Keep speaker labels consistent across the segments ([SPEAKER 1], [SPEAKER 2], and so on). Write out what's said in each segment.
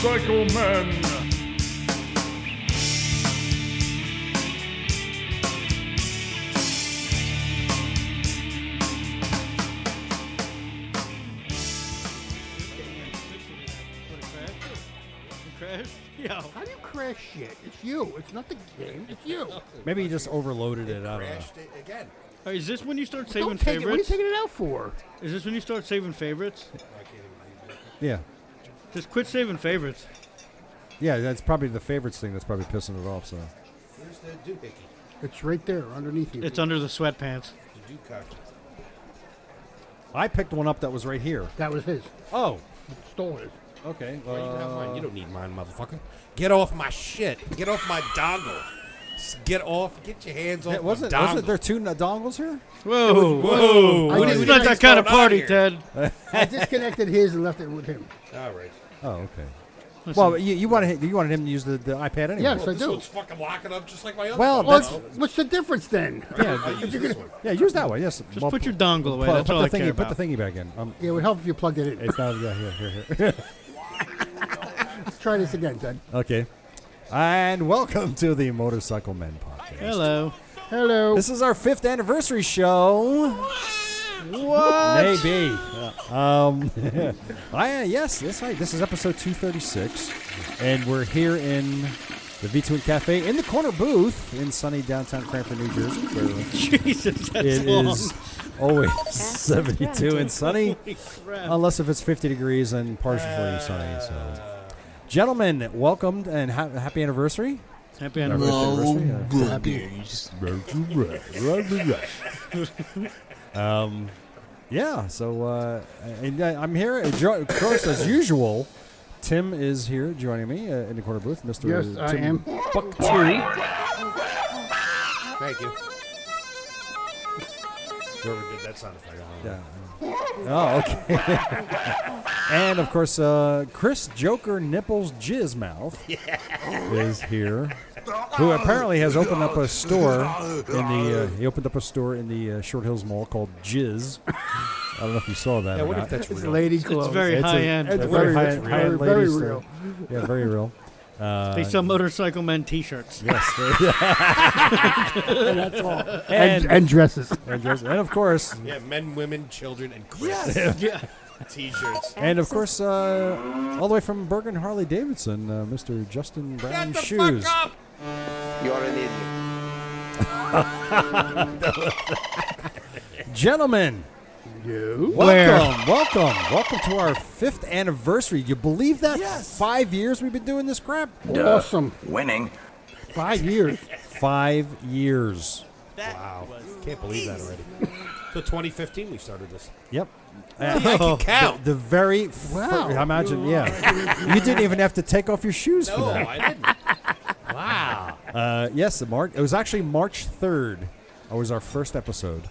[SPEAKER 1] Psycho Man.
[SPEAKER 2] Yo.
[SPEAKER 3] How do you crash shit? It's you. It's not the game. It's you.
[SPEAKER 4] Maybe he just overloaded it. I don't know.
[SPEAKER 5] Crashed it again.
[SPEAKER 2] Hey, Is this when you start saving
[SPEAKER 3] Don't take it. What are you
[SPEAKER 2] favorites?
[SPEAKER 3] taking it out for?
[SPEAKER 2] Is this when you start saving favorites?
[SPEAKER 4] Yeah,
[SPEAKER 2] Just quit saving favorites.
[SPEAKER 4] yeah. That's probably the favorites thing. That's probably pissing it off. So
[SPEAKER 5] Where's the doohickey?
[SPEAKER 3] It's right there underneath you.
[SPEAKER 2] It's under the sweatpants.
[SPEAKER 5] The doocock.
[SPEAKER 4] I picked one up that was right here.
[SPEAKER 3] that was his.
[SPEAKER 4] Oh,
[SPEAKER 3] Stolen it.
[SPEAKER 4] okay.
[SPEAKER 5] Why you don't have mine?
[SPEAKER 4] uh,
[SPEAKER 5] You don't need mine, motherfucker. Get off my shit. Get off my dongle. S- Get off. Get your hands off
[SPEAKER 4] that- wasn't
[SPEAKER 5] my dongle.
[SPEAKER 4] wasn't there two n- dongles here?
[SPEAKER 2] Whoa,
[SPEAKER 5] whoa.
[SPEAKER 3] I
[SPEAKER 2] It's
[SPEAKER 3] didn't
[SPEAKER 2] not
[SPEAKER 3] know
[SPEAKER 2] that
[SPEAKER 5] what's
[SPEAKER 2] kind of
[SPEAKER 5] going on
[SPEAKER 2] party,
[SPEAKER 5] here.
[SPEAKER 2] Ted.
[SPEAKER 3] I disconnected his and left it with him.
[SPEAKER 5] All right.
[SPEAKER 4] Oh, okay. Well, you, you wanted you wanted him to use the, the iPad anyway.
[SPEAKER 3] Yes,
[SPEAKER 5] Well,
[SPEAKER 3] I
[SPEAKER 5] this
[SPEAKER 3] do.
[SPEAKER 5] one's fucking locking up just like my other.
[SPEAKER 4] Well,
[SPEAKER 5] phone.
[SPEAKER 3] Well,
[SPEAKER 4] That's-
[SPEAKER 3] it's- what's the difference then?
[SPEAKER 5] I
[SPEAKER 4] Yeah,
[SPEAKER 5] use
[SPEAKER 3] you're
[SPEAKER 5] this
[SPEAKER 3] gonna-
[SPEAKER 5] one.
[SPEAKER 4] yeah. Use that one. Yes.
[SPEAKER 2] Just put your dongle away. That's
[SPEAKER 4] put
[SPEAKER 2] all
[SPEAKER 4] the
[SPEAKER 2] I
[SPEAKER 4] thingy,
[SPEAKER 2] care about.
[SPEAKER 4] Put the thingy back in. Um,
[SPEAKER 3] Yeah, it would help if you plugged it in.
[SPEAKER 4] it's not. Yeah, here, here, here.
[SPEAKER 3] Let's try this again, Ted.
[SPEAKER 4] okay. And welcome to the Motorcycle Men podcast.
[SPEAKER 2] Hello.
[SPEAKER 3] Hello.
[SPEAKER 4] This is our fifth anniversary show.
[SPEAKER 2] What?
[SPEAKER 4] Maybe. Um, I, uh, yes, that's right. This is episode 236, and we're here in the V2 Cafe in the corner booth in sunny downtown Cranford, New Jersey. Where
[SPEAKER 2] Jesus, that's
[SPEAKER 4] it
[SPEAKER 2] long.
[SPEAKER 4] is always 72 and sunny,
[SPEAKER 2] Holy crap.
[SPEAKER 4] unless if it's 50 degrees and partially sunny. So, gentlemen, welcome and ha- happy anniversary.
[SPEAKER 2] Happy
[SPEAKER 4] Our
[SPEAKER 2] anniversary.
[SPEAKER 4] fifth anniversary. Uh, Um, Yeah, so uh, and uh, I'm here, uh, jo- of course, as usual. Tim is here joining me uh, in the corner booth, Mr.
[SPEAKER 3] Yes, I
[SPEAKER 4] Tim
[SPEAKER 3] am.
[SPEAKER 4] Buck Two.
[SPEAKER 5] Thank you. Whoever did that sound effect. I don't know.
[SPEAKER 4] Yeah. Oh, okay. and of course, uh, Chris Joker Nipples Jizzmouth is here, who apparently has opened up a store in the. Uh, he opened up a store in the uh, Short Hills Mall called Jizz. I don't know if you saw that.
[SPEAKER 5] Yeah,
[SPEAKER 4] or
[SPEAKER 5] what if
[SPEAKER 4] not.
[SPEAKER 5] that's
[SPEAKER 3] It's
[SPEAKER 5] real?
[SPEAKER 3] lady
[SPEAKER 2] It's
[SPEAKER 3] clothes.
[SPEAKER 2] very
[SPEAKER 4] It's a-
[SPEAKER 2] high end.
[SPEAKER 4] it's
[SPEAKER 3] That's
[SPEAKER 4] very
[SPEAKER 3] very
[SPEAKER 4] high,
[SPEAKER 3] real.
[SPEAKER 4] high end
[SPEAKER 3] Very, very
[SPEAKER 4] ladies store.
[SPEAKER 3] real.
[SPEAKER 4] Yeah, very real. Uh,
[SPEAKER 2] they sell motorcycle men T-shirts.
[SPEAKER 4] Yes.
[SPEAKER 3] and,
[SPEAKER 4] and,
[SPEAKER 3] and dresses.
[SPEAKER 4] and dress- and of course,
[SPEAKER 5] Yeah, men, women, children, and Chris.
[SPEAKER 2] yeah.
[SPEAKER 5] T-shirts.
[SPEAKER 4] and of course, uh, all the way from Bergen Harley Davidson, uh, Mr. Justin Brown Shoes.
[SPEAKER 6] You're an idiot.
[SPEAKER 4] Gentlemen,
[SPEAKER 3] You?
[SPEAKER 4] welcome, welcome, welcome to our fifth anniversary. You believe that? Five years we've been doing this crap?
[SPEAKER 3] Awesome.
[SPEAKER 6] Winning.
[SPEAKER 3] Five years.
[SPEAKER 4] Five years.
[SPEAKER 5] Wow. Can't believe that already. So 2015 we started this.
[SPEAKER 4] Yep.
[SPEAKER 5] I can count.
[SPEAKER 4] The very fir-
[SPEAKER 3] Wow.
[SPEAKER 4] I imagine, yeah. you didn't even have to take off your shoes for
[SPEAKER 5] No,
[SPEAKER 4] that.
[SPEAKER 5] I didn't. wow.
[SPEAKER 4] Uh, yes, the March. It was actually March third. It was our first episode.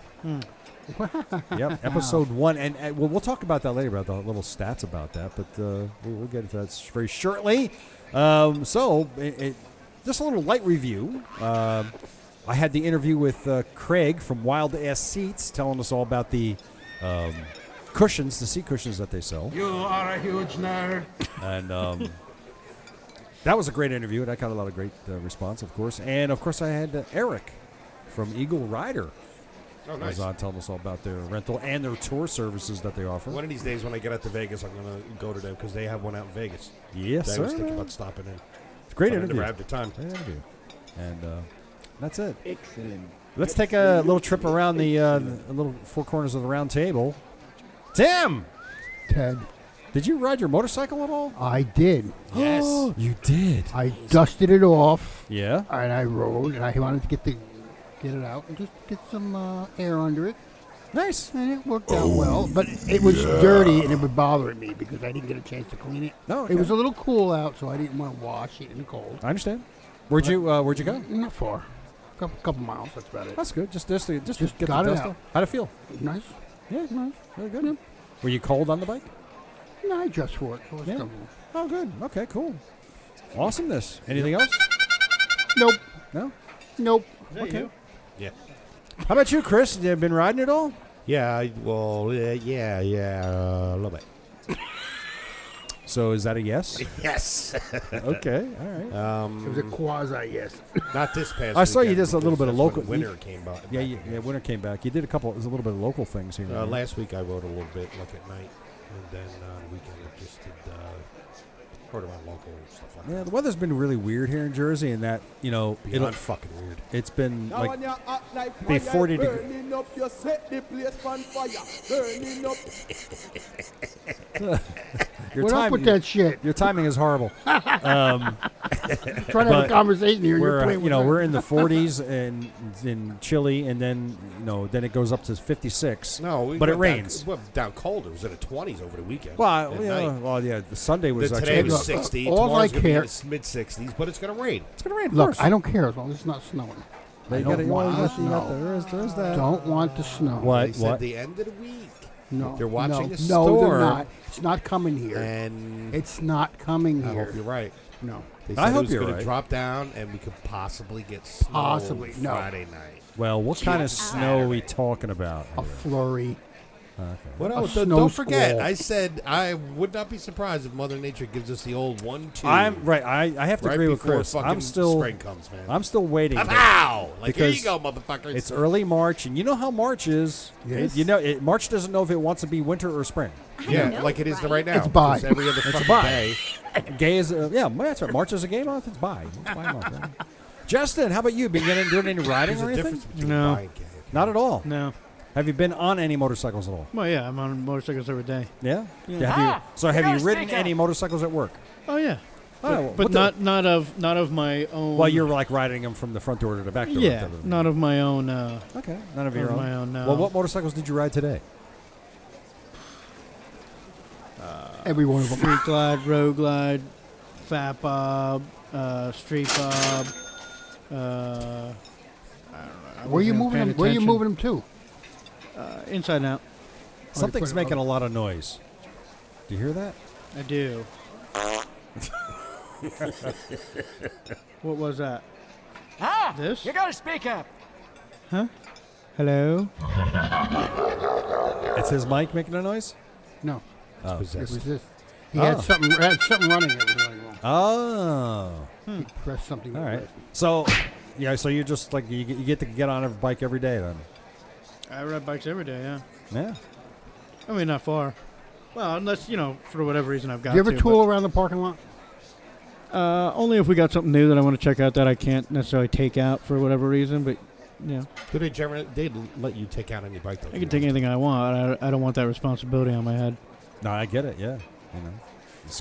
[SPEAKER 4] yep, episode one, and, and we'll, we'll talk about that later about the little stats about that, but uh, we'll, we'll get into that s- very shortly. Um, so, it, it, just a little light review. Um I had the interview with uh, Craig from Wild Ass Seats, telling us all about the um, cushions, the seat cushions that they sell.
[SPEAKER 7] You are a huge nerd.
[SPEAKER 4] And um, that was a great interview, and I got a lot of great uh, response, of course. And of course, I had uh, Eric from Eagle Rider
[SPEAKER 5] Oh,
[SPEAKER 4] was
[SPEAKER 5] nice.
[SPEAKER 4] on telling us all about their rental and their tour services that they offer.
[SPEAKER 5] One of these days when I get out to Vegas, I'm going to go to them because they have one out in Vegas.
[SPEAKER 4] Yes,
[SPEAKER 5] I
[SPEAKER 4] sir.
[SPEAKER 5] was thinking about stopping in.
[SPEAKER 4] great
[SPEAKER 5] But I
[SPEAKER 4] interview.
[SPEAKER 5] never had the time.
[SPEAKER 4] Great interview. And uh, that's it. Excellent. Let's take a little trip around the uh, the little four corners of the round table. Tim,
[SPEAKER 3] Ted,
[SPEAKER 4] did you ride your motorcycle at all?
[SPEAKER 3] I did.
[SPEAKER 5] Yes.
[SPEAKER 4] you did.
[SPEAKER 3] I dusted it off
[SPEAKER 4] Yeah.
[SPEAKER 3] and I rode and I wanted to get the get it out and just get some uh, air under it
[SPEAKER 4] Nice.
[SPEAKER 3] and it worked out well. But it was dirty and it was bothering me because I didn't get a chance to clean it.
[SPEAKER 4] No, okay.
[SPEAKER 3] It was a little cool out, so I didn't want to wash it in the cold.
[SPEAKER 4] I understand. Where'd you uh, Where'd you go?
[SPEAKER 3] Not far, couple, couple miles. That's about it.
[SPEAKER 4] That's good. Just just to, just,
[SPEAKER 3] Just
[SPEAKER 4] to get
[SPEAKER 3] got
[SPEAKER 4] the
[SPEAKER 3] it
[SPEAKER 4] dust
[SPEAKER 3] out. Mm-hmm.
[SPEAKER 4] off. How'd it feel?
[SPEAKER 3] Nice.
[SPEAKER 4] Yeah, nice. Very good.
[SPEAKER 3] Mm-hmm.
[SPEAKER 4] Were you cold on the bike?
[SPEAKER 3] No, I dressed for it. It was
[SPEAKER 4] Yeah.
[SPEAKER 3] comfortable.
[SPEAKER 4] Oh, good. Okay, cool. Awesomeness. Anything else?
[SPEAKER 3] Nope.
[SPEAKER 4] No.
[SPEAKER 3] Nope.
[SPEAKER 4] okay.
[SPEAKER 5] Yeah.
[SPEAKER 4] How about you, Chris? You been riding it all?
[SPEAKER 5] uh, Yeah, I- well, yeah, yeah, yeah, a little bit.
[SPEAKER 4] So is that a yes?
[SPEAKER 5] Yes. Uh,
[SPEAKER 4] okay, all right.
[SPEAKER 3] It was a quasi yes.
[SPEAKER 5] Not this past.
[SPEAKER 4] I saw you
[SPEAKER 5] weekend,
[SPEAKER 4] did a little bit
[SPEAKER 5] because
[SPEAKER 4] of
[SPEAKER 5] that's when
[SPEAKER 4] local-
[SPEAKER 5] Winter came by.
[SPEAKER 4] yeah, yeah, yeah. Winter came back. You did a couple. There's a little bit of local things here. and
[SPEAKER 5] Uh,
[SPEAKER 4] there.
[SPEAKER 5] last week I wrote a little bit, like at night, and then uh, the weekend I just did uh, heard about local and stuff like
[SPEAKER 4] yeah,
[SPEAKER 5] that.
[SPEAKER 4] the weather's been really weird here in Jersey, and that you know,
[SPEAKER 5] Beyond
[SPEAKER 4] it'll,
[SPEAKER 5] fucking weird.
[SPEAKER 4] it's been like
[SPEAKER 1] like
[SPEAKER 4] be 40 deg-
[SPEAKER 1] Burning up, you set the place on fire. Burning up.
[SPEAKER 4] your
[SPEAKER 3] What
[SPEAKER 4] timing.
[SPEAKER 3] up with that shit?
[SPEAKER 4] Your timing is horrible.
[SPEAKER 3] Trying to have a
[SPEAKER 4] but
[SPEAKER 3] conversation here. and
[SPEAKER 4] we're
[SPEAKER 3] You're
[SPEAKER 4] uh,
[SPEAKER 3] playing
[SPEAKER 4] you
[SPEAKER 3] with
[SPEAKER 4] know
[SPEAKER 3] that.
[SPEAKER 4] we're in the 40s and in chilly and then you know then it goes up to 56
[SPEAKER 5] No, we
[SPEAKER 4] but it
[SPEAKER 5] went down-
[SPEAKER 4] rains
[SPEAKER 5] Well, down colder. It was in the twenties over the weekend.
[SPEAKER 4] well
[SPEAKER 5] at
[SPEAKER 4] yeah,
[SPEAKER 5] night.
[SPEAKER 4] well yeah the sunday was
[SPEAKER 5] The-
[SPEAKER 4] actually
[SPEAKER 5] today was
[SPEAKER 3] Look,
[SPEAKER 5] sixty.
[SPEAKER 3] all I
[SPEAKER 5] Tomorrow's gonna be in
[SPEAKER 3] care-
[SPEAKER 5] the mid sixties, but it's gonna rain.
[SPEAKER 4] it's gonna rain of course.
[SPEAKER 3] Look, I don't care as long as it's not snowing.
[SPEAKER 4] But
[SPEAKER 3] I
[SPEAKER 4] you gotta-
[SPEAKER 3] don't
[SPEAKER 4] you
[SPEAKER 3] want
[SPEAKER 4] gotta-
[SPEAKER 3] the
[SPEAKER 4] you gotta-
[SPEAKER 3] snow.
[SPEAKER 4] there is- there's that
[SPEAKER 3] Don't want the snow.
[SPEAKER 4] What?
[SPEAKER 5] They said the end of the week,
[SPEAKER 3] No.
[SPEAKER 5] They're watching
[SPEAKER 3] no,
[SPEAKER 5] the
[SPEAKER 3] no,
[SPEAKER 5] store.
[SPEAKER 3] they're not. It's not coming here.
[SPEAKER 5] and
[SPEAKER 3] It's not coming
[SPEAKER 5] I
[SPEAKER 3] here.
[SPEAKER 5] hope you're right.
[SPEAKER 3] no.
[SPEAKER 5] They
[SPEAKER 4] I
[SPEAKER 5] said it
[SPEAKER 4] hope
[SPEAKER 5] was
[SPEAKER 4] you're
[SPEAKER 5] gonna
[SPEAKER 4] right.
[SPEAKER 5] Drop down, and we could possibly get snow
[SPEAKER 3] Possibly, no.
[SPEAKER 5] Friday night.
[SPEAKER 4] well what kind of snow are we talking about
[SPEAKER 3] A flurry.
[SPEAKER 5] What
[SPEAKER 3] A
[SPEAKER 5] else?
[SPEAKER 3] snow
[SPEAKER 5] Don't don't forget,
[SPEAKER 3] squall.
[SPEAKER 5] I said I would not be surprised if Mother Nature gives us the old one-two.
[SPEAKER 4] i'm right i, I have to
[SPEAKER 5] right
[SPEAKER 4] agree with
[SPEAKER 5] before
[SPEAKER 4] chris
[SPEAKER 5] fucking
[SPEAKER 4] i'm still
[SPEAKER 5] spring comes, man. Ah!
[SPEAKER 4] i'm still waiting
[SPEAKER 5] I'm
[SPEAKER 4] but
[SPEAKER 5] out. Like here you
[SPEAKER 4] because
[SPEAKER 5] go, motherfuckers.
[SPEAKER 4] it's early march and you know how march is
[SPEAKER 3] Yes.
[SPEAKER 4] It- you know it, march doesn't know if it wants to be winter or spring
[SPEAKER 5] yeah,
[SPEAKER 8] know,
[SPEAKER 5] like it is the right
[SPEAKER 8] right?
[SPEAKER 5] now.
[SPEAKER 3] It's bi.
[SPEAKER 5] It's every other fucking
[SPEAKER 4] bi.
[SPEAKER 5] day.
[SPEAKER 4] Gay is uh, yeah, that's right. March is a gay month. It's bi. It's bi month, yeah. Justin, how about you? Been getting doing any riding
[SPEAKER 5] There's
[SPEAKER 4] or
[SPEAKER 5] a
[SPEAKER 4] anything?
[SPEAKER 5] difference between
[SPEAKER 2] No.
[SPEAKER 5] bi and gay.
[SPEAKER 4] Not at all.
[SPEAKER 2] No.
[SPEAKER 4] Have you been on any motorcycles at all?
[SPEAKER 2] Well, yeah, I'm on motorcycles every day.
[SPEAKER 4] Yeah. Have you? So have you ridden any motorcycles at work?
[SPEAKER 2] Oh yeah,
[SPEAKER 4] Oh,
[SPEAKER 2] but,
[SPEAKER 4] what
[SPEAKER 2] but
[SPEAKER 4] the-
[SPEAKER 2] not not of not of my own.
[SPEAKER 4] Well, you're like riding them from the front door to the back door.
[SPEAKER 2] yeah,
[SPEAKER 4] type of-
[SPEAKER 2] not of my own. Uh,
[SPEAKER 4] okay. None of
[SPEAKER 2] not
[SPEAKER 4] your
[SPEAKER 2] of
[SPEAKER 4] own.
[SPEAKER 2] my own, no.
[SPEAKER 4] Well, what motorcycles did you ride today?
[SPEAKER 3] Every one of them.
[SPEAKER 2] street glide, road glide, fat bob, uh, street bob. Uh,
[SPEAKER 3] Where you
[SPEAKER 2] wasn't
[SPEAKER 3] moving
[SPEAKER 2] paying
[SPEAKER 3] them? Where you
[SPEAKER 2] attention.
[SPEAKER 3] moving them to?
[SPEAKER 2] uh, inside and out.
[SPEAKER 4] Something's
[SPEAKER 3] put it
[SPEAKER 4] making
[SPEAKER 3] on.
[SPEAKER 4] a lot of noise. Do you hear that?
[SPEAKER 2] I do. what was that? Ah, this? You gotta speak up. Huh? Hello.
[SPEAKER 4] It's his mic making a noise.
[SPEAKER 3] No.
[SPEAKER 4] Oh.
[SPEAKER 3] It was
[SPEAKER 5] Possessed.
[SPEAKER 3] this. He
[SPEAKER 4] Oh.
[SPEAKER 3] had something. Had something running. It was running wrong.
[SPEAKER 4] Oh.
[SPEAKER 3] He pressed something.
[SPEAKER 4] All
[SPEAKER 3] that
[SPEAKER 4] right.
[SPEAKER 3] was-
[SPEAKER 4] So, yeah. So you're just like you, get- you get to get on a bike every day then.
[SPEAKER 2] I ride bikes every day. Yeah.
[SPEAKER 4] Yeah.
[SPEAKER 2] I mean, not far. Well, unless you know, for whatever reason, I've got.
[SPEAKER 3] Do you ever
[SPEAKER 2] to,
[SPEAKER 3] tool around the parking lot?
[SPEAKER 2] but, uh, only if we got something new that I want to check out that I can't necessarily take out for whatever reason. But yeah,
[SPEAKER 5] Do they generally they let you take out on your bike? Though,
[SPEAKER 2] I can take anything I want. I, I don't want that responsibility on my head.
[SPEAKER 4] No, I get it. Yeah. You know.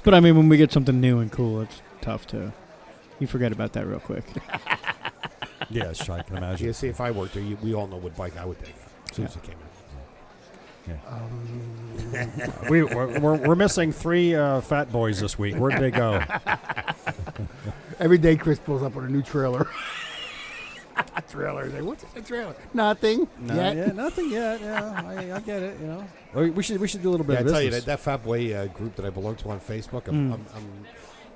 [SPEAKER 2] But I mean, when we get something new and cool, it's tough to. You forget about that real quick.
[SPEAKER 4] Yeah, sure, I can imagine.
[SPEAKER 5] You see, if I worked there, you, we all know what bike I would take out. As soon as it came out.
[SPEAKER 3] Um,
[SPEAKER 4] we, we're, we're, we're missing three uh, fat boys this week. Where'd they go?
[SPEAKER 3] Every day, Chris pulls up with a new trailer. trailer. He's like, what's a trailer? Nothing. yet.
[SPEAKER 4] nothing yet. Yeah, I, I get it. You know, we, we should we should do a little bit
[SPEAKER 5] Yeah, I
[SPEAKER 4] of
[SPEAKER 5] tell you
[SPEAKER 4] business.
[SPEAKER 5] that that Fat Boy uh, group that I belong to on Facebook, I'm, I'm, I'm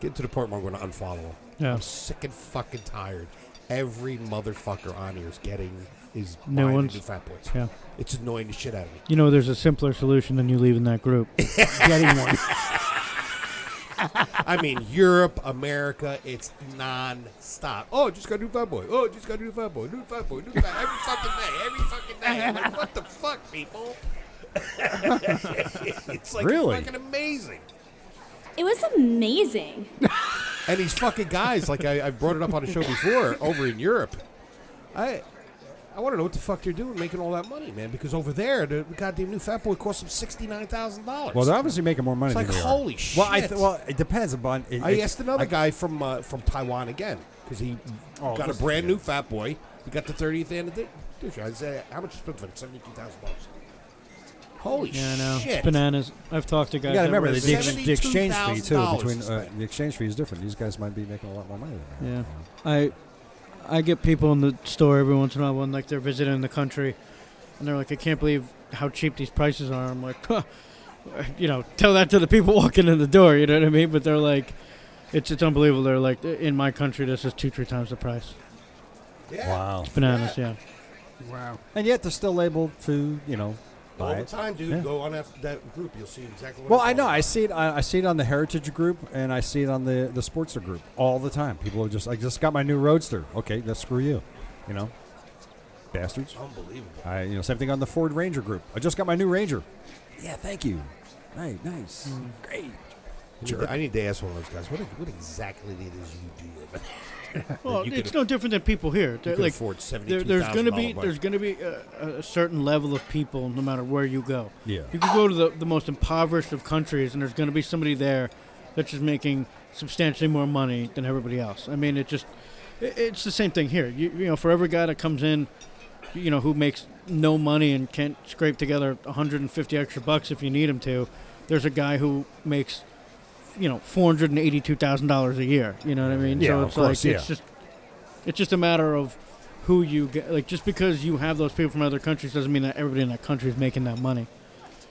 [SPEAKER 5] getting to the point where I'm going to unfollow them.
[SPEAKER 2] Yeah.
[SPEAKER 5] I'm sick and fucking tired. Every motherfucker on here is getting is
[SPEAKER 2] No
[SPEAKER 5] buying the
[SPEAKER 2] one's-
[SPEAKER 5] new Fat Boys.
[SPEAKER 2] Yeah.
[SPEAKER 5] It's annoying the shit out of me.
[SPEAKER 2] You know, there's a simpler solution than you leaving that group.
[SPEAKER 3] Getting one.
[SPEAKER 5] I mean, Europe, America, it's non-stop. Oh, just got a new Fat Boy. Oh, just got a new Fat Boy. New Fat Boy. New Fat Every fucking day. Every fucking day. I'm like, what the fuck, people? it's like
[SPEAKER 4] Really?
[SPEAKER 5] fucking amazing.
[SPEAKER 8] It was amazing.
[SPEAKER 5] And these fucking guys, like I, I brought it up on a show before, over in Europe. I I want to know what the fuck they're doing making all that money, man. Because over there, the goddamn new Fat Boy costs them sixty nine thousand dollars.
[SPEAKER 4] well, they're obviously making more money.
[SPEAKER 5] It's like,
[SPEAKER 4] than we are.
[SPEAKER 5] holy
[SPEAKER 4] Well, I
[SPEAKER 5] shit.
[SPEAKER 4] th- well, it depends upon. It,
[SPEAKER 5] I
[SPEAKER 4] it-
[SPEAKER 5] asked another
[SPEAKER 4] I-
[SPEAKER 5] guy from uh, from Taiwan again because he
[SPEAKER 4] Oh,
[SPEAKER 5] got a
[SPEAKER 4] this is
[SPEAKER 5] brand
[SPEAKER 4] good.
[SPEAKER 5] new Fat Boy. He got the thirtieth anniversary. I said, how much you spent for seventy two thousand dollars? Holy
[SPEAKER 2] Yeah, I know.
[SPEAKER 5] shit!
[SPEAKER 2] Bananas. I've talked to guys.
[SPEAKER 4] You gotta
[SPEAKER 2] that
[SPEAKER 4] remember
[SPEAKER 2] were-
[SPEAKER 4] the, ex- the exchange fee too.
[SPEAKER 5] $72,000
[SPEAKER 4] Between
[SPEAKER 5] is
[SPEAKER 4] uh,
[SPEAKER 5] spent.
[SPEAKER 4] the exchange fee is different. These guys might be making a lot more money than we are.
[SPEAKER 2] Yeah, I, I get people in the store every once in a while when like they're visiting the country, and they're like, I can't believe how cheap these prices are. I'm like, huh. you know, tell that to the people walking in the door. You know what I mean? But they're like, it's it's unbelievable. They're like, in my country, this is two three times the price.
[SPEAKER 5] Yeah.
[SPEAKER 4] Wow.
[SPEAKER 2] Bananas. Yeah.
[SPEAKER 3] Wow.
[SPEAKER 4] And yet they're still able to, you know, buy
[SPEAKER 5] All the
[SPEAKER 4] it.
[SPEAKER 5] time, dude.
[SPEAKER 4] Yeah.
[SPEAKER 5] Go on that, that group. You'll see exactly what
[SPEAKER 4] Well,
[SPEAKER 5] I'm
[SPEAKER 4] I know.
[SPEAKER 5] talking
[SPEAKER 4] I see it. I, I see it on the Heritage group, and I see it on the the Sportster group all the time. People are just, I just got my new Roadster. Okay, that's screw you, you know, bastards.
[SPEAKER 5] about. Unbelievable.
[SPEAKER 4] I, you know, same thing on the Ford Ranger group. I just got my new Ranger. Yeah, thank you. Right, nice, great.
[SPEAKER 5] I need, to, I need to ask one of those guys, what, what exactly it is you do over there?
[SPEAKER 2] Well,
[SPEAKER 5] You could-
[SPEAKER 2] it's no different than people here. They're
[SPEAKER 5] could
[SPEAKER 2] like,
[SPEAKER 5] afford
[SPEAKER 2] there- there's going to be
[SPEAKER 5] $72,000 bike.
[SPEAKER 2] there's going to be a, a certain level of people no matter where you go.
[SPEAKER 4] Yeah.
[SPEAKER 2] you could go to the, the most impoverished of countries, and there's going to be somebody there that's just making substantially more money than everybody else. I mean, it just it, it's the same thing here. You, you know, for every guy that comes in, you know, who makes no money and can't scrape together 150 extra bucks if you need him to, there's a guy who makes you know four hundred and eighty-two thousand dollars a year. You know what I mean?
[SPEAKER 4] Yeah,
[SPEAKER 2] so
[SPEAKER 4] of
[SPEAKER 2] it's
[SPEAKER 4] course,
[SPEAKER 2] like
[SPEAKER 4] yeah.
[SPEAKER 2] it's just it's just a matter of who you get. Like just because you have those people from other countries doesn't mean that everybody in that country is making that money.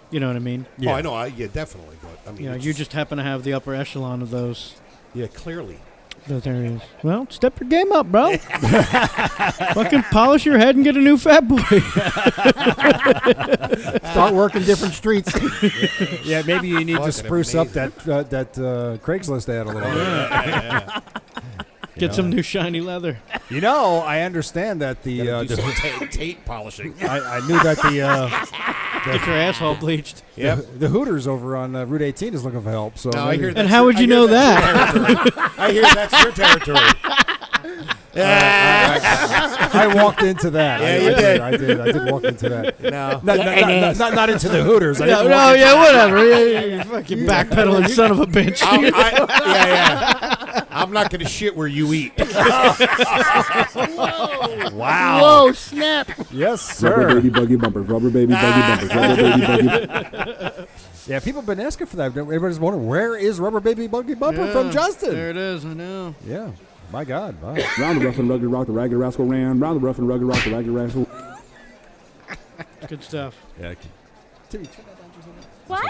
[SPEAKER 2] You know what I mean?
[SPEAKER 4] Yeah.
[SPEAKER 5] Oh, I know. I, yeah, definitely. But I mean,
[SPEAKER 2] You know,
[SPEAKER 5] it's
[SPEAKER 2] you just happen to have the upper echelon of those
[SPEAKER 5] yeah, clearly.
[SPEAKER 2] those areas. Well, step your game up, bro. Fucking polish your head and get a new fat boy.
[SPEAKER 3] Start working different streets.
[SPEAKER 4] Yeah, maybe you need
[SPEAKER 5] Fucking
[SPEAKER 4] to spruce up
[SPEAKER 5] amazing.
[SPEAKER 4] that uh, that uh, Craigslist ad a little bit.
[SPEAKER 2] get some new shiny leather.
[SPEAKER 4] You know, I understand that the, uh,
[SPEAKER 5] Gotta do
[SPEAKER 4] the
[SPEAKER 5] some ta- tape polishing.
[SPEAKER 4] I, I knew that the uh,
[SPEAKER 2] Get your asshole bleached.
[SPEAKER 5] Yep.
[SPEAKER 4] the Hooters over on uh, Route 18 is looking for help. So
[SPEAKER 5] Now, I
[SPEAKER 4] maybe-
[SPEAKER 5] hear
[SPEAKER 2] And
[SPEAKER 5] that's
[SPEAKER 2] how
[SPEAKER 5] your-
[SPEAKER 2] would
[SPEAKER 5] I
[SPEAKER 2] you
[SPEAKER 5] hear
[SPEAKER 2] know
[SPEAKER 5] that's your territory. I hear that's your territory.
[SPEAKER 4] I walked into that. I,
[SPEAKER 5] Yeah, you
[SPEAKER 4] I
[SPEAKER 5] did.
[SPEAKER 4] I did. I did walk into that.
[SPEAKER 5] No.
[SPEAKER 4] Not, not, not, not, not, not into the Hooters. I
[SPEAKER 2] No,
[SPEAKER 4] didn't
[SPEAKER 2] no,
[SPEAKER 4] walk
[SPEAKER 2] yeah, whatever. Yeah, yeah, you fucking backpedaling son of a bitch.
[SPEAKER 5] I'm, I, yeah, yeah. I'm not going to shit where you eat. wow.
[SPEAKER 2] Oh,
[SPEAKER 3] Whoa, snap.
[SPEAKER 4] in- Yes,
[SPEAKER 1] Rubber
[SPEAKER 4] sir.
[SPEAKER 1] baby buggy bumpers, rubber baby buggy bumpers, rubber baby buggy
[SPEAKER 4] Yeah, people have been asking for that. Everybody's wondering where is Rubber Baby Buggy Bumper
[SPEAKER 2] Yeah,
[SPEAKER 4] from Justin?
[SPEAKER 2] There it is. I know.
[SPEAKER 4] Yeah. My God. Wow.
[SPEAKER 1] Round the rough and rugged rock, the ragged rascal ran. Round the rough and rugged rock, the ragged rascal.
[SPEAKER 2] Good stuff.
[SPEAKER 4] yeah.
[SPEAKER 8] What?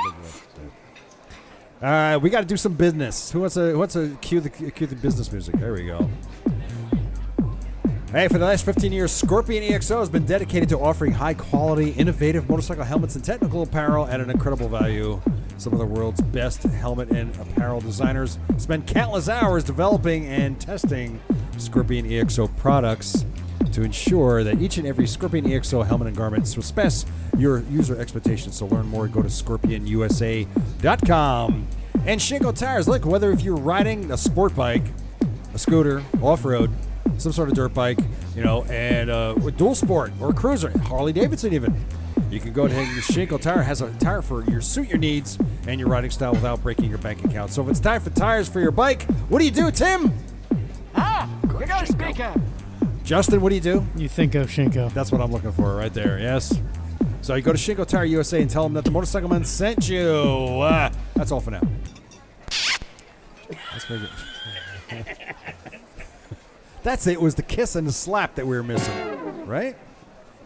[SPEAKER 4] All right, we got to do some business. Who wants to? Who wants to cue the cue the business music? There we go. Hey, for the last 15 years, Scorpion EXO has been dedicated to offering high quality, innovative motorcycle helmets and technical apparel at an incredible value. Some of the world's best helmet and apparel designers spend countless hours developing and testing Scorpion EXO products to ensure that each and every Scorpion EXO helmet and garment surpass your user expectations. So learn more, go to scorpionusa.com. And Shinko Tires, look, whether if you're riding a sport bike, a scooter, off road, some sort of dirt bike, you know, and uh, a dual sport or a cruiser, Harley Davidson even. You can go ahead and Schenkel Tire has a tire for your suit your needs and your riding style without breaking your bank account. So if it's time for tires for your bike, what do you do, Tim?
[SPEAKER 9] You got a speaker.
[SPEAKER 4] Justin, what do you do?
[SPEAKER 2] You think of Shinko.
[SPEAKER 4] That's what I'm looking for right there. Yes. So you go to Shinko Tire USA and tell them that the motorcycle man sent you. Uh, that's all for now. That's very good. that's it. It was the kiss and the slap that we were missing, right?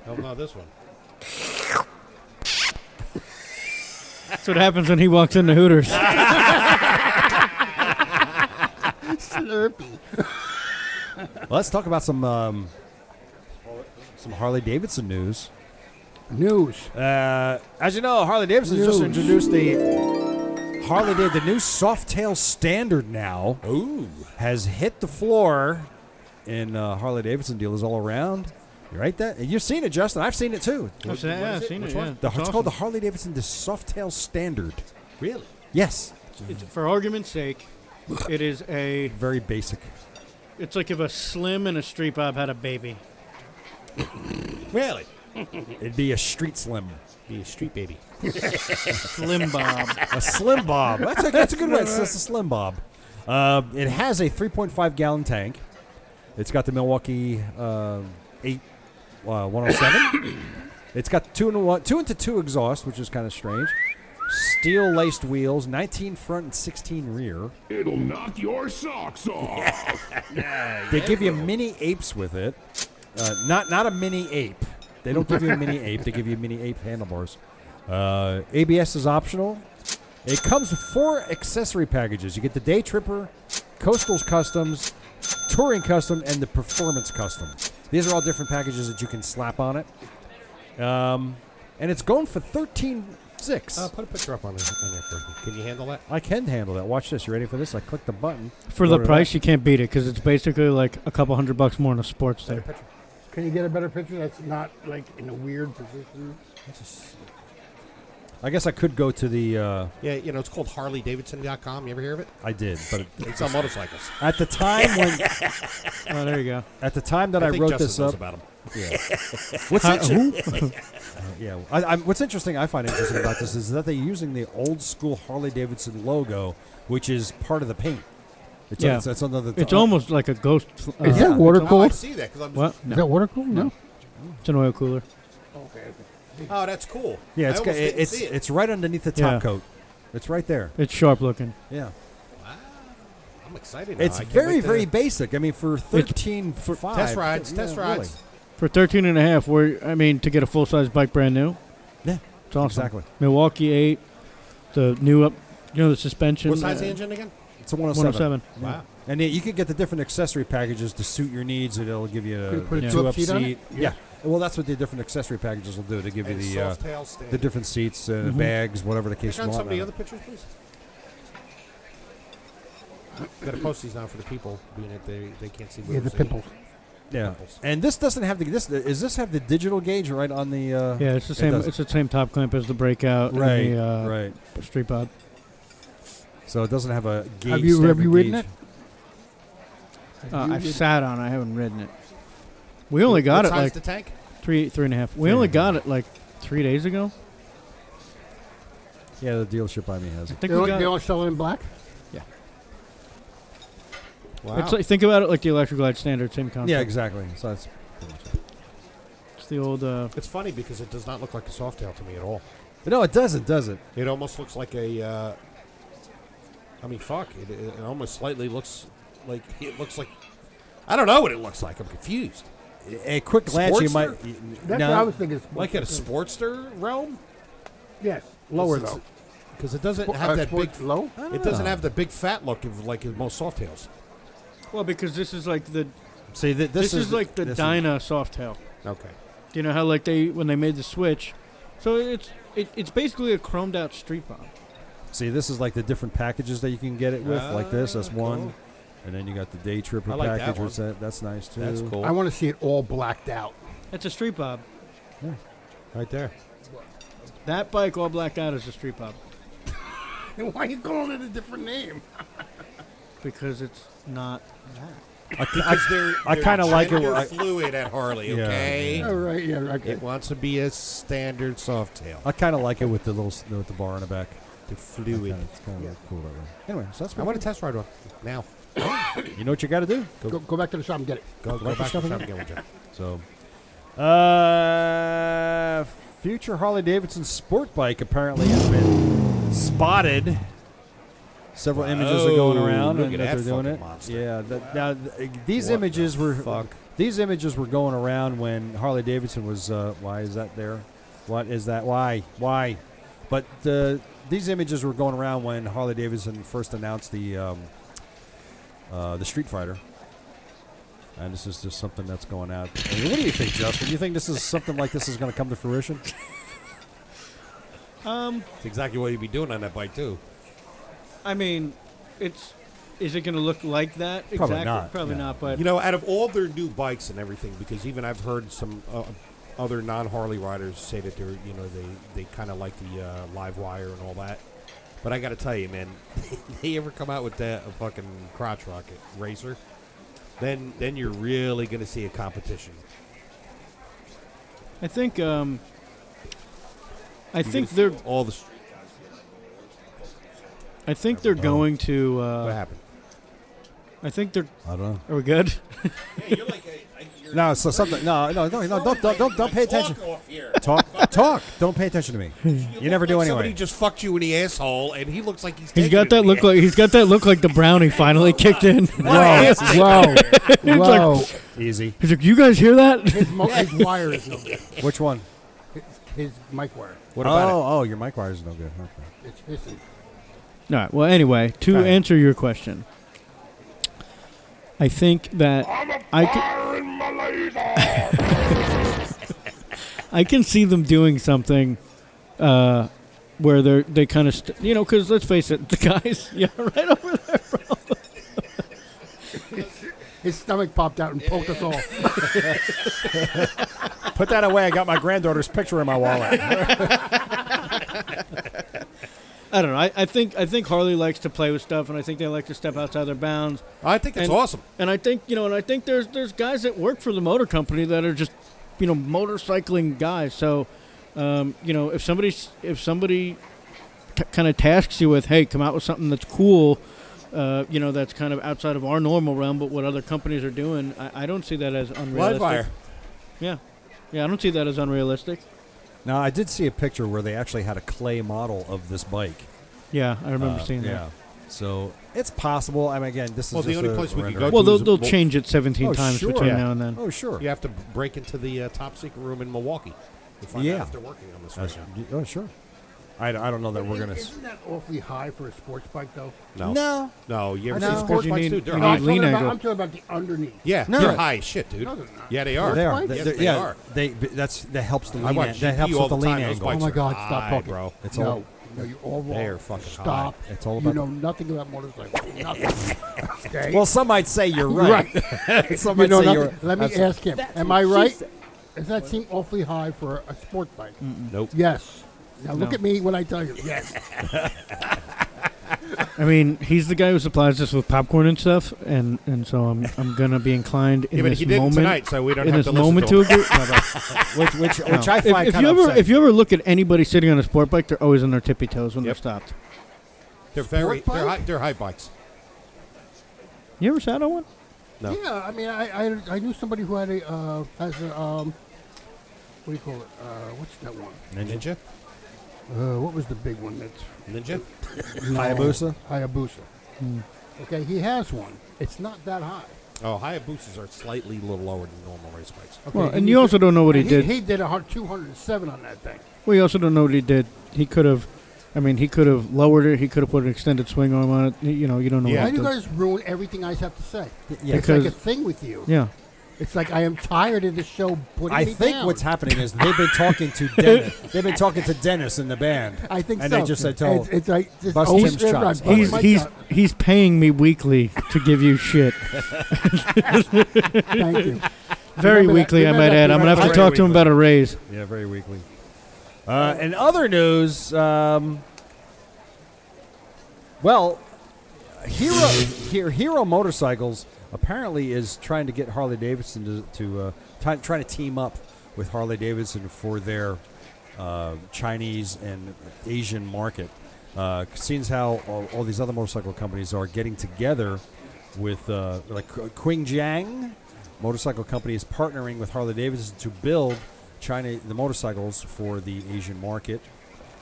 [SPEAKER 5] Oh, no, this one.
[SPEAKER 2] That's what happens when he walks into Hooters.
[SPEAKER 3] Slurpee.
[SPEAKER 4] Well, let's talk about some um, some Harley Davidson news.
[SPEAKER 3] News.
[SPEAKER 4] Uh, as you know, Harley Davidson just
[SPEAKER 3] News.
[SPEAKER 4] introduced the Harley Dav the new Softail standard now.
[SPEAKER 5] Ooh.
[SPEAKER 4] has hit the floor in uh, Harley Davidson dealers all around. You right that? You've seen it, Justin. I've seen it too.
[SPEAKER 2] I've seen- yeah, I've seen it, yeah.
[SPEAKER 4] The,
[SPEAKER 2] It's
[SPEAKER 4] it's called the
[SPEAKER 2] awesome.
[SPEAKER 4] Harley Davidson the Softail Standard.
[SPEAKER 5] Really?
[SPEAKER 4] Yes,
[SPEAKER 2] It's- for argument's sake, it is a.
[SPEAKER 4] very basic.
[SPEAKER 2] It's like if a slim and a street bob had a baby.
[SPEAKER 5] Really?
[SPEAKER 4] It'd be a street slim,
[SPEAKER 5] Be a street baby.
[SPEAKER 2] Slim bob.
[SPEAKER 4] a slim bob. That's a, that's a good one. It's just a slim bob. Uh, it has a 3.5 gallon tank. It's got the Milwaukee uh, eight uh, 107. it's got two and one, two into two exhaust, which is kind of strange. Steel laced wheels, 19 front and 16 rear.
[SPEAKER 1] It'll knock your socks off.
[SPEAKER 4] They give you mini apes with it. Uh, not not a mini ape. They don't give you a mini ape. They give you mini ape handlebars. Uh, ABS is optional. It comes with four accessory packages. You get the Day Tripper, Coastal's Customs, Touring Custom, and the Performance Custom. These are all different packages that you can slap on it. Um, and it's going for thirteen six.
[SPEAKER 5] Uh, put a picture up on there, on there for me. Can you handle that?
[SPEAKER 4] I can handle that. Watch this. You ready for this? I click the button.
[SPEAKER 2] For the
[SPEAKER 4] Load it
[SPEAKER 2] price,
[SPEAKER 4] up.
[SPEAKER 2] you can't beat it because it's basically like a couple hundred bucks more than a sports there.
[SPEAKER 3] Can you get a better picture that's not like in a weird position?
[SPEAKER 4] I guess I could go to the. Uh,
[SPEAKER 5] Yeah, you know, it's called HarleyDavidson.com. You ever hear of it?
[SPEAKER 4] I did, but it-
[SPEAKER 5] It's on motorcycles.
[SPEAKER 4] at the time when
[SPEAKER 2] Oh, there you go.
[SPEAKER 4] at the time that
[SPEAKER 5] I
[SPEAKER 4] I,
[SPEAKER 5] think
[SPEAKER 4] wrote
[SPEAKER 5] Justin
[SPEAKER 4] this
[SPEAKER 5] knows
[SPEAKER 4] up,
[SPEAKER 5] about 'em.
[SPEAKER 4] Yeah. What's interesting? Uh, yeah. I, I'm, what's interesting? I find interesting about this is that they're using the old school Harley Davidson logo, which is part of the paint. It's,
[SPEAKER 2] Yeah.
[SPEAKER 4] it's, it's another. uh,
[SPEAKER 2] It's almost like a ghost. fl- Uh,
[SPEAKER 3] Is
[SPEAKER 4] Yeah.
[SPEAKER 3] that water
[SPEAKER 5] Oh, I
[SPEAKER 3] cooled?
[SPEAKER 5] see that 'cause I'm.
[SPEAKER 2] what?
[SPEAKER 3] Is
[SPEAKER 2] No,
[SPEAKER 3] that water cooled? No.
[SPEAKER 2] it's an oil cooler.
[SPEAKER 5] Oh, that's cool.
[SPEAKER 4] Yeah. It's
[SPEAKER 5] I
[SPEAKER 4] got-
[SPEAKER 5] almost
[SPEAKER 4] it,
[SPEAKER 5] didn't
[SPEAKER 4] it's
[SPEAKER 5] see it.
[SPEAKER 4] it's right underneath the top
[SPEAKER 2] Yeah.
[SPEAKER 4] coat. It's right there.
[SPEAKER 2] It's sharp looking.
[SPEAKER 4] Yeah.
[SPEAKER 5] I'm excited. now.
[SPEAKER 4] It's
[SPEAKER 5] I can't
[SPEAKER 4] very
[SPEAKER 5] wait to-
[SPEAKER 4] very basic. I mean, for thirteen for five
[SPEAKER 5] test rides. Test
[SPEAKER 4] yeah, really.
[SPEAKER 5] rides.
[SPEAKER 2] For 13 and a half, we're, I mean, to get a full size bike brand new,
[SPEAKER 4] Yeah.
[SPEAKER 2] it's awesome.
[SPEAKER 4] Exactly.
[SPEAKER 2] Milwaukee 8, the new up, you know, the suspension. oh
[SPEAKER 5] What size
[SPEAKER 2] uh,
[SPEAKER 5] the engine again?
[SPEAKER 4] It's a one hundred
[SPEAKER 2] 107.
[SPEAKER 4] seven. And yeah, you can get the different accessory packages to suit your needs. and It'll give you
[SPEAKER 3] Could
[SPEAKER 4] a
[SPEAKER 3] you put a
[SPEAKER 4] two-up
[SPEAKER 3] tilt seat on it?
[SPEAKER 4] Yeah. Well, that's what the different accessory packages will do to give
[SPEAKER 5] And
[SPEAKER 4] you the uh,
[SPEAKER 5] soft tail stand.
[SPEAKER 4] the different seats, uh, bags, whatever the case.
[SPEAKER 5] Check on
[SPEAKER 4] you
[SPEAKER 5] some of
[SPEAKER 4] want.
[SPEAKER 5] the other pictures, please. Gotta post these now for the people, being that they, they can't see. what
[SPEAKER 3] Yeah,
[SPEAKER 5] we're
[SPEAKER 3] the
[SPEAKER 5] seeing.
[SPEAKER 3] pimples.
[SPEAKER 4] Yeah.
[SPEAKER 5] Pimples.
[SPEAKER 4] And this doesn't have the this is this have the digital gauge right on the uh,
[SPEAKER 2] Yeah, it's the
[SPEAKER 4] It
[SPEAKER 2] same.
[SPEAKER 4] doesn't.
[SPEAKER 2] it's the same top clamp as the breakout
[SPEAKER 4] right
[SPEAKER 2] and the uh,
[SPEAKER 4] right.
[SPEAKER 2] street pod.
[SPEAKER 4] So it doesn't have a gauge.
[SPEAKER 3] you-
[SPEAKER 4] separate
[SPEAKER 3] have you ridden
[SPEAKER 4] gauge.
[SPEAKER 2] Uh,
[SPEAKER 3] You
[SPEAKER 2] I've
[SPEAKER 3] did-
[SPEAKER 2] sat on. it, I haven't ridden it. We only got
[SPEAKER 5] What
[SPEAKER 2] it
[SPEAKER 5] size
[SPEAKER 2] like
[SPEAKER 5] the tank?
[SPEAKER 2] three, three and a half. We
[SPEAKER 4] Three
[SPEAKER 2] only
[SPEAKER 4] and a half.
[SPEAKER 2] got it like three days ago.
[SPEAKER 4] Yeah, the dealership by me has
[SPEAKER 2] I
[SPEAKER 4] it.
[SPEAKER 2] think
[SPEAKER 3] They all,
[SPEAKER 2] we got.
[SPEAKER 3] they all sell it in black.
[SPEAKER 5] Wow.
[SPEAKER 2] It's like, think about it like the electric glide standard, same concept.
[SPEAKER 4] Yeah, exactly. So that's pretty much it.
[SPEAKER 2] It's the old. Uh,
[SPEAKER 5] It's funny because it does not look like a soft tail to me at all.
[SPEAKER 4] no, it doesn't, does it?
[SPEAKER 5] It almost looks like a. Uh, I mean, fuck! It, it it almost slightly looks like it looks like. I don't know what it looks like. I'm confused.
[SPEAKER 4] A quick glance, you might.
[SPEAKER 5] Sportster?
[SPEAKER 3] That's
[SPEAKER 4] no,
[SPEAKER 3] what I was thinking.
[SPEAKER 5] Like at a sportster realm,
[SPEAKER 3] Yes. Lower
[SPEAKER 5] This is-
[SPEAKER 3] though.
[SPEAKER 5] because it doesn't
[SPEAKER 3] Spo-
[SPEAKER 5] have
[SPEAKER 3] uh,
[SPEAKER 5] that big.
[SPEAKER 3] sports low.
[SPEAKER 4] I don't
[SPEAKER 5] It doesn't
[SPEAKER 4] know.
[SPEAKER 5] have the big fat look of like most soft tails.
[SPEAKER 2] well, because this is like the
[SPEAKER 4] See, th-
[SPEAKER 2] this, is, like the
[SPEAKER 4] this is-
[SPEAKER 2] Dyna soft tail.
[SPEAKER 5] Okay.
[SPEAKER 2] You know how like they when they made the switch, so it's it, it's basically a chromed out street pod.
[SPEAKER 4] See, this is like the different packages that you can get it with, like this. That's
[SPEAKER 5] Ah,
[SPEAKER 4] one,
[SPEAKER 5] cool.
[SPEAKER 4] and then you got the day tripper
[SPEAKER 5] I like that
[SPEAKER 4] package.
[SPEAKER 5] one.
[SPEAKER 4] which that, that's nice too.
[SPEAKER 5] That's cool.
[SPEAKER 3] I want to see it all blacked out.
[SPEAKER 2] It's a street pod.
[SPEAKER 5] right there.
[SPEAKER 2] That bike all blacked out is a street pod
[SPEAKER 3] Then why are you calling it a different name?
[SPEAKER 2] because it's not that.
[SPEAKER 4] I, c- I-
[SPEAKER 5] Because they're,
[SPEAKER 4] I
[SPEAKER 5] they're
[SPEAKER 4] kinda like it
[SPEAKER 5] gender
[SPEAKER 4] when I-
[SPEAKER 5] fluid at Harley.
[SPEAKER 4] Yeah,
[SPEAKER 5] Okay.
[SPEAKER 4] yeah.
[SPEAKER 3] All right. Yeah. Okay.
[SPEAKER 5] It wants to be a standard soft tail.
[SPEAKER 4] I kind of like it with the little s- with the bar on the back.
[SPEAKER 5] The fluid.
[SPEAKER 4] Kinda- it's kind of cool that way. Anyway, so that's
[SPEAKER 5] I
[SPEAKER 4] what
[SPEAKER 5] want to test ride one now.
[SPEAKER 4] you know what you got to do.
[SPEAKER 3] Go, go back to the shop and get it.
[SPEAKER 5] Go,
[SPEAKER 4] Like
[SPEAKER 5] go
[SPEAKER 4] the
[SPEAKER 5] back to
[SPEAKER 4] stuff
[SPEAKER 5] the shop
[SPEAKER 4] again?
[SPEAKER 5] and get one, Joe.
[SPEAKER 4] So, uh, future Harley Davidson sport bike apparently has been spotted. Several images are going
[SPEAKER 5] Whoa,
[SPEAKER 4] around,
[SPEAKER 5] Oh, look
[SPEAKER 4] and that
[SPEAKER 5] at that
[SPEAKER 4] they're doing
[SPEAKER 5] fucking
[SPEAKER 4] it.
[SPEAKER 5] monster.
[SPEAKER 4] Yeah. That, now th- these
[SPEAKER 5] What
[SPEAKER 4] images
[SPEAKER 5] the
[SPEAKER 4] were
[SPEAKER 5] fuck?
[SPEAKER 4] these images were going around when Harley Davidson was. Uh, why is that there? What is that? Why? Why? But uh, these images were going around when Harley Davidson first announced the um, uh, the Street Fighter. And this is just something that's going out. I mean, what do you think, Justin? Do you think this is something like this is going to come to fruition? Um,
[SPEAKER 5] It's exactly what you'd be doing on that bike too.
[SPEAKER 2] I mean, it's is it going to look like that?
[SPEAKER 4] Probably
[SPEAKER 2] exactly?
[SPEAKER 4] not,
[SPEAKER 2] Probably
[SPEAKER 4] yeah.
[SPEAKER 2] not. But
[SPEAKER 5] You know, out of all their new bikes and everything, because even I've heard some uh, other non-Harley riders say that they're, you know, they, they kind of like the uh, live wire and all that. But I got to tell you, man, they ever come out with that a fucking crotch rocket racer, then then you're really gonna see a competition.
[SPEAKER 2] I think um, I think they're
[SPEAKER 5] All the s-
[SPEAKER 2] I think they're going to.
[SPEAKER 5] what
[SPEAKER 2] Uh,
[SPEAKER 5] happened?
[SPEAKER 2] I think they're.
[SPEAKER 4] I don't know.
[SPEAKER 2] Are we good?
[SPEAKER 4] No, so something. No, no, no, no don't, don't, don't, don't pay attention. Talk, talk. Don't pay attention to me. You never do
[SPEAKER 5] Somebody
[SPEAKER 4] anyway.
[SPEAKER 5] just fucked you in the asshole, and he looks like he's.
[SPEAKER 2] He's got that look like he's got that look like the brownie finally kicked in.
[SPEAKER 4] Oh,
[SPEAKER 3] Whoa. Whoa. Whoa.
[SPEAKER 4] Easy.
[SPEAKER 2] He's like, you guys hear that?
[SPEAKER 3] His, mo- his wire is no good.
[SPEAKER 4] Which one?
[SPEAKER 3] His, his mic wire.
[SPEAKER 5] What
[SPEAKER 4] Oh,
[SPEAKER 5] about it?
[SPEAKER 4] oh, your mic wires no good. Okay.
[SPEAKER 3] It's hissing.
[SPEAKER 2] All right. Well, anyway, to
[SPEAKER 4] All right.
[SPEAKER 2] answer your question, I think that I could. I can see them doing something uh, where they're they kind of st- you know because let's face it, the guys yeah right over there.
[SPEAKER 3] His stomach popped out and poked us all.
[SPEAKER 4] Put that away. I got my granddaughter's picture in my wallet.
[SPEAKER 2] I don't know. I, I think I think Harley likes to play with stuff, and I think they like to step outside their bounds.
[SPEAKER 5] I think that's
[SPEAKER 2] And-
[SPEAKER 5] awesome.
[SPEAKER 2] And I think you know, and I think there's there's guys that work for the motor company that are just you know motorcycling guys. So um, you know, if somebody if somebody t- kind of tasks you with, hey, come out with something that's cool, uh, you know, that's kind of outside of our normal realm, but what other companies are doing, I, I don't see that as unrealistic.
[SPEAKER 5] Livewire.
[SPEAKER 2] Yeah, yeah, I don't see that as unrealistic.
[SPEAKER 4] Now, I did see a picture where they actually had a clay model of this bike.
[SPEAKER 2] Yeah, I remember
[SPEAKER 4] Uh,
[SPEAKER 2] seeing that.
[SPEAKER 4] Yeah. So it's possible. I mean, again, this
[SPEAKER 5] Well,
[SPEAKER 4] is
[SPEAKER 5] the
[SPEAKER 4] just
[SPEAKER 5] only
[SPEAKER 4] a
[SPEAKER 5] place we could
[SPEAKER 4] render.
[SPEAKER 5] go
[SPEAKER 2] Well,
[SPEAKER 5] Well,
[SPEAKER 2] they'll,
[SPEAKER 5] there's a
[SPEAKER 2] they'll
[SPEAKER 5] bull-
[SPEAKER 2] change it 17
[SPEAKER 4] Oh,
[SPEAKER 2] times
[SPEAKER 4] sure.
[SPEAKER 2] between
[SPEAKER 4] Yeah.
[SPEAKER 2] now and then.
[SPEAKER 4] Oh, sure.
[SPEAKER 5] You have to break into the uh, top secret room in Milwaukee to find
[SPEAKER 4] Yeah.
[SPEAKER 5] out if they're working on this
[SPEAKER 4] That's-
[SPEAKER 5] right now.
[SPEAKER 4] y- oh, sure. I, I don't know that we're gonna. s-
[SPEAKER 3] Isn't that awfully high for a sports bike, though?
[SPEAKER 5] No.
[SPEAKER 4] No.
[SPEAKER 5] No, you ever
[SPEAKER 4] No.
[SPEAKER 5] seen sports
[SPEAKER 2] Because you
[SPEAKER 5] bikes,
[SPEAKER 2] need-
[SPEAKER 5] dude? They're
[SPEAKER 2] you
[SPEAKER 3] No,
[SPEAKER 5] high.
[SPEAKER 3] I'm
[SPEAKER 2] need- lean
[SPEAKER 3] talking, about,
[SPEAKER 2] angle.
[SPEAKER 3] I'm talking about the underneath.
[SPEAKER 5] yeah,
[SPEAKER 4] No.
[SPEAKER 5] they're high as shit, dude.
[SPEAKER 3] No, they're not.
[SPEAKER 5] yeah, they are.
[SPEAKER 4] They are.
[SPEAKER 3] bikes?
[SPEAKER 4] They,
[SPEAKER 5] Yes,
[SPEAKER 4] they're-
[SPEAKER 5] they
[SPEAKER 4] yeah,
[SPEAKER 5] are.
[SPEAKER 4] They but that's that helps the
[SPEAKER 5] I
[SPEAKER 4] lean.
[SPEAKER 5] watch
[SPEAKER 4] an- that
[SPEAKER 5] GP
[SPEAKER 4] helps
[SPEAKER 5] all
[SPEAKER 4] with the
[SPEAKER 5] the
[SPEAKER 4] lean
[SPEAKER 5] time. Those
[SPEAKER 4] angle.
[SPEAKER 3] Oh
[SPEAKER 5] bikes
[SPEAKER 3] my
[SPEAKER 5] are
[SPEAKER 3] God! Stop
[SPEAKER 5] high,
[SPEAKER 3] talking,
[SPEAKER 5] bro.
[SPEAKER 4] It's
[SPEAKER 3] no,
[SPEAKER 4] all-
[SPEAKER 3] no, you're all wrong.
[SPEAKER 5] They are fucking high.
[SPEAKER 3] Stop.
[SPEAKER 4] It's all
[SPEAKER 3] You
[SPEAKER 4] about
[SPEAKER 3] know nothing about motorcycles. Nothing. okay.
[SPEAKER 4] Well, some might say you're right. some
[SPEAKER 3] you
[SPEAKER 4] might
[SPEAKER 3] know
[SPEAKER 4] say
[SPEAKER 3] nothing.
[SPEAKER 4] you're.
[SPEAKER 3] Let me
[SPEAKER 4] absolutely-
[SPEAKER 3] ask him. Am I right? Does that seem awfully high for a sport bike?
[SPEAKER 5] Nope.
[SPEAKER 3] Yes. Now look
[SPEAKER 2] No.
[SPEAKER 3] at me when I tell you. Yes.
[SPEAKER 2] I mean, he's the guy who supplies us with popcorn and stuff, and, and so I'm I'm gonna be inclined in
[SPEAKER 5] Yeah, but
[SPEAKER 2] this
[SPEAKER 5] he didn't
[SPEAKER 2] moment
[SPEAKER 5] tonight, so we don't
[SPEAKER 2] in this
[SPEAKER 5] have to listen
[SPEAKER 2] moment
[SPEAKER 5] to him.
[SPEAKER 2] agree. No, no,
[SPEAKER 4] Which which
[SPEAKER 2] no.
[SPEAKER 4] which I
[SPEAKER 2] If-
[SPEAKER 4] find
[SPEAKER 2] if,
[SPEAKER 4] kind
[SPEAKER 2] you
[SPEAKER 4] of
[SPEAKER 2] ever
[SPEAKER 4] upsetting.
[SPEAKER 2] if you ever look at anybody sitting on a sport bike, they're always on their tippy toes when
[SPEAKER 5] Yep.
[SPEAKER 2] they're stopped.
[SPEAKER 5] They're very.
[SPEAKER 3] Sport
[SPEAKER 5] They're
[SPEAKER 3] bike?
[SPEAKER 5] high. They're high bikes.
[SPEAKER 2] You ever sat on one?
[SPEAKER 5] No.
[SPEAKER 3] Yeah. I mean, I, I I knew somebody who had a uh, has a um. What do you call it? Uh, what's that one?
[SPEAKER 5] Ninja.
[SPEAKER 3] Uh, what was the big one that's
[SPEAKER 5] Ninja.
[SPEAKER 3] No.
[SPEAKER 4] Hayabusa? Hmm.
[SPEAKER 3] Hayabusa. Okay, he has one. It's not that high.
[SPEAKER 5] Oh, Hayabusas are slightly a little lower than normal race bikes.
[SPEAKER 3] Okay,
[SPEAKER 2] Well,
[SPEAKER 3] he
[SPEAKER 2] and
[SPEAKER 3] did-
[SPEAKER 2] you also don't know what he,
[SPEAKER 3] he
[SPEAKER 2] did.
[SPEAKER 3] He did a hun- 207 on that thing.
[SPEAKER 2] we also don't know what he did. He could have, I mean, he could have lowered it. He could have put an extended swing arm on it. y- You know, you don't know.
[SPEAKER 3] Why
[SPEAKER 5] Yeah.
[SPEAKER 2] what
[SPEAKER 3] do
[SPEAKER 2] he
[SPEAKER 3] you
[SPEAKER 2] did.
[SPEAKER 3] guys ruin everything I have to say?
[SPEAKER 4] Yeah,
[SPEAKER 3] it's like a
[SPEAKER 2] because-
[SPEAKER 3] thing with you.
[SPEAKER 2] yeah.
[SPEAKER 3] It's like I am tired of this show putting
[SPEAKER 4] I
[SPEAKER 3] me
[SPEAKER 4] think
[SPEAKER 3] down.
[SPEAKER 4] what's happening is they've been talking to Dennis. they've been talking to Dennis in the band.
[SPEAKER 3] I think
[SPEAKER 4] and
[SPEAKER 3] so.
[SPEAKER 4] they just said, "Oh, "Tell."
[SPEAKER 3] it's, it's like just
[SPEAKER 4] Bust
[SPEAKER 3] always-
[SPEAKER 4] Tim's chops.
[SPEAKER 3] Bust
[SPEAKER 2] He's
[SPEAKER 3] Oh, my
[SPEAKER 2] he's
[SPEAKER 3] chops.
[SPEAKER 2] he's paying me weekly to give you shit.
[SPEAKER 3] Thank you.
[SPEAKER 2] Very
[SPEAKER 3] Remember that-
[SPEAKER 2] weekly, I
[SPEAKER 3] remember
[SPEAKER 2] might
[SPEAKER 3] that-
[SPEAKER 2] add. I'm gonna
[SPEAKER 3] remember
[SPEAKER 2] have to
[SPEAKER 4] that-
[SPEAKER 2] talk to him about a raise.
[SPEAKER 4] Yeah, very weakly. Uh, in other news, um, well, Hero Hero, Hero Motorcycles apparently is trying to get Harley Davidson to, to uh, try, trying to team up with Harley Davidson for their uh, Chinese and Asian market. Uh, seeing as how all, all these other motorcycle companies are getting together with uh, like Qu- Qingjiang Motorcycle Company is partnering with Harley Davidson to build China the motorcycles for the Asian market.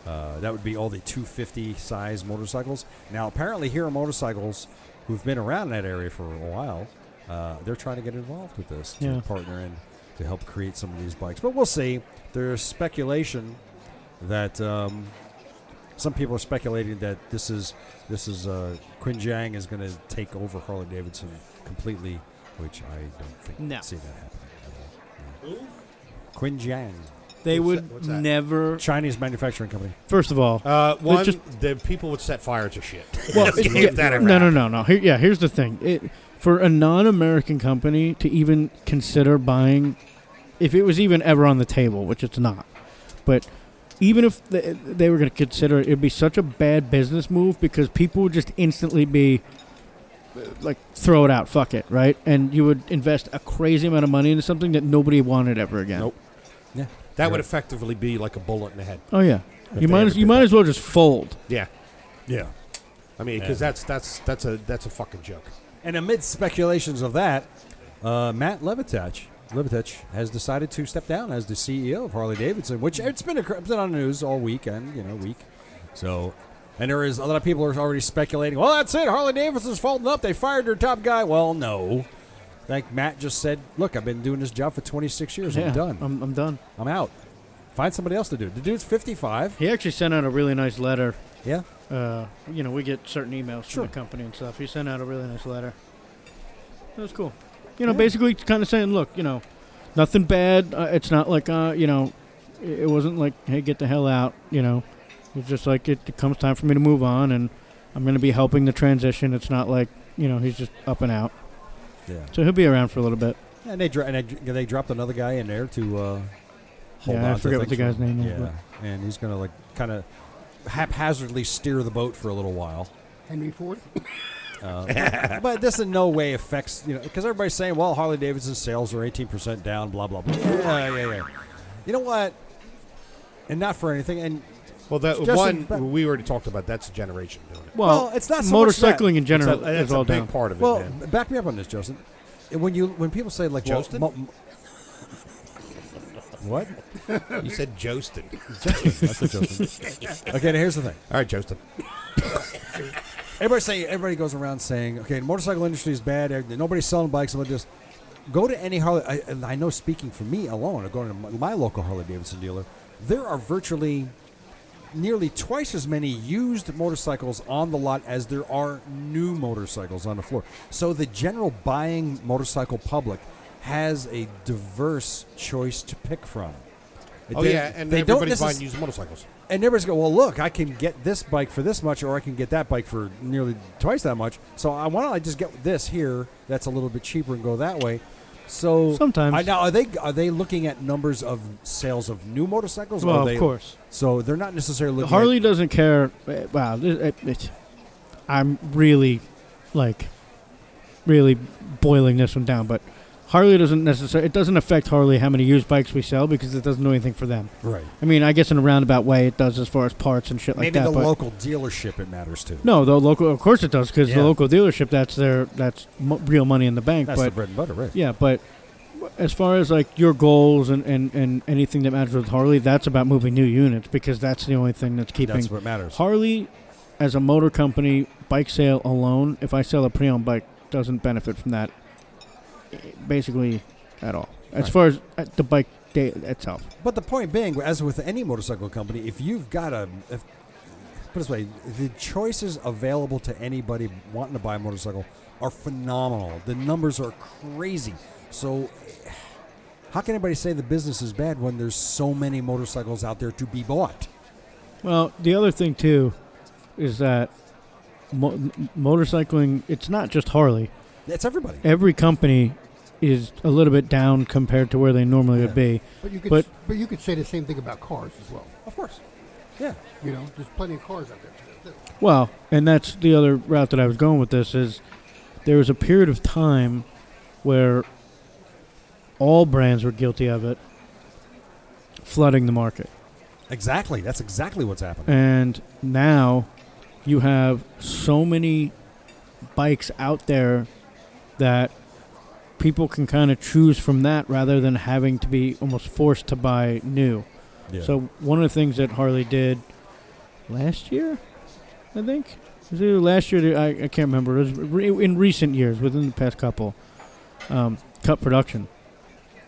[SPEAKER 4] Uh, that would be all the 250 size motorcycles. Now, apparently, Hero Motorcycles, who've been around that area for a while, uh, they're trying to get involved with this to
[SPEAKER 2] Yeah.
[SPEAKER 4] partner in to help create some of these bikes. But we'll see. There's speculation that um, some people are speculating that this is this is uh, Quinjiang is going to take over Harley Davidson completely, which I don't think
[SPEAKER 2] No.
[SPEAKER 4] see that happening at all. No. Quinjiang,
[SPEAKER 2] They
[SPEAKER 5] What's
[SPEAKER 2] would
[SPEAKER 5] that- what's that?
[SPEAKER 2] never.
[SPEAKER 4] Chinese manufacturing company.
[SPEAKER 2] First of all,
[SPEAKER 5] Uh, one,
[SPEAKER 2] just-
[SPEAKER 5] the people would set fire to shit.
[SPEAKER 2] well,
[SPEAKER 5] Give
[SPEAKER 2] yeah,
[SPEAKER 5] that a
[SPEAKER 2] no,
[SPEAKER 5] rap.
[SPEAKER 2] no, no, no. Here, yeah, here's the thing. It, for a non-American company to even consider buying, if it was even ever on the table, which it's not, but even if they, they were going to consider it, it'd be such a bad business move because people would just instantly be uh, like, throw it out, fuck it, right? And you would invest a crazy amount of money into something that nobody wanted ever again.
[SPEAKER 5] Nope.
[SPEAKER 4] Yeah,
[SPEAKER 5] That would effectively be like a bullet in the head.
[SPEAKER 2] Oh yeah.
[SPEAKER 4] If
[SPEAKER 2] you
[SPEAKER 4] they
[SPEAKER 2] might
[SPEAKER 4] ever
[SPEAKER 2] as, you
[SPEAKER 4] did
[SPEAKER 2] might
[SPEAKER 4] that.
[SPEAKER 2] as well just fold.
[SPEAKER 5] Yeah,
[SPEAKER 4] yeah.
[SPEAKER 5] I mean, because that's that's that's a that's a fucking joke.
[SPEAKER 4] And amidst speculations of that, uh, Matt Levitach, Levitach has decided to step down as the CEO of Harley Davidson, which it's been, a, it's been on the news all weekend, you know, week. So, and there is a lot of people are already speculating. Well, that's it. Harley Davidson's folding up. They fired their top guy. Well, no. Like Matt just said, look, I've been doing this job for 26 years.
[SPEAKER 2] yeah, Um,
[SPEAKER 4] I'm done. I'm,
[SPEAKER 2] I'm, I'm done.
[SPEAKER 4] out. Find somebody else to do it. The dude's 55.
[SPEAKER 2] He actually sent out a really nice letter
[SPEAKER 4] Yeah.
[SPEAKER 2] uh, you know, we get certain emails from
[SPEAKER 4] Sure.
[SPEAKER 2] the company and stuff. He sent out a really nice letter. That was cool. You know, basically kind of saying, look, you know, nothing bad. Uh, it's not like, uh, you know, It it wasn't like, hey, get the hell out, you know. It's just like it, it comes time for me to move on, and I'm going to be helping the transition. It's not like, you know, he's just up and out.
[SPEAKER 4] Yeah.
[SPEAKER 2] So he'll be around for a little bit.
[SPEAKER 4] And they dro- and they, dr- they dropped another guy in there to uh, hold
[SPEAKER 2] Yeah,
[SPEAKER 4] on.
[SPEAKER 2] I
[SPEAKER 4] to
[SPEAKER 2] forget what
[SPEAKER 4] things
[SPEAKER 2] the guy's
[SPEAKER 4] for him.
[SPEAKER 2] name is,
[SPEAKER 4] Yeah, and he's gonna like kind of haphazardly steer the boat for a little while.
[SPEAKER 3] Henry Ford.
[SPEAKER 4] but this in no way affects you know because everybody's saying well Harley Davidson sales are eighteen percent down blah blah blah yeah yeah yeah you know what and not for anything and
[SPEAKER 5] Well, that
[SPEAKER 4] Justin,
[SPEAKER 5] one
[SPEAKER 4] but-
[SPEAKER 5] we already talked about. That's a generation doing it.
[SPEAKER 2] Well,
[SPEAKER 4] Well, it's not so much that.
[SPEAKER 2] motorcycling in general
[SPEAKER 5] It's a- that's
[SPEAKER 2] is all
[SPEAKER 5] a big
[SPEAKER 2] down.
[SPEAKER 5] part of it,
[SPEAKER 4] well
[SPEAKER 5] man.
[SPEAKER 4] back me up on this Justin And when you when people say like well,
[SPEAKER 5] Justin?
[SPEAKER 4] mo- mo- what
[SPEAKER 5] You said Jostin.
[SPEAKER 4] that's a Justin okay now here's the thing
[SPEAKER 5] All right, Jostin.
[SPEAKER 4] everybody say everybody goes around saying okay the motorcycle industry is bad eh, nobody's selling bikes but just go to any Harley I, and I know speaking for me alone or going to my, my local Harley Davidson dealer there are virtually nearly twice as many used motorcycles on the lot as there are new motorcycles on the floor so the general buying motorcycle public has a diverse choice to pick from
[SPEAKER 5] Oh
[SPEAKER 4] They-
[SPEAKER 5] yeah, and
[SPEAKER 4] they don't
[SPEAKER 5] everybody's
[SPEAKER 4] necess-
[SPEAKER 5] buying used motorcycles.
[SPEAKER 4] and everybody's go, well, look, I can get this bike for this much, or I can get that bike for nearly twice that much. So I why don't I just get this here that's a little bit cheaper and go that way. So
[SPEAKER 2] Sometimes.
[SPEAKER 4] I, now are they are they looking at numbers of sales of new motorcycles? or
[SPEAKER 2] Well,
[SPEAKER 4] are
[SPEAKER 2] of
[SPEAKER 4] they-
[SPEAKER 2] course.
[SPEAKER 4] So they're not necessarily looking.
[SPEAKER 2] Harley
[SPEAKER 4] At,
[SPEAKER 2] doesn't care. eh, Wow, this- it, it, I'm really, like, really boiling this one down. But Harley doesn't necessarily. It doesn't affect Harley how many used bikes we sell because it doesn't do anything for them.
[SPEAKER 4] right.
[SPEAKER 2] I mean, I guess in a roundabout way, it does as far as parts and shit like
[SPEAKER 4] Maybe
[SPEAKER 2] that.
[SPEAKER 4] the
[SPEAKER 2] but
[SPEAKER 4] local dealership it matters to.
[SPEAKER 2] no, the local. Of course, it does because
[SPEAKER 4] Yeah.
[SPEAKER 2] the local dealership. That's their. That's mo- real money in the bank.
[SPEAKER 4] That's
[SPEAKER 2] but
[SPEAKER 4] the bread and butter, right?
[SPEAKER 2] Yeah, but as far as like your goals and, and, and anything that matters with Harley, that's about moving new units because that's the only thing that's keeping
[SPEAKER 4] That's what matters.
[SPEAKER 2] Harley as a motor company bike sale alone. If I sell a pre-owned bike, doesn't benefit from that eh, basically at all. As
[SPEAKER 4] Right.
[SPEAKER 2] far as uh, the bike day itself,
[SPEAKER 4] But the point being, as with any motorcycle company, if you've got a, if, put it this way, the choices available to anybody wanting to buy a motorcycle are phenomenal. The numbers are crazy. So, how can anybody say the business is bad when there's so many motorcycles out there to be bought?
[SPEAKER 2] Well, the other thing too is that mo- m- motorcycling. It's not just Harley.
[SPEAKER 4] That's everybody.
[SPEAKER 2] Every company is a little bit down compared to where they normally would be.
[SPEAKER 3] But you could,
[SPEAKER 2] But-
[SPEAKER 3] but, you could say the same thing about cars as well.
[SPEAKER 4] Of course. Yeah.
[SPEAKER 3] You know, there's plenty of cars out there.
[SPEAKER 2] Well, and that's the other route that I was going with this is there was a period of time where all brands were guilty of it, flooding the market.
[SPEAKER 4] Exactly. That's exactly what's happening.
[SPEAKER 2] And now you have so many bikes out there that people can kind of choose from that rather than having to be almost forced to buy new.
[SPEAKER 4] Yeah.
[SPEAKER 2] So one of the things that Harley did last year, I think, it was either last year. or the- I, I can't remember. It was re- in recent years, within the past couple, um, cut production.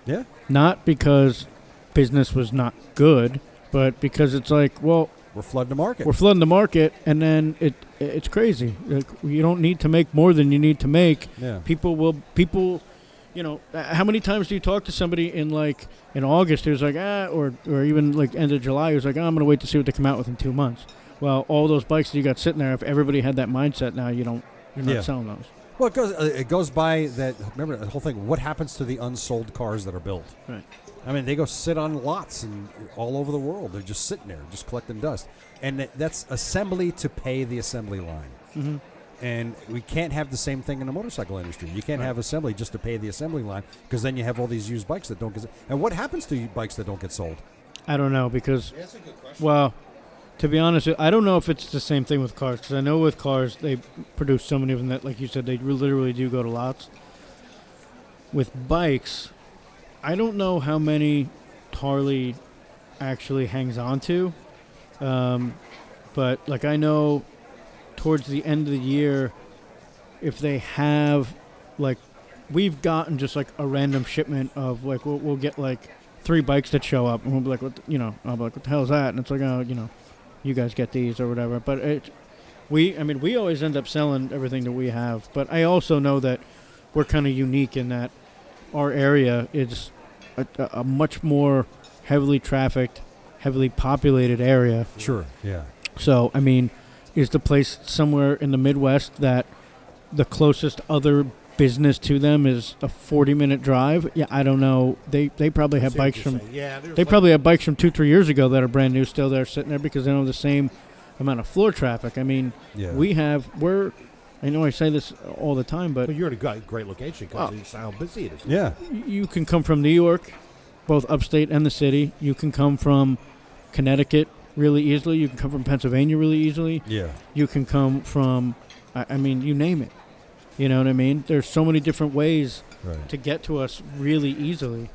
[SPEAKER 4] Yeah.
[SPEAKER 2] Not because business was not good, but because it's like, well,
[SPEAKER 4] we're flooding the market.
[SPEAKER 2] we're flooding the market, and then it it's crazy. Like, you don't need to make more than you need to make
[SPEAKER 4] yeah.
[SPEAKER 2] people will people you know uh, how many times do you talk to somebody in like in august who's like ah or or even like end of july who's like "Ah, i'm gonna wait to see what they come out with in two months well all those bikes that you got sitting there if everybody had that mindset now you don't you're not
[SPEAKER 4] Yeah.
[SPEAKER 2] selling those
[SPEAKER 4] Well, it goes. Uh, it goes by that. Remember the whole thing. What happens to the unsold cars that are built?
[SPEAKER 2] Right.
[SPEAKER 4] I mean, they go sit on lots and all over the world. They're just sitting there, just collecting dust. And that- that's assembly to pay the assembly line.
[SPEAKER 2] Mm-hmm.
[SPEAKER 4] And we can't have the same thing in the motorcycle industry. You can't have assembly just to pay the assembly line because then you have all these used bikes that don't get. And what happens to bikes that don't get sold?
[SPEAKER 2] i don't know because well to be honest i don't know if it's the same thing with cars because i know with cars they produce so many of them that like you said they literally do go to lots with bikes i don't know how many harley actually hangs on to um, but like i know towards the end of the year if they have like we've gotten just like a random shipment of like we'll, we'll get like three bikes that show up and we'll be like what the, you know i'll be like what the hell is that and it's like oh you know you guys get these or whatever but it we i mean we always end up selling everything that we have but i also know that we're kind of unique in that our area is a, a, a much more heavily trafficked, heavily populated area.
[SPEAKER 4] Sure. Yeah.
[SPEAKER 2] So, I mean, is the place somewhere in the Midwest that the closest other business to them is a 40 minute drive? Yeah, I don't know. They they probably have bikes from
[SPEAKER 5] Yeah,
[SPEAKER 2] they probably have bikes from 2 3 years ago that are brand new still there sitting there because they don't have the same amount of floor traffic. I mean,
[SPEAKER 4] Yeah.
[SPEAKER 2] we have we're I know I say this all the time, but
[SPEAKER 5] Well, you're in a great, great location because
[SPEAKER 2] Oh.
[SPEAKER 5] it's how busy it is.
[SPEAKER 4] Yeah.
[SPEAKER 2] you can come from New York, both upstate and the city. You can come from Connecticut really easily. You can come from Pennsylvania really easily.
[SPEAKER 4] Yeah.
[SPEAKER 2] You can come from, I, I mean, you name it. You know what I mean? There's so many different ways
[SPEAKER 4] Right.
[SPEAKER 2] to get to us really easily.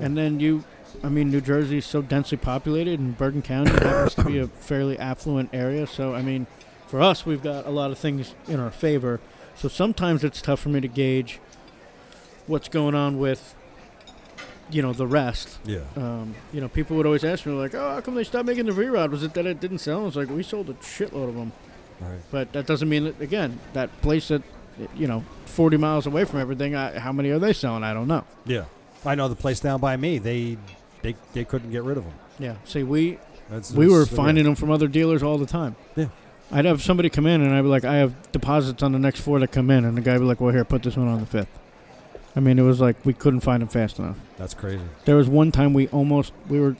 [SPEAKER 2] And then you, I mean, New Jersey is so densely populated, and Bergen County happens to be a fairly affluent area. So, I mean, for us, we've got a lot of things in our favor. So sometimes it's tough for me to gauge what's going on with, you know, the rest.
[SPEAKER 4] Yeah.
[SPEAKER 2] Um, you know, people would always ask me, like, oh, how come they stopped making the V Rod? Was it that it didn't sell? I was like, we sold a shitload of them.
[SPEAKER 4] Right.
[SPEAKER 2] But that doesn't mean that, again, that place that, you know, 40 miles away from everything, I, how many are they selling? I don't know.
[SPEAKER 4] Yeah. I know the place down by me. They they, they couldn't get rid of them.
[SPEAKER 2] Yeah. See, we
[SPEAKER 4] That's,
[SPEAKER 2] we were
[SPEAKER 4] that's-
[SPEAKER 2] finding them from other dealers all the time.
[SPEAKER 4] Yeah.
[SPEAKER 2] I'd have somebody come in and I'd be like, I have deposits on the next four that come in, and the guy would be like, Well, here, put this one on the fifth. I mean, it was like we couldn't find them fast enough.
[SPEAKER 4] That's crazy.
[SPEAKER 2] There was one time we almost we were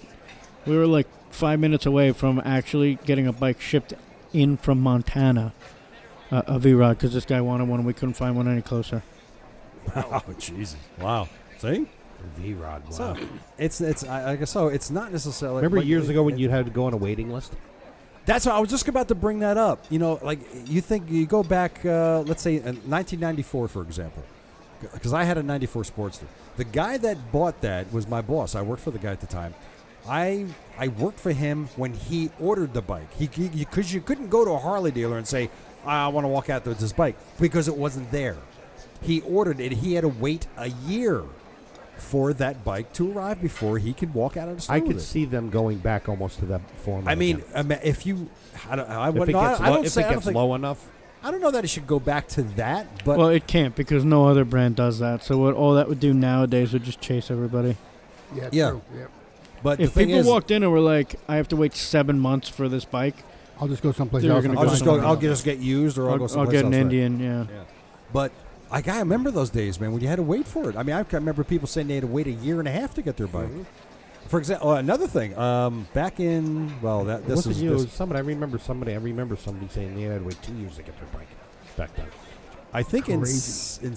[SPEAKER 2] we were like five minutes away from actually getting a bike shipped in from Montana, uh, a V Rod, because this guy wanted one and we couldn't find one any closer.
[SPEAKER 4] Oh Jesus! Wow. See,
[SPEAKER 5] V Rod. Wow.
[SPEAKER 4] so it's it's I, I guess so. It's not necessarily.
[SPEAKER 5] Remember
[SPEAKER 4] but
[SPEAKER 5] years
[SPEAKER 4] it-
[SPEAKER 5] ago when
[SPEAKER 4] it-
[SPEAKER 5] you had to go on a waiting list?
[SPEAKER 4] That's what I was just about to bring that up. You know, like you think you go back, uh, let's say, in 1994, for example, because I had a '94 Sportster. The guy that bought that was my boss. I worked for the guy at the time. I I worked for him when he ordered the bike. He because you, 'cause you couldn't go to a Harley dealer and say, "I want to walk out there with this bike," because it wasn't there. He ordered it. He had to wait a year for that bike to arrive before he could walk out of the store.
[SPEAKER 5] I
[SPEAKER 4] with
[SPEAKER 5] could
[SPEAKER 4] it.
[SPEAKER 5] see them going back almost to that form.
[SPEAKER 4] I mean, I mean, if you, I don't, I,
[SPEAKER 5] if
[SPEAKER 4] would
[SPEAKER 5] it
[SPEAKER 4] no, I-
[SPEAKER 5] gets,
[SPEAKER 4] I
[SPEAKER 5] low,
[SPEAKER 4] don't
[SPEAKER 5] if
[SPEAKER 4] say,
[SPEAKER 5] it
[SPEAKER 4] I don't
[SPEAKER 5] gets
[SPEAKER 4] think,
[SPEAKER 5] low enough,
[SPEAKER 4] I don't know that it should go back to that, but
[SPEAKER 2] well, it can't because no other brand does that. So what all that would do nowadays would just chase everybody.
[SPEAKER 3] Yeah. it's
[SPEAKER 4] Yeah.
[SPEAKER 3] True. yeah.
[SPEAKER 4] but
[SPEAKER 2] If
[SPEAKER 4] the thing
[SPEAKER 2] people
[SPEAKER 4] is,
[SPEAKER 2] walked in and were like, "I have to wait seven months for this bike,"
[SPEAKER 3] I'll just go someplace
[SPEAKER 2] They were
[SPEAKER 3] else.
[SPEAKER 2] gonna
[SPEAKER 3] and
[SPEAKER 4] I'll
[SPEAKER 3] find
[SPEAKER 4] just go.
[SPEAKER 3] something
[SPEAKER 4] I'll
[SPEAKER 3] else.
[SPEAKER 4] just get used, or I'll,
[SPEAKER 2] I'll,
[SPEAKER 4] go
[SPEAKER 2] I'll
[SPEAKER 4] someplace
[SPEAKER 2] get an
[SPEAKER 4] else, right.
[SPEAKER 2] Indian. Yeah.
[SPEAKER 4] But I gotta remember those days, man, when you had to wait for it. I mean, I can remember people saying they had to wait a year and a half to get their bike. For example, oh, another thing, um, back in well, that
[SPEAKER 5] it
[SPEAKER 4] this
[SPEAKER 5] wasn't
[SPEAKER 4] is
[SPEAKER 5] you. it
[SPEAKER 4] this-
[SPEAKER 5] was somebody. I remember somebody. I remember somebody saying they had to wait two years to get their bike back then.
[SPEAKER 4] I think in s- in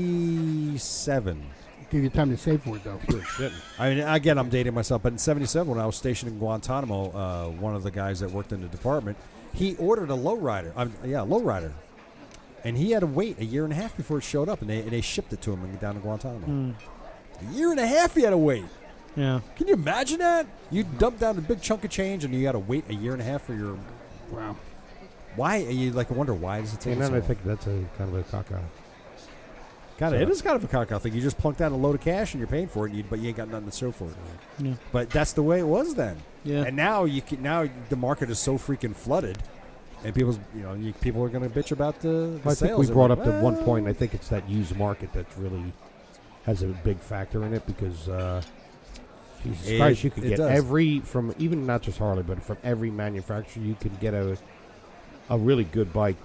[SPEAKER 4] seventy seven.
[SPEAKER 3] Give you time to save for it though.
[SPEAKER 4] I mean, again, I'm dating myself, but in '77, when I was stationed in Guantanamo, uh, one of the guys that worked in the department, he ordered a lowrider. Um, yeah, lowrider, and he had to wait a year and a half before it showed up, and they, and they shipped it to him in- down in Guantanamo.
[SPEAKER 5] Hmm.
[SPEAKER 4] A year and a half he had to wait.
[SPEAKER 2] Yeah.
[SPEAKER 4] Can you imagine that? You dump down a big chunk of change, and you got to wait a year and a half for your.
[SPEAKER 3] Wow.
[SPEAKER 4] Why? and You like wonder why does it take?
[SPEAKER 5] And
[SPEAKER 4] so
[SPEAKER 5] then I
[SPEAKER 4] long?
[SPEAKER 5] think that's a kind of a cock out.
[SPEAKER 4] Kind of, it is kind of a cock out thing. You just plunk down a load of cash and you're paying for it, and you, but you ain't got nothing to show for it.
[SPEAKER 2] Yeah.
[SPEAKER 4] But that's the way it was then.
[SPEAKER 2] Yeah.
[SPEAKER 4] And now you can, now the market is so freaking flooded, and people's you know you, people are going to bitch about the, the
[SPEAKER 5] I
[SPEAKER 4] sales.
[SPEAKER 5] think we
[SPEAKER 4] They're
[SPEAKER 5] brought
[SPEAKER 4] like,
[SPEAKER 5] up at one point. I
[SPEAKER 4] "Well,
[SPEAKER 5] think it's that used market that really has a big factor in it because uh, Jesus
[SPEAKER 4] It-
[SPEAKER 5] Christ, you could
[SPEAKER 4] it
[SPEAKER 5] get
[SPEAKER 4] does.
[SPEAKER 5] every from even not just Harley, but from every manufacturer, you could get a a really good bike.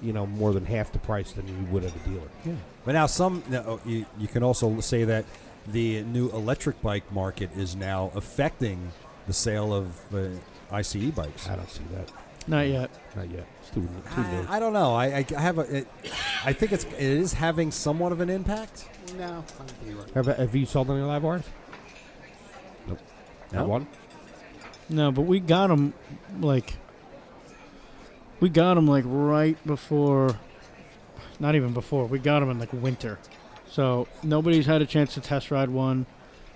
[SPEAKER 5] You know, more than half the price than you would at a dealer.
[SPEAKER 4] But now some now, oh, you, you can also say that the new electric bike market is now affecting the sale of uh, ICE bikes.
[SPEAKER 5] I don't see that.
[SPEAKER 2] Not yet.
[SPEAKER 5] Not yet. It's too, too
[SPEAKER 4] I,
[SPEAKER 5] new.
[SPEAKER 4] I don't know. I, I have a. It, I think it's it is having somewhat of an impact.
[SPEAKER 3] No.
[SPEAKER 5] Have, have you sold any live wires? Nope. Not
[SPEAKER 4] No?
[SPEAKER 5] one?
[SPEAKER 2] No, but we got them like we got them like right before not even before. We got them in like winter. So nobody's had a chance to test ride one.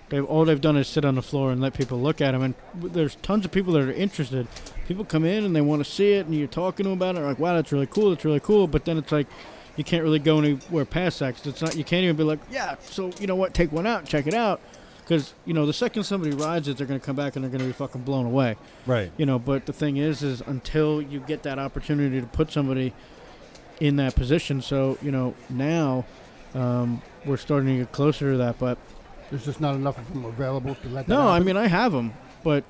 [SPEAKER 2] They've all they've done is sit on the floor and let people look at them and w- there's tons of people that are interested. People come in and they want to see it and you're talking to them about it like, "Wow, that's really cool. That's really cool." But then it's like you can't really go anywhere past that 'cause it's not you can't even be like, "Yeah, so you know what? Take one out, check it out." Because you know the second somebody rides it, they're gonna come back and they're gonna be fucking blown away.
[SPEAKER 4] Right.
[SPEAKER 2] You know, but the thing is, is until you get that opportunity to put somebody in that position, so you know now um, we're starting to get closer to that. But
[SPEAKER 3] There's just not enough of them available to let.
[SPEAKER 2] No, I
[SPEAKER 3] I'm.
[SPEAKER 2] mean I have them, but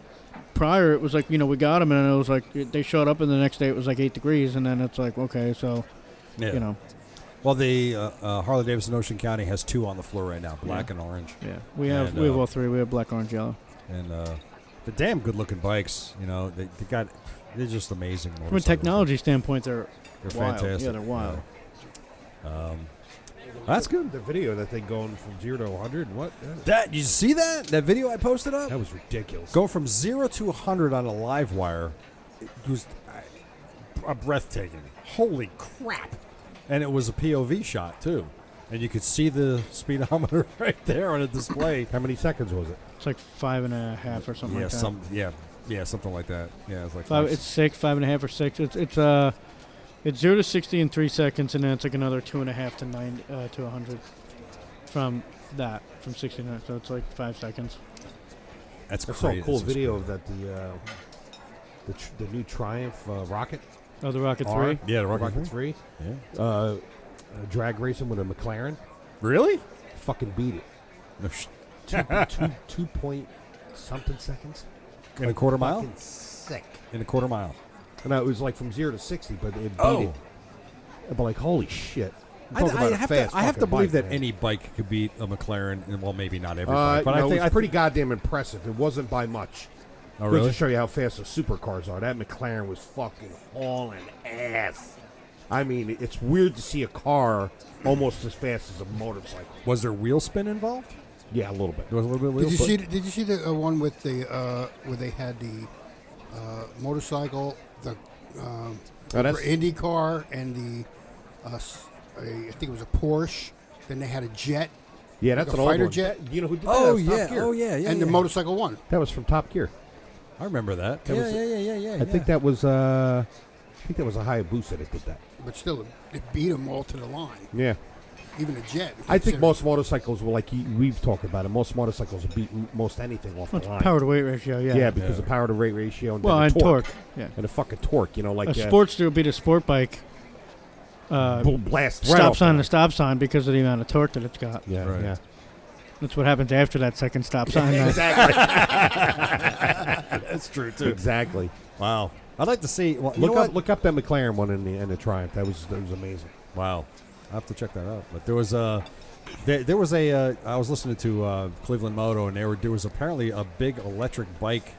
[SPEAKER 2] prior it was like you know we got them and it was like it- they showed up and the next day it was like eight degrees and then it's like okay so
[SPEAKER 4] Yeah.
[SPEAKER 2] you know
[SPEAKER 4] Well, the uh, uh, Harley Davidson Ocean County has two on the floor right now, black and orange,
[SPEAKER 2] yeah we have
[SPEAKER 4] And,
[SPEAKER 2] we have
[SPEAKER 4] uh,
[SPEAKER 2] all three we have black orange yellow
[SPEAKER 4] and uh, the damn good looking bikes. You know, they, they got they're just amazing.
[SPEAKER 2] from a
[SPEAKER 4] motorcycles.
[SPEAKER 2] technology standpoint they're
[SPEAKER 4] they're
[SPEAKER 2] wild.
[SPEAKER 4] fantastic.
[SPEAKER 2] yeah they're wild
[SPEAKER 4] Yeah. Um, that's good.
[SPEAKER 5] The video of that thing going from zero to 100 and what?
[SPEAKER 4] That you see that that video I posted up?
[SPEAKER 5] That was ridiculous.
[SPEAKER 4] Go from zero to 100 on a live wire. It was uh, breathtaking. Holy crap! And it was a POV shot too, and you could see the speedometer right there on a display.
[SPEAKER 5] How many seconds was it?
[SPEAKER 2] it's like five and a half or something
[SPEAKER 4] yeah,
[SPEAKER 2] like that
[SPEAKER 4] some yeah, yeah, something like that. Yeah, it's like
[SPEAKER 2] five it's six five and a half or six it's it's uh it's zero to sixty in three seconds and then it's like another two and a half to nine uh, to a hundred from that from sixty nine so it's like five seconds
[SPEAKER 4] that's
[SPEAKER 5] I saw a
[SPEAKER 4] crazy.
[SPEAKER 5] cool
[SPEAKER 4] It's just
[SPEAKER 5] video
[SPEAKER 4] crazy.
[SPEAKER 5] of that the uh, the, tr- the new Triumph uh, Rocket
[SPEAKER 2] oh the rocket
[SPEAKER 5] R,
[SPEAKER 2] three
[SPEAKER 4] Yeah, the
[SPEAKER 5] Rocket,
[SPEAKER 4] rocket.
[SPEAKER 5] Three,
[SPEAKER 4] Yeah.
[SPEAKER 5] uh, uh, drag racing with a McLaren.
[SPEAKER 4] Really?
[SPEAKER 5] Fucking beat it.
[SPEAKER 4] No sh-
[SPEAKER 5] Two, two, two point something seconds.
[SPEAKER 4] In a quarter mile?
[SPEAKER 5] Fucking sick.
[SPEAKER 4] In a quarter mile.
[SPEAKER 5] And it was like from zero to sixty, but it beat
[SPEAKER 4] Oh.
[SPEAKER 5] it. But like, holy shit!
[SPEAKER 4] I,
[SPEAKER 5] Talk about
[SPEAKER 4] I
[SPEAKER 5] a
[SPEAKER 4] have
[SPEAKER 5] fast
[SPEAKER 4] to. I have to
[SPEAKER 5] fucking
[SPEAKER 4] believe
[SPEAKER 5] bike,
[SPEAKER 4] that
[SPEAKER 5] man.
[SPEAKER 4] any bike could beat a McLaren, and well, maybe not every
[SPEAKER 5] Uh,
[SPEAKER 4] bike, but
[SPEAKER 5] no,
[SPEAKER 4] I
[SPEAKER 5] it
[SPEAKER 4] think I
[SPEAKER 5] was pretty goddamn impressive. It wasn't by much.
[SPEAKER 4] Oh,
[SPEAKER 5] Goes
[SPEAKER 4] really?
[SPEAKER 5] To show you how fast the supercars are, that McLaren was fucking hauling ass. I mean, it's weird to see a car almost as fast as a motorcycle.
[SPEAKER 4] Was there wheel spin involved?
[SPEAKER 5] Yeah, a little bit.
[SPEAKER 4] There was a little bit of wheel
[SPEAKER 3] Did you
[SPEAKER 4] spin.
[SPEAKER 3] see? the- Did you see the uh, one with the uh, where they had the uh, motorcycle, the um,
[SPEAKER 5] Oh, that's-
[SPEAKER 3] Indy car, and the uh, s- a- I think it was a Porsche. Then they had a jet.
[SPEAKER 5] Yeah,
[SPEAKER 3] like
[SPEAKER 5] that's
[SPEAKER 3] a
[SPEAKER 5] an old
[SPEAKER 3] fighter
[SPEAKER 5] one.
[SPEAKER 3] jet.
[SPEAKER 5] You know who did that?
[SPEAKER 4] Oh
[SPEAKER 5] That was Top
[SPEAKER 4] yeah!
[SPEAKER 5] Gear.
[SPEAKER 4] Oh yeah! Yeah.
[SPEAKER 3] and the
[SPEAKER 4] yeah.
[SPEAKER 3] motorcycle won.
[SPEAKER 5] That was from Top Gear.
[SPEAKER 4] I remember that.
[SPEAKER 5] That
[SPEAKER 4] yeah,
[SPEAKER 5] was-
[SPEAKER 4] yeah, yeah, yeah, yeah.
[SPEAKER 5] I think that was. Uh, I think that was a Hayabusa that did that.
[SPEAKER 3] But still, it beat them all to the line.
[SPEAKER 5] Yeah,
[SPEAKER 3] Even a jet.
[SPEAKER 5] I think
[SPEAKER 3] considered-
[SPEAKER 5] most motorcycles were like you- we've talked about it. Most motorcycles will beat m- most anything off the line.
[SPEAKER 2] power to weight ratio yeah
[SPEAKER 5] yeah, because the power to rate ratio and then
[SPEAKER 2] well
[SPEAKER 5] the
[SPEAKER 2] and
[SPEAKER 5] torque.
[SPEAKER 2] torque yeah
[SPEAKER 5] and a fucking torque. You know, like
[SPEAKER 2] a
[SPEAKER 5] uh,
[SPEAKER 2] sports dude beat a sport bike uh,
[SPEAKER 5] boom, blast right
[SPEAKER 2] stop
[SPEAKER 5] off
[SPEAKER 2] sign
[SPEAKER 5] the-
[SPEAKER 2] to stop sign because of the amount of torque that it's got.
[SPEAKER 5] Yeah,
[SPEAKER 4] Right.
[SPEAKER 5] yeah.
[SPEAKER 2] That's what happens after that second stop sign. That's
[SPEAKER 5] Exactly.
[SPEAKER 4] that's true too.
[SPEAKER 5] exactly.
[SPEAKER 4] Wow! I'd like to see. Well, you
[SPEAKER 5] look
[SPEAKER 4] know
[SPEAKER 5] up,
[SPEAKER 4] what?
[SPEAKER 5] look up that McLaren one and the and the Triumph. That was that was amazing.
[SPEAKER 4] Wow, I have to check that out. But there was a, there, there was a. Uh, I was listening to uh, Cleveland Moto, and there were, there was apparently a big electric bike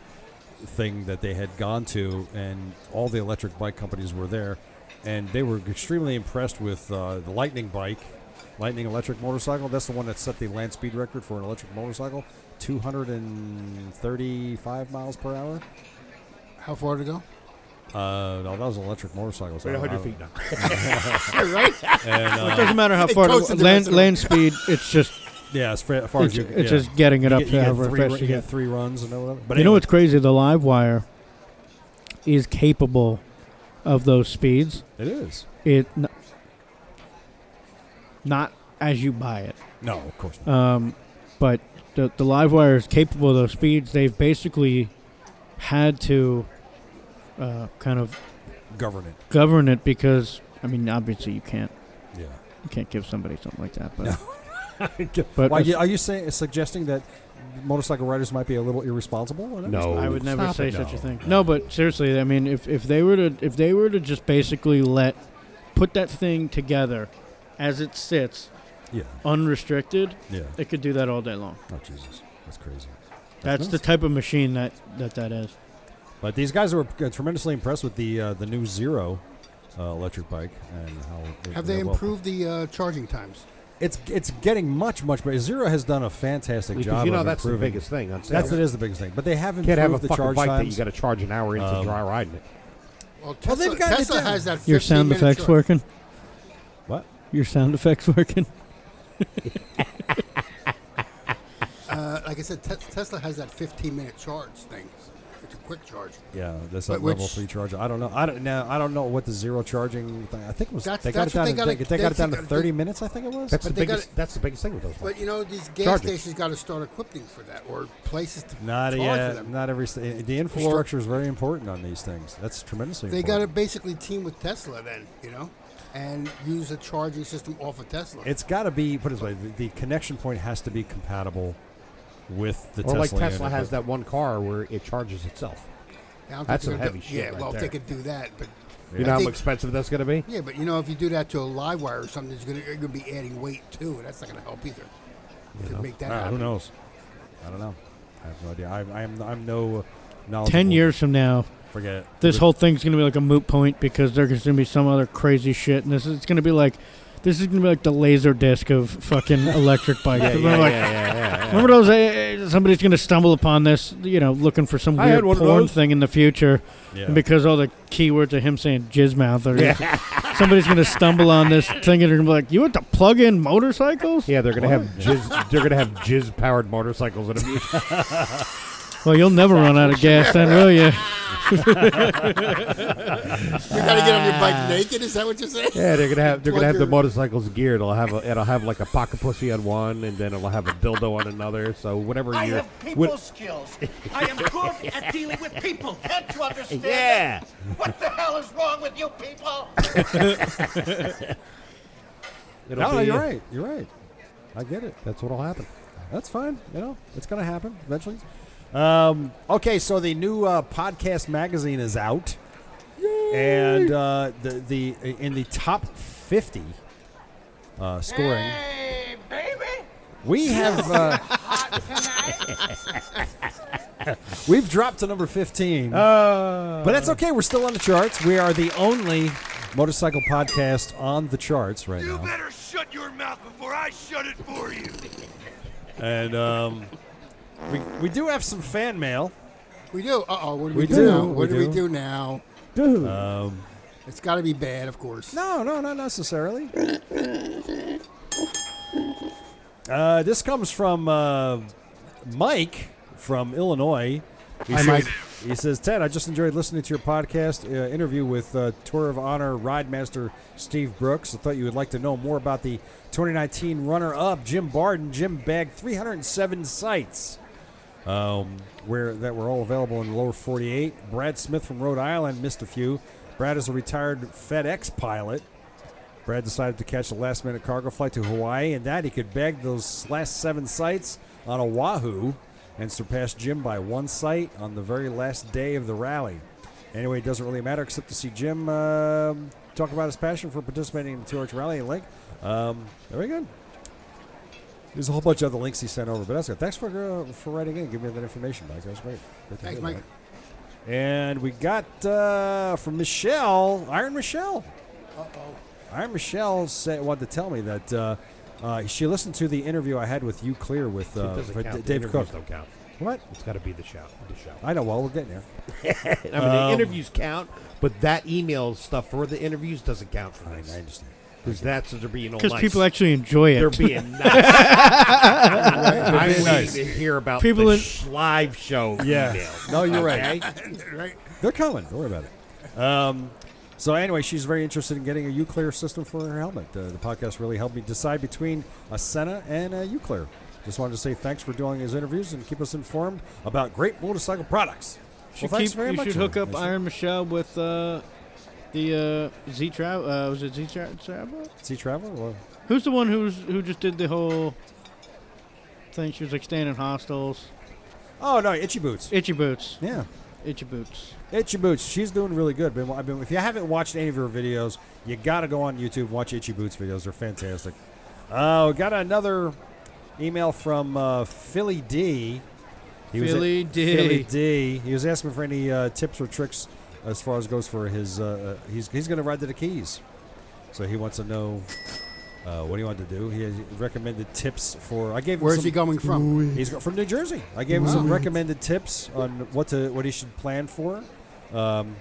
[SPEAKER 4] thing that they had gone to, and all the electric bike companies were there, and they were extremely impressed with uh, the Lightning bike, Lightning electric motorcycle. That's the one that set the land speed record for an electric motorcycle, 235 miles per hour.
[SPEAKER 3] How far to go?
[SPEAKER 4] Uh, no, that was an electric motorcycle. So I don't- I
[SPEAKER 5] 100
[SPEAKER 4] don't-
[SPEAKER 5] feet now.
[SPEAKER 4] And,
[SPEAKER 2] it
[SPEAKER 4] uh,
[SPEAKER 2] doesn't matter how
[SPEAKER 3] It
[SPEAKER 2] far
[SPEAKER 3] goes
[SPEAKER 2] to,
[SPEAKER 3] the
[SPEAKER 2] land,
[SPEAKER 3] dimensional.
[SPEAKER 2] land speed. It's just
[SPEAKER 4] yeah, as far, as far
[SPEAKER 2] it's,
[SPEAKER 4] as you,
[SPEAKER 2] it's
[SPEAKER 4] yeah.
[SPEAKER 2] just getting it
[SPEAKER 4] You
[SPEAKER 2] up
[SPEAKER 4] get-
[SPEAKER 2] to
[SPEAKER 4] you get
[SPEAKER 2] however
[SPEAKER 4] three
[SPEAKER 2] fast
[SPEAKER 4] run-
[SPEAKER 2] you
[SPEAKER 4] you
[SPEAKER 2] get.
[SPEAKER 4] get three runs and whatever. But
[SPEAKER 2] You know
[SPEAKER 4] anyway.
[SPEAKER 2] what's crazy? The live wire is capable of those speeds.
[SPEAKER 4] It is.
[SPEAKER 2] It n- not as you buy it.
[SPEAKER 4] No, of course not.
[SPEAKER 2] Um, but the, the live wire is capable of those speeds. They've basically had to uh, kind of
[SPEAKER 4] Govern it.
[SPEAKER 2] govern it because I mean, obviously you can't
[SPEAKER 4] Yeah.
[SPEAKER 2] you can't give somebody something like that. But
[SPEAKER 4] No.
[SPEAKER 2] but
[SPEAKER 4] Why,
[SPEAKER 2] it's-
[SPEAKER 4] are you saying suggesting that motorcycle riders might be a little irresponsible?
[SPEAKER 5] No.
[SPEAKER 2] I would never
[SPEAKER 4] Stop
[SPEAKER 2] say
[SPEAKER 4] it,
[SPEAKER 2] such a
[SPEAKER 4] no.
[SPEAKER 2] thing. No, but seriously, I mean, if if they were to if they were to just basically let put that thing together as it sits
[SPEAKER 4] Yeah.
[SPEAKER 2] unrestricted,
[SPEAKER 4] Yeah.
[SPEAKER 2] they could do that all day long.
[SPEAKER 4] Oh Jesus, that's crazy.
[SPEAKER 2] That's the
[SPEAKER 4] nuts.
[SPEAKER 2] type of machine that that that is.
[SPEAKER 4] But these guys were uh, tremendously impressed with the uh, the new Zero uh, electric bike and how it-
[SPEAKER 3] Have they
[SPEAKER 4] well-
[SPEAKER 3] improved the uh, charging times?
[SPEAKER 4] It's it's getting much much better. Zero has done a fantastic
[SPEAKER 5] Because
[SPEAKER 4] job.
[SPEAKER 5] you know
[SPEAKER 4] of
[SPEAKER 5] that's the
[SPEAKER 4] improving.
[SPEAKER 5] biggest thing on sale.
[SPEAKER 4] That's it is the biggest thing. But they haven't
[SPEAKER 5] Can't have a
[SPEAKER 4] the
[SPEAKER 5] fucking
[SPEAKER 4] charge
[SPEAKER 5] bike that
[SPEAKER 4] times.
[SPEAKER 5] you got to charge an hour into
[SPEAKER 4] Um,
[SPEAKER 5] dry riding it.
[SPEAKER 3] Well, Tesla,
[SPEAKER 4] they've got it
[SPEAKER 3] Tesla
[SPEAKER 4] down.
[SPEAKER 3] has that.
[SPEAKER 2] Your sound
[SPEAKER 3] 15-minute
[SPEAKER 2] effects
[SPEAKER 3] charge.
[SPEAKER 2] working?
[SPEAKER 4] What?
[SPEAKER 2] Your sound effects working?
[SPEAKER 3] Uh, like I said, te- Tesla has that 15-minute charge thing. It's a quick charge.
[SPEAKER 4] Yeah, that's a
[SPEAKER 3] But
[SPEAKER 4] level
[SPEAKER 3] which-
[SPEAKER 4] three charger. I don't know. I don't now. I don't know what the zero charging thing. I think it was
[SPEAKER 3] That's-
[SPEAKER 4] they got
[SPEAKER 3] that's
[SPEAKER 4] it down.
[SPEAKER 3] what they
[SPEAKER 4] to, they,
[SPEAKER 3] gotta-
[SPEAKER 4] they got it
[SPEAKER 3] they
[SPEAKER 4] down to
[SPEAKER 3] gotta do.
[SPEAKER 4] thirty minutes. I think it was.
[SPEAKER 5] That's
[SPEAKER 3] But
[SPEAKER 5] the
[SPEAKER 3] they
[SPEAKER 5] biggest.
[SPEAKER 3] gotta-
[SPEAKER 5] that's the biggest thing with those.
[SPEAKER 3] But
[SPEAKER 5] ones.
[SPEAKER 3] you know, these gas
[SPEAKER 5] Charging.
[SPEAKER 3] stations got to start equipping for that, or places to
[SPEAKER 4] Not
[SPEAKER 3] charge for
[SPEAKER 4] yet.
[SPEAKER 3] them.
[SPEAKER 4] Not every. St- the infrastructure is very important on these things. That's tremendously.
[SPEAKER 3] they got to
[SPEAKER 4] important.
[SPEAKER 3] basically team with Tesla then, you know, and use a charging system off of Tesla.
[SPEAKER 4] It's got to be. Put it this way. The, the connection point has to be compatible with the
[SPEAKER 5] Or
[SPEAKER 4] Tesla.
[SPEAKER 5] like Tesla
[SPEAKER 4] unit,
[SPEAKER 5] has
[SPEAKER 4] but-
[SPEAKER 5] that one car where it charges itself.
[SPEAKER 3] I don't think
[SPEAKER 5] That's
[SPEAKER 3] they're
[SPEAKER 5] some
[SPEAKER 3] gonna
[SPEAKER 5] heavy
[SPEAKER 3] do,
[SPEAKER 5] shit
[SPEAKER 3] Yeah,
[SPEAKER 5] right
[SPEAKER 3] well, if they
[SPEAKER 5] there.
[SPEAKER 3] could do that, but
[SPEAKER 5] You
[SPEAKER 3] I
[SPEAKER 5] know how
[SPEAKER 3] think-
[SPEAKER 5] expensive that's going to be?
[SPEAKER 3] yeah, but you know, if you do that to a live wire or something, it's gonna, you're gonna be adding weight too, and that's not gonna help either. To make that
[SPEAKER 4] Ah,
[SPEAKER 3] happen.
[SPEAKER 4] who knows? I don't know. I have no idea. I, I am. I'm no. knowledgeable-
[SPEAKER 2] Ten years from now,
[SPEAKER 4] Forget it.
[SPEAKER 2] this
[SPEAKER 4] Re-
[SPEAKER 2] whole thing's gonna be like a moot point because there's gonna be some other crazy shit, and this is it's gonna be like, this is gonna be like the laser disc of fucking electric bikes.
[SPEAKER 4] Yeah,
[SPEAKER 2] And
[SPEAKER 4] yeah,
[SPEAKER 2] they're like,
[SPEAKER 4] yeah, yeah, yeah, yeah.
[SPEAKER 2] Remember those? eh, eh, somebody's gonna stumble upon this, you know, looking for some
[SPEAKER 5] I
[SPEAKER 2] weird
[SPEAKER 5] had one of
[SPEAKER 2] porn
[SPEAKER 5] those.
[SPEAKER 2] thing in the future,
[SPEAKER 4] Yeah.
[SPEAKER 2] and because all the keywords of him saying jizz mouth, or somebody's gonna stumble on this thing and they're gonna be like, "You want to plug in motorcycles?"
[SPEAKER 5] Yeah, they're going to have jizz. They're going to have jizz powered motorcycles. In them.
[SPEAKER 2] Well, you'll never run out of gas then, will you?
[SPEAKER 3] You gotta get on your bike naked. Is that what you're saying?
[SPEAKER 5] yeah, they're going to have they're going to have the
[SPEAKER 3] Plugger.
[SPEAKER 5] motorcycles geared. It'll have a, it'll have like a pocket pussy on one, and then it'll have a dildo on another. So whatever
[SPEAKER 9] I
[SPEAKER 5] you
[SPEAKER 9] have people skills. I am good at dealing with people. Can't you understand?
[SPEAKER 5] yeah,
[SPEAKER 9] it? What the hell is wrong with you people?
[SPEAKER 5] it'll
[SPEAKER 4] No, no,
[SPEAKER 5] be-
[SPEAKER 4] you're right. You're right. I get it.
[SPEAKER 5] That's what'll happen.
[SPEAKER 4] That's fine. You know, it's going to happen eventually. Um, okay, so the new uh, podcast magazine is out, and uh, the the in the top fifty uh, scoring,
[SPEAKER 9] Hey, baby.
[SPEAKER 4] we have uh, we've dropped to number fifteen. But that's okay. We're still on the charts. We are the only motorcycle podcast on the charts right now. You better shut your mouth before I shut it for you. And um, we, we do have some fan mail.
[SPEAKER 3] We do. Uh oh, what do we,
[SPEAKER 4] We
[SPEAKER 3] do?
[SPEAKER 4] do,
[SPEAKER 3] now?
[SPEAKER 4] we
[SPEAKER 3] What do we
[SPEAKER 4] do.
[SPEAKER 3] do now?
[SPEAKER 4] Dude.
[SPEAKER 3] It's gotta be bad, of course.
[SPEAKER 4] no, no, not necessarily. Uh, this comes from uh, Mike from Illinois. He
[SPEAKER 3] Hi,
[SPEAKER 4] says,
[SPEAKER 3] Mike.
[SPEAKER 4] He says, Ted, I just enjoyed listening to your podcast uh, interview with uh, Tour of Honor Ride Master Steve Brooks. I thought you would like to know more about the 2019 runner up, Jim Barden. Jim bagged 307 sites um, where that were all available in the lower 48. Brad Smith from Rhode Island missed a few. Brad is a retired FedEx pilot. Brad decided to catch a last minute cargo flight to Hawaii, and that he could bag those last seven sites on Oahu and surpass Jim by one site on the very last day of the rally. Anyway, it doesn't really matter except to see Jim um talk about his passion for participating in the Two Arch Rally and Link. Um, very good. There's a whole bunch of other links he sent over, but that's good. Thanks for uh, for writing in, giving me that information back. That was great. Good to
[SPEAKER 3] Thanks,
[SPEAKER 4] hear
[SPEAKER 3] Mike.
[SPEAKER 4] that. And we got uh, from Michelle, Iron Michelle. Iron Michelle said, wanted to tell me that uh, uh, she listened to the interview I had with you clear with,
[SPEAKER 5] It
[SPEAKER 4] uh,
[SPEAKER 5] doesn't
[SPEAKER 4] with
[SPEAKER 5] count. The
[SPEAKER 4] Dave
[SPEAKER 5] interviews
[SPEAKER 4] Cook.
[SPEAKER 5] don't count.
[SPEAKER 4] What?
[SPEAKER 5] It's got to be the shout. The Um, shout.
[SPEAKER 4] I know. Well, we're getting there.
[SPEAKER 5] I mean, the interviews count, but that email stuff for the interviews doesn't count for
[SPEAKER 4] I, I
[SPEAKER 5] this.
[SPEAKER 4] understand.
[SPEAKER 5] Because that's what they're being all
[SPEAKER 2] Because
[SPEAKER 5] nice.
[SPEAKER 2] people actually enjoy
[SPEAKER 5] they're
[SPEAKER 2] it.
[SPEAKER 5] being nice.
[SPEAKER 4] They're
[SPEAKER 5] I'm
[SPEAKER 4] being
[SPEAKER 5] nice.
[SPEAKER 4] nice.
[SPEAKER 5] to hear about
[SPEAKER 2] People
[SPEAKER 5] the
[SPEAKER 2] in-
[SPEAKER 5] sh- live show
[SPEAKER 4] Yeah.
[SPEAKER 5] email.
[SPEAKER 4] No, you're right.
[SPEAKER 5] okay?
[SPEAKER 3] right?
[SPEAKER 4] They're coming. Don't worry about it. Um, so anyway, she's very interested in getting a Uclear system for her helmet. Uh, The, the podcast really helped me decide between a Senna and a Uclear. Just wanted to say thanks for doing his interviews and keep us informed about great motorcycle products.
[SPEAKER 2] Should
[SPEAKER 4] well, thanks
[SPEAKER 2] keep-
[SPEAKER 4] very
[SPEAKER 2] you
[SPEAKER 4] much.
[SPEAKER 2] should hook
[SPEAKER 4] Ron.
[SPEAKER 2] up
[SPEAKER 4] I
[SPEAKER 2] Iron Michelle with uh, the uh, Z Travel. Uh, was it Z Travel?
[SPEAKER 4] Sea Traveler? Well,
[SPEAKER 2] Who's the one who's who just did the whole thing? She was like staying in hostels.
[SPEAKER 4] oh, no, Itchy Boots.
[SPEAKER 2] Itchy boots.
[SPEAKER 4] Yeah.
[SPEAKER 2] Itchy boots.
[SPEAKER 4] Itchy Boots, she's doing really good. Been, I've been, if you haven't watched any of her videos, you got to go on YouTube and watch Itchy Boots videos. They're fantastic. Uh, we got another email from uh, Philly D. He was a-
[SPEAKER 2] Philly D.
[SPEAKER 4] Philly D. He was asking for any uh, tips or tricks as far as goes for his. Uh, uh, he's he's going to ride to the Keys, so he wants to know uh, what he wanted to do. He has recommended tips for. I gave him
[SPEAKER 3] Where's
[SPEAKER 4] some-
[SPEAKER 3] he going from?
[SPEAKER 4] He's from New Jersey. I gave him some recommended tips on what to what he should plan for, um,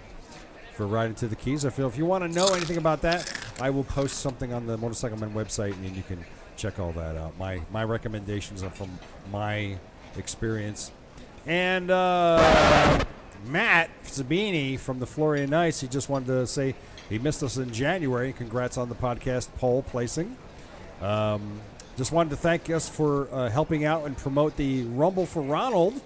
[SPEAKER 4] for riding to the Keys. I feel if you want to know anything about that, I will post something on the Motorcycle Men website, and you can check all that out. My my recommendations are from my experience, and uh, Matt Sabini from the Florian Ice. He just wanted to say he missed us in January. Congrats on the podcast poll placing. Um, just wanted to thank us for uh, helping out and promote the Rumble for Ronald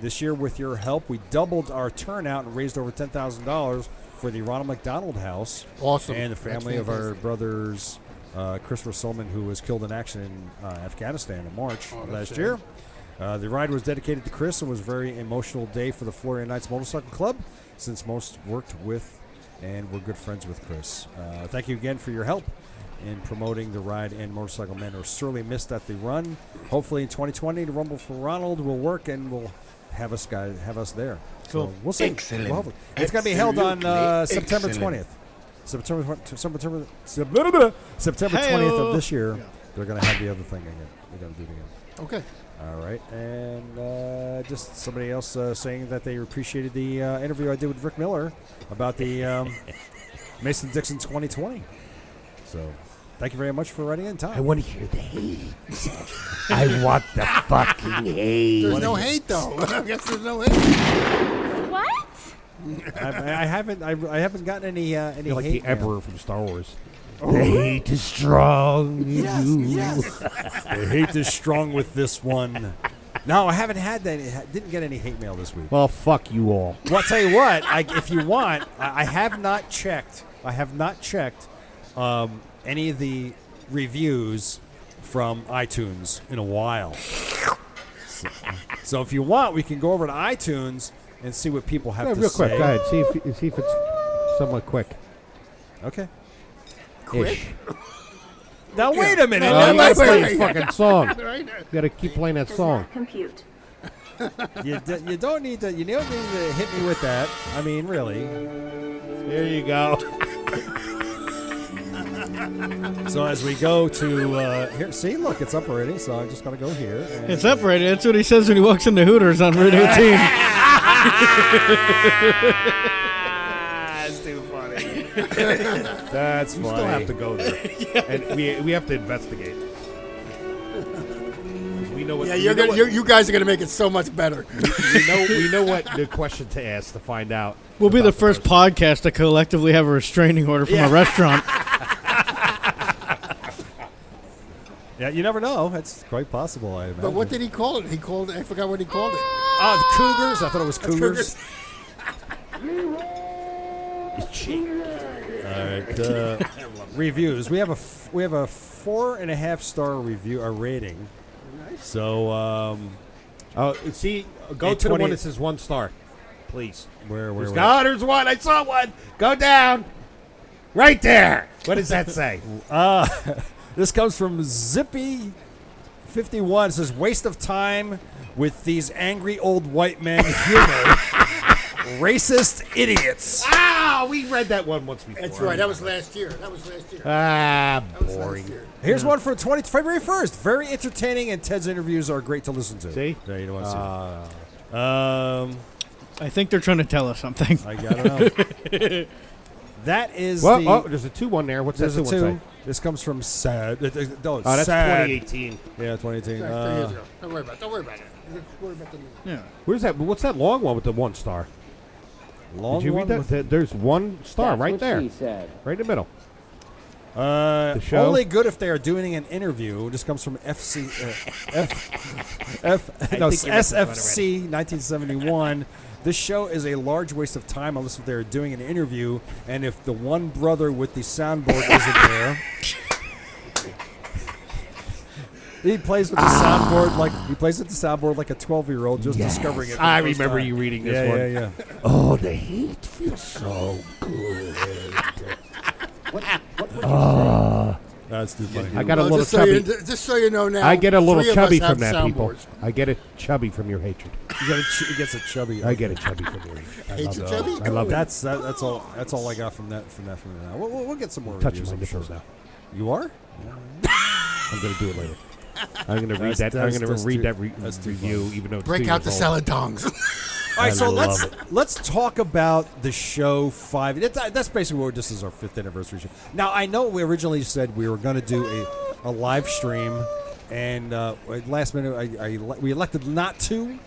[SPEAKER 4] this year. With your help, we doubled our turnout and raised over ten thousand dollars for the Ronald McDonald House.
[SPEAKER 3] Awesome.
[SPEAKER 4] And the
[SPEAKER 3] That's
[SPEAKER 4] family of our
[SPEAKER 3] fantastic.
[SPEAKER 4] brothers, uh, Christopher Solman, who was killed in action in uh, Afghanistan in March
[SPEAKER 3] Oh, that's
[SPEAKER 4] last
[SPEAKER 3] sad.
[SPEAKER 4] year. Uh, the ride was dedicated to Chris and was a very emotional day for the Florida Knights Motorcycle Club, since most worked with and were good friends with Chris. Uh, thank you again for your help in promoting the ride and motorcycle men who are sorely missed at the run. Hopefully in 2020, the Rumble for Ronald will work and will have us guys have us there. So
[SPEAKER 2] Cool.
[SPEAKER 4] we'll see.
[SPEAKER 6] Excellent.
[SPEAKER 4] We'll have it. it's going to be held on uh,
[SPEAKER 6] Absolutely
[SPEAKER 4] September
[SPEAKER 6] excellent.
[SPEAKER 4] 20th. September twen- September September September 20th of
[SPEAKER 2] Heyo.
[SPEAKER 4] this year. They're going to have the other thing again. They're going to do it again.
[SPEAKER 3] Okay.
[SPEAKER 4] All right, and uh, just somebody else uh, saying that they appreciated the uh, interview I did with Rick Miller about the um, Mason Dixon 2020. So, thank you very much for writing in, Tom.
[SPEAKER 9] I want to hear the hate. I want the fucking hate.
[SPEAKER 3] There's no hate, though. I guess there's no hate.
[SPEAKER 8] What?
[SPEAKER 4] I, I haven't, I, I haven't gotten any, uh, any
[SPEAKER 5] You're like
[SPEAKER 4] hate
[SPEAKER 5] the
[SPEAKER 4] mail.
[SPEAKER 5] Emperor from Star Wars. Oh.
[SPEAKER 9] The hate is strong. Yes,
[SPEAKER 4] The hate is strong with this one. No, I haven't had that. I didn't get any hate mail this week.
[SPEAKER 5] Well, fuck you all.
[SPEAKER 4] Well, I'll tell you what. I, if you want, I, I have not checked. I have not checked um, any of the reviews from iTunes in a while. So, so if you want, we can go over to iTunes and see what people have
[SPEAKER 5] Yeah,
[SPEAKER 4] to
[SPEAKER 5] real
[SPEAKER 4] say.
[SPEAKER 5] quick, go ahead. See if, see if it's somewhat quick.
[SPEAKER 4] Okay.
[SPEAKER 5] Quick?
[SPEAKER 4] Now wait a minute. now
[SPEAKER 5] No, Oh, you gotta
[SPEAKER 4] let's
[SPEAKER 5] play
[SPEAKER 4] wait.
[SPEAKER 5] the fucking song. You
[SPEAKER 3] Right?
[SPEAKER 5] gotta keep playing that song.
[SPEAKER 8] compute.
[SPEAKER 4] you, d- you don't need to. You don't need to hit me with that. I mean, really.
[SPEAKER 5] There you go.
[SPEAKER 4] So as we go to uh, here, see, look, it's up already. So I just gotta go here. and-
[SPEAKER 2] It's up right. That's what he says when he walks into Hooters on Radio 18.
[SPEAKER 4] That's
[SPEAKER 5] We
[SPEAKER 4] funny.
[SPEAKER 5] still have to go there, and we, we have to investigate. 'Cause We know what.
[SPEAKER 3] Yeah,
[SPEAKER 5] we
[SPEAKER 3] you're
[SPEAKER 5] know
[SPEAKER 3] gonna,
[SPEAKER 5] what-
[SPEAKER 3] you you guys are going to make it so much better.
[SPEAKER 5] we know we know what the question to ask to find out.
[SPEAKER 2] We'll be
[SPEAKER 5] about
[SPEAKER 2] the first
[SPEAKER 5] person.
[SPEAKER 2] podcast to collectively have a restraining order from a restaurant.
[SPEAKER 4] Yeah, you never know. That's quite possible. I imagine.
[SPEAKER 3] But what did he call it? He called I forgot what he called it.
[SPEAKER 5] Ah!
[SPEAKER 4] Oh, the Cougars. I thought it was Cougars. All right. Uh, reviews. We have a f- we have a four and a half star review a rating. So um,
[SPEAKER 5] Oh, see, go
[SPEAKER 4] Hey,
[SPEAKER 5] to the
[SPEAKER 4] 20
[SPEAKER 5] one that says one star, please.
[SPEAKER 4] where where
[SPEAKER 5] There's,
[SPEAKER 4] where-
[SPEAKER 5] God, there's one. I saw one. Go down, right there. What does that say?
[SPEAKER 4] Uh, this comes from Zippy. 51 says waste of time with these angry old white men humor racist idiots
[SPEAKER 5] ah, we read that one once before.
[SPEAKER 3] That's right. That was last year. That was last year.
[SPEAKER 5] ah
[SPEAKER 3] That was last
[SPEAKER 5] boring.
[SPEAKER 3] year.
[SPEAKER 4] Here's one for 20, February 1st. Very entertaining, and Ted's interviews are great to listen to.
[SPEAKER 5] See?
[SPEAKER 4] Yeah, you don't want to
[SPEAKER 5] Uh,
[SPEAKER 4] see. Um,
[SPEAKER 2] I think they're trying to tell us something.
[SPEAKER 4] I gotta know. that is
[SPEAKER 5] Uh, well,
[SPEAKER 4] the.
[SPEAKER 5] oh, there's a two one there. What's
[SPEAKER 4] there's
[SPEAKER 5] that
[SPEAKER 4] a
[SPEAKER 5] two one
[SPEAKER 4] two.
[SPEAKER 5] say?
[SPEAKER 4] This comes from Sad. uh, uh, No, it's
[SPEAKER 5] Oh, that's
[SPEAKER 4] Sad.
[SPEAKER 5] 2018.
[SPEAKER 4] Yeah, 2018.
[SPEAKER 3] Sorry, three years
[SPEAKER 4] Uh,
[SPEAKER 3] ago. Don't worry about it. Don't worry about it. Don't worry about the news.
[SPEAKER 2] Yeah.
[SPEAKER 5] Where's that? What's that long one with the one star?
[SPEAKER 4] long
[SPEAKER 5] Did you
[SPEAKER 4] one
[SPEAKER 5] read that?
[SPEAKER 4] with-
[SPEAKER 5] Th- There's one star right there, right in the middle.
[SPEAKER 4] Uh,
[SPEAKER 5] The show?
[SPEAKER 4] Only good if they are doing an interview. This comes from FC, uh, F, F, no,
[SPEAKER 5] think you read this one
[SPEAKER 4] SFC 1971. This show is a large waste of time unless if they're doing an interview and if the one brother with the soundboard isn't there. He plays with the
[SPEAKER 5] Ah.
[SPEAKER 4] soundboard like he plays with the soundboard like a twelve-year-old just
[SPEAKER 9] Yes.
[SPEAKER 4] discovering it. for the
[SPEAKER 5] I
[SPEAKER 4] first
[SPEAKER 5] remember
[SPEAKER 4] time.
[SPEAKER 5] you reading this
[SPEAKER 4] yeah,
[SPEAKER 5] one.
[SPEAKER 4] Yeah, yeah,
[SPEAKER 9] Oh, the hate feels so good.
[SPEAKER 4] That's too funny.
[SPEAKER 5] I got a
[SPEAKER 3] Well,
[SPEAKER 5] little
[SPEAKER 3] just, so you,
[SPEAKER 5] chubby.
[SPEAKER 3] just so you know now,
[SPEAKER 5] I get a little
[SPEAKER 3] three of
[SPEAKER 5] chubby
[SPEAKER 3] us have
[SPEAKER 5] from that, people.
[SPEAKER 3] soundboards.
[SPEAKER 5] I get a chubby from your hatred.
[SPEAKER 4] You got a ch- he gets a chubby.
[SPEAKER 5] I get a chubby from your hatred. I
[SPEAKER 3] Hates
[SPEAKER 5] love
[SPEAKER 3] a
[SPEAKER 5] it.
[SPEAKER 3] chubby?
[SPEAKER 5] I love that.
[SPEAKER 4] That's that, that's all. That's all I got from that from that from that. We'll, we'll, we'll get some more
[SPEAKER 5] Touching
[SPEAKER 4] reviews.
[SPEAKER 5] my
[SPEAKER 4] I'm sure.
[SPEAKER 5] nipples now.
[SPEAKER 4] You are?
[SPEAKER 5] I'm gonna do it later. I'm gonna read
[SPEAKER 4] That's-
[SPEAKER 5] that. I'm
[SPEAKER 4] that's-
[SPEAKER 5] gonna
[SPEAKER 4] that's
[SPEAKER 5] read
[SPEAKER 4] too-
[SPEAKER 5] that re-
[SPEAKER 4] that's too
[SPEAKER 5] review,
[SPEAKER 4] fun.
[SPEAKER 5] even though it's
[SPEAKER 3] Break
[SPEAKER 5] two
[SPEAKER 3] out the
[SPEAKER 5] years
[SPEAKER 3] salad
[SPEAKER 5] old.
[SPEAKER 3] dongs.
[SPEAKER 4] All right,
[SPEAKER 5] I
[SPEAKER 4] so
[SPEAKER 5] love
[SPEAKER 4] let's
[SPEAKER 5] it.
[SPEAKER 4] let's talk about the show five. That's, that's basically what this is our fifth anniversary show. Now I know we originally said we were going to do a, a live stream, and uh, at last minute I, I ele- we elected not to.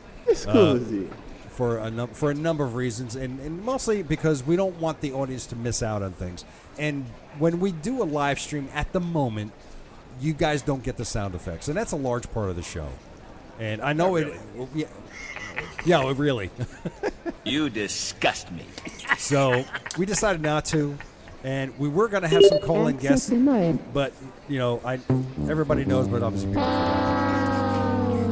[SPEAKER 4] uh, for a num- for a number of reasons, and, and mostly because we don't want the audience to miss out on things. And when we do a live stream at the moment, you guys don't get the sound effects, and that's a large part of the show. And I know it, well, yeah, yeah, well, really.
[SPEAKER 9] You disgust me.
[SPEAKER 4] So we decided not to, and we were gonna have some calling guests, but you know, I everybody knows, but obviously people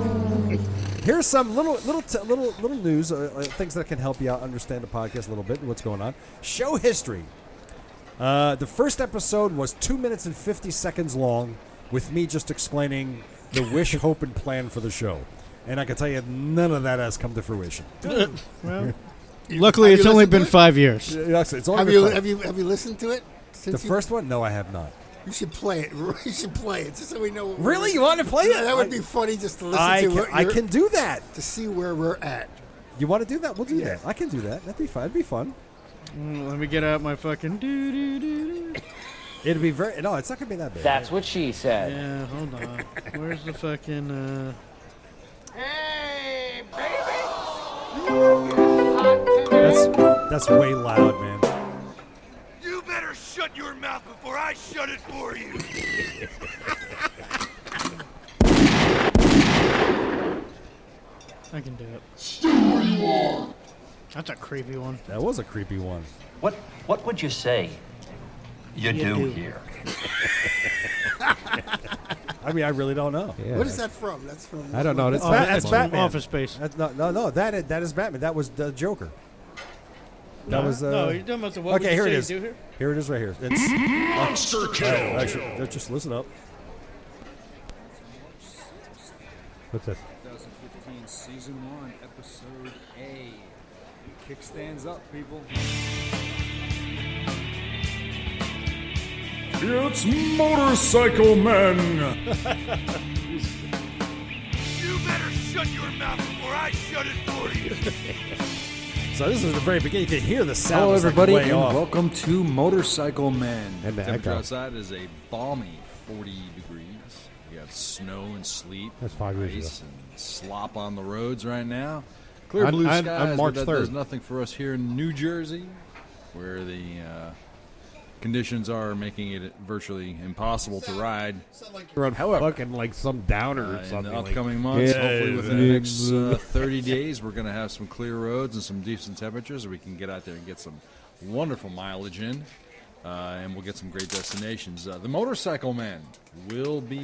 [SPEAKER 4] forgot. Here's some little little t- little little news, uh, uh, things that can help you out understand the podcast a little bit and what's going on. Show history. Uh, the first episode was two minutes and fifty seconds long, with me just explaining the wish, hope, and plan for the show. And I can tell you, none of that has come to fruition.
[SPEAKER 2] Luckily,
[SPEAKER 3] Have
[SPEAKER 2] it's
[SPEAKER 3] you
[SPEAKER 2] only
[SPEAKER 3] listened to
[SPEAKER 2] been
[SPEAKER 3] it?
[SPEAKER 2] five years.
[SPEAKER 4] Yes, it's only
[SPEAKER 3] Have
[SPEAKER 4] been
[SPEAKER 3] you
[SPEAKER 4] five.
[SPEAKER 3] have you have you listened to it?
[SPEAKER 4] the
[SPEAKER 3] Since you,
[SPEAKER 4] first one? No, I have not.
[SPEAKER 3] you should play it. You should play it just so we know. What we're
[SPEAKER 4] Really, you
[SPEAKER 3] listening-
[SPEAKER 4] want to play
[SPEAKER 3] Yeah,
[SPEAKER 4] it?
[SPEAKER 3] that would
[SPEAKER 4] I-
[SPEAKER 3] be funny just to listen
[SPEAKER 4] I
[SPEAKER 3] to.
[SPEAKER 4] can,
[SPEAKER 3] what
[SPEAKER 4] I
[SPEAKER 3] you're-
[SPEAKER 4] can do that.
[SPEAKER 3] to see where we're at.
[SPEAKER 4] You want to do that? We'll do
[SPEAKER 3] Yeah.
[SPEAKER 4] that. I can do that. That'd be fun. It'd be fun.
[SPEAKER 2] Mm, Let me get out my fucking doo doo doo doo.
[SPEAKER 4] It'd be very. No, it's not gonna be that bad.
[SPEAKER 10] That's what she said.
[SPEAKER 2] Yeah, hold on. Where's the fucking? Uh...
[SPEAKER 9] Hey, baby.
[SPEAKER 4] That's that's way loud, man.
[SPEAKER 9] You better shut your mouth before I shut it for you.
[SPEAKER 2] I can do it. That's a creepy one.
[SPEAKER 4] That was a creepy one.
[SPEAKER 10] What What would you say you, do, here?
[SPEAKER 4] I mean, I really don't know.
[SPEAKER 5] Yeah.
[SPEAKER 3] What is that from? That's from.
[SPEAKER 5] I don't know. That's
[SPEAKER 2] Oh,
[SPEAKER 5] Bat-
[SPEAKER 2] that's
[SPEAKER 5] that's
[SPEAKER 2] from
[SPEAKER 5] Batman.
[SPEAKER 2] Office Space.
[SPEAKER 4] That's not, no, no. That is, that is Batman. That was the Joker. That was. Uh,
[SPEAKER 2] no, Oh, you're talking about the what would
[SPEAKER 4] okay,
[SPEAKER 2] you
[SPEAKER 4] here it
[SPEAKER 2] say
[SPEAKER 4] is.
[SPEAKER 2] you do here?
[SPEAKER 4] Here it is, right here. It's
[SPEAKER 9] Monster kill.
[SPEAKER 4] actually, uh, just listen up.
[SPEAKER 5] What's this?
[SPEAKER 1] 2015 season one, episode A. Kickstands up, people.
[SPEAKER 5] It's motorcycle men.
[SPEAKER 9] You better shut your mouth before I shut it for you.
[SPEAKER 4] So this is the very beginning. You can hear the sound.
[SPEAKER 1] Hello,
[SPEAKER 4] It's, like,
[SPEAKER 1] everybody,
[SPEAKER 4] way
[SPEAKER 1] and
[SPEAKER 4] off.
[SPEAKER 1] welcome to Motorcycle Man.
[SPEAKER 5] And the
[SPEAKER 1] Temperature
[SPEAKER 5] echo.
[SPEAKER 1] outside is a balmy 40 degrees. We got snow and sleep,
[SPEAKER 5] That's five years
[SPEAKER 1] ice and slop on the roads right now. Clear
[SPEAKER 5] On-
[SPEAKER 1] blue
[SPEAKER 5] on- on
[SPEAKER 1] skies,
[SPEAKER 5] March
[SPEAKER 1] but that
[SPEAKER 5] 3rd.
[SPEAKER 1] does nothing for us here in New Jersey, where the uh, conditions are making it virtually impossible to ride.
[SPEAKER 5] You're on
[SPEAKER 1] However,
[SPEAKER 5] fucking like some downer or
[SPEAKER 1] Uh, in the
[SPEAKER 5] something. like-
[SPEAKER 1] upcoming months.
[SPEAKER 5] Yeah,
[SPEAKER 1] Hopefully, within
[SPEAKER 5] yeah.
[SPEAKER 1] the next uh, 30 days, we're going to have some clear roads and some decent temperatures. We can get out there and get some wonderful mileage in, uh, and we'll get some great destinations. Uh, the Motorcycle Man will be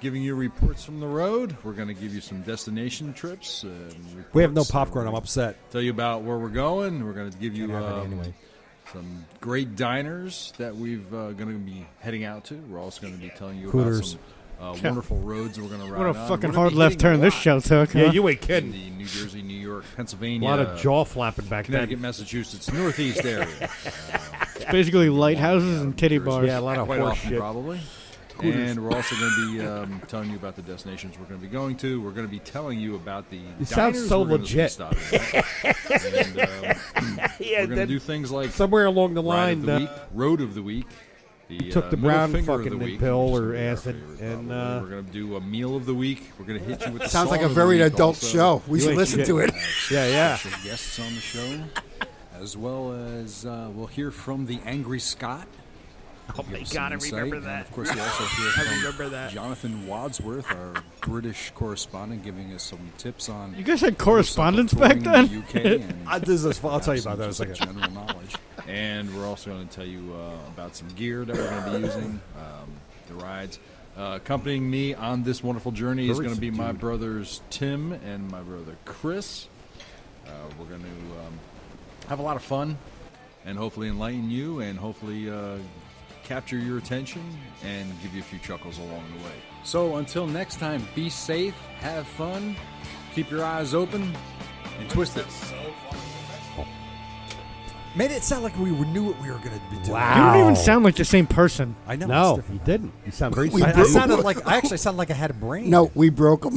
[SPEAKER 1] giving you reports from the road. We're going to give you some destination trips. And
[SPEAKER 4] We have no
[SPEAKER 1] reports. Uh,
[SPEAKER 4] popcorn. I'm
[SPEAKER 1] we're
[SPEAKER 4] upset.
[SPEAKER 1] gonna Tell you about where we're going. We're going to give you
[SPEAKER 4] Can't have
[SPEAKER 1] um,
[SPEAKER 4] any anyway.
[SPEAKER 1] some great diners that we've uh, going to be heading out to. We're also going to be telling you
[SPEAKER 4] Hooters.
[SPEAKER 1] about some uh, wonderful roads we're going to ride
[SPEAKER 2] What a
[SPEAKER 1] on.
[SPEAKER 2] fucking
[SPEAKER 1] We're gonna
[SPEAKER 2] hard
[SPEAKER 1] be
[SPEAKER 2] left
[SPEAKER 1] hitting
[SPEAKER 2] turn
[SPEAKER 1] a
[SPEAKER 2] this show
[SPEAKER 1] lot
[SPEAKER 2] took.
[SPEAKER 5] yeah,
[SPEAKER 2] huh?
[SPEAKER 5] you ain't
[SPEAKER 1] in
[SPEAKER 5] kidding.
[SPEAKER 1] the New Jersey, New York,
[SPEAKER 5] A
[SPEAKER 1] Pennsylvania,
[SPEAKER 5] lot of jaw flapping back
[SPEAKER 1] Connecticut,
[SPEAKER 5] then.
[SPEAKER 1] Massachusetts, Northeast area.
[SPEAKER 2] It's basically lighthouses and kitty
[SPEAKER 1] Jersey.
[SPEAKER 2] bars.
[SPEAKER 5] Yeah, a lot of
[SPEAKER 1] Quite
[SPEAKER 5] horse
[SPEAKER 1] often,
[SPEAKER 5] shit.
[SPEAKER 1] probably. And we're also going to be um, telling you about the destinations we're going to be going to. We're going to be telling you about the.
[SPEAKER 5] It sounds
[SPEAKER 1] diners
[SPEAKER 5] so
[SPEAKER 1] we're gonna be
[SPEAKER 5] legit.
[SPEAKER 1] stopping at. and, um,
[SPEAKER 5] Yeah,
[SPEAKER 1] we're going to do things like
[SPEAKER 5] somewhere along the line,
[SPEAKER 1] ride of the
[SPEAKER 5] uh,
[SPEAKER 1] week, road of the week. The,
[SPEAKER 5] took
[SPEAKER 1] uh,
[SPEAKER 5] the
[SPEAKER 1] middle
[SPEAKER 5] brown
[SPEAKER 1] finger of the
[SPEAKER 5] fucking
[SPEAKER 1] week,
[SPEAKER 5] pill
[SPEAKER 1] which is
[SPEAKER 5] or
[SPEAKER 1] gonna be our
[SPEAKER 5] acid,
[SPEAKER 1] favorite,
[SPEAKER 5] and,
[SPEAKER 1] probably.
[SPEAKER 5] uh,
[SPEAKER 1] we're going to do a meal of the week. We're going to hit you with. the
[SPEAKER 3] Sounds like
[SPEAKER 1] song
[SPEAKER 3] a
[SPEAKER 1] of the
[SPEAKER 3] very
[SPEAKER 1] week
[SPEAKER 3] adult
[SPEAKER 1] also.
[SPEAKER 3] show. We
[SPEAKER 5] You
[SPEAKER 3] should
[SPEAKER 5] ain't
[SPEAKER 3] listen to it.
[SPEAKER 5] Yeah, yeah.
[SPEAKER 1] special guests on the show, as well as uh, we'll hear from the Angry Scott. Oh my God, I remember that. of course, we also hear from Jonathan Wadsworth, our British correspondent, giving us some tips on.
[SPEAKER 2] You guys had correspondence back
[SPEAKER 1] touring in
[SPEAKER 2] then?
[SPEAKER 1] the UK and
[SPEAKER 4] I, this is, I'll tell you
[SPEAKER 1] some
[SPEAKER 4] about that in a
[SPEAKER 1] just
[SPEAKER 4] second.
[SPEAKER 1] General knowledge. And we're also going to tell you uh, about some gear that we're going to be using, um, the rides. Uh, accompanying me on this wonderful journey is going to be my brothers Tim and my brother Chris. Uh, we're going to um, have a lot of fun and hopefully enlighten you and hopefully uh, capture your attention and give you a few chuckles along the way. So until next time, be safe, have fun, keep your eyes open, and twist it.
[SPEAKER 4] Made it sound like we were- knew what we were gonna be doing.
[SPEAKER 2] You
[SPEAKER 5] Wow.
[SPEAKER 2] don't even sound like the same person.
[SPEAKER 4] I know. it's
[SPEAKER 5] No,
[SPEAKER 4] different.
[SPEAKER 5] you didn't. You sound very.
[SPEAKER 3] We
[SPEAKER 5] I- I
[SPEAKER 4] I
[SPEAKER 3] broke-
[SPEAKER 5] sound-
[SPEAKER 4] sounded like I actually sounded like I had a brain.
[SPEAKER 3] No, we broke them.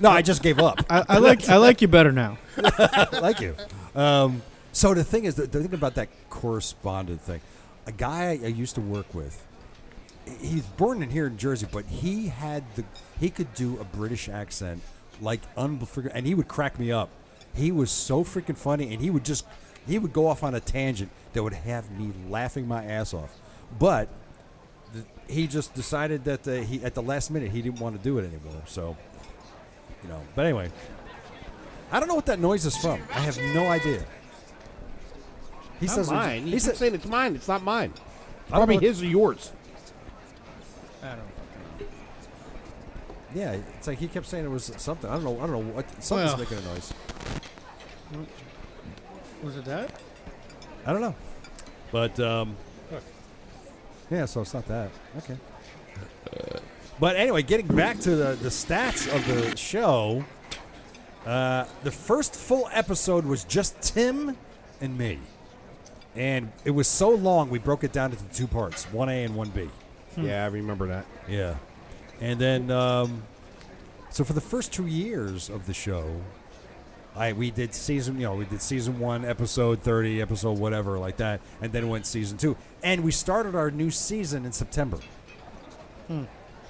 [SPEAKER 4] no, I just gave up.
[SPEAKER 2] I, I like I like you better now.
[SPEAKER 4] Thank you. Um, so the thing is, the, the thing about that correspondent thing, a guy I, I used to work with, he- he's born in here in Jersey, but he had the he could do a British accent like unbelievable, and he would crack me up. He was so freaking funny, and he would just he would go off on a tangent that would have me laughing my ass off. But th- he just decided that uh, he at the last minute he didn't want to do it anymore. So, you know. But anyway, I don't know what that noise is from. I have no idea. He
[SPEAKER 5] Not
[SPEAKER 4] says
[SPEAKER 5] mine.
[SPEAKER 4] He,
[SPEAKER 5] He keeps
[SPEAKER 4] said,
[SPEAKER 5] saying it's mine. It's not mine.
[SPEAKER 4] I don't know
[SPEAKER 5] Probably
[SPEAKER 4] what-
[SPEAKER 5] his or yours.
[SPEAKER 4] Yeah, it's like he kept saying it was something. I don't know. I don't know what. Something's
[SPEAKER 2] Well.
[SPEAKER 4] making a noise.
[SPEAKER 2] Was it that?
[SPEAKER 4] I don't know. But um, yeah, so it's not that. Okay. But anyway, getting back to the, the stats of the show, uh, the first full episode was just Tim and me. And it was so long, we broke it down into two parts 1A and 1B.
[SPEAKER 5] Hmm. Yeah, I remember that.
[SPEAKER 4] Yeah. And then, um, so for the first two years of the show, I we did season, you know, we did season one, episode thirty, episode whatever, like that, and then went season two, and we started our new season in September.
[SPEAKER 2] Hmm.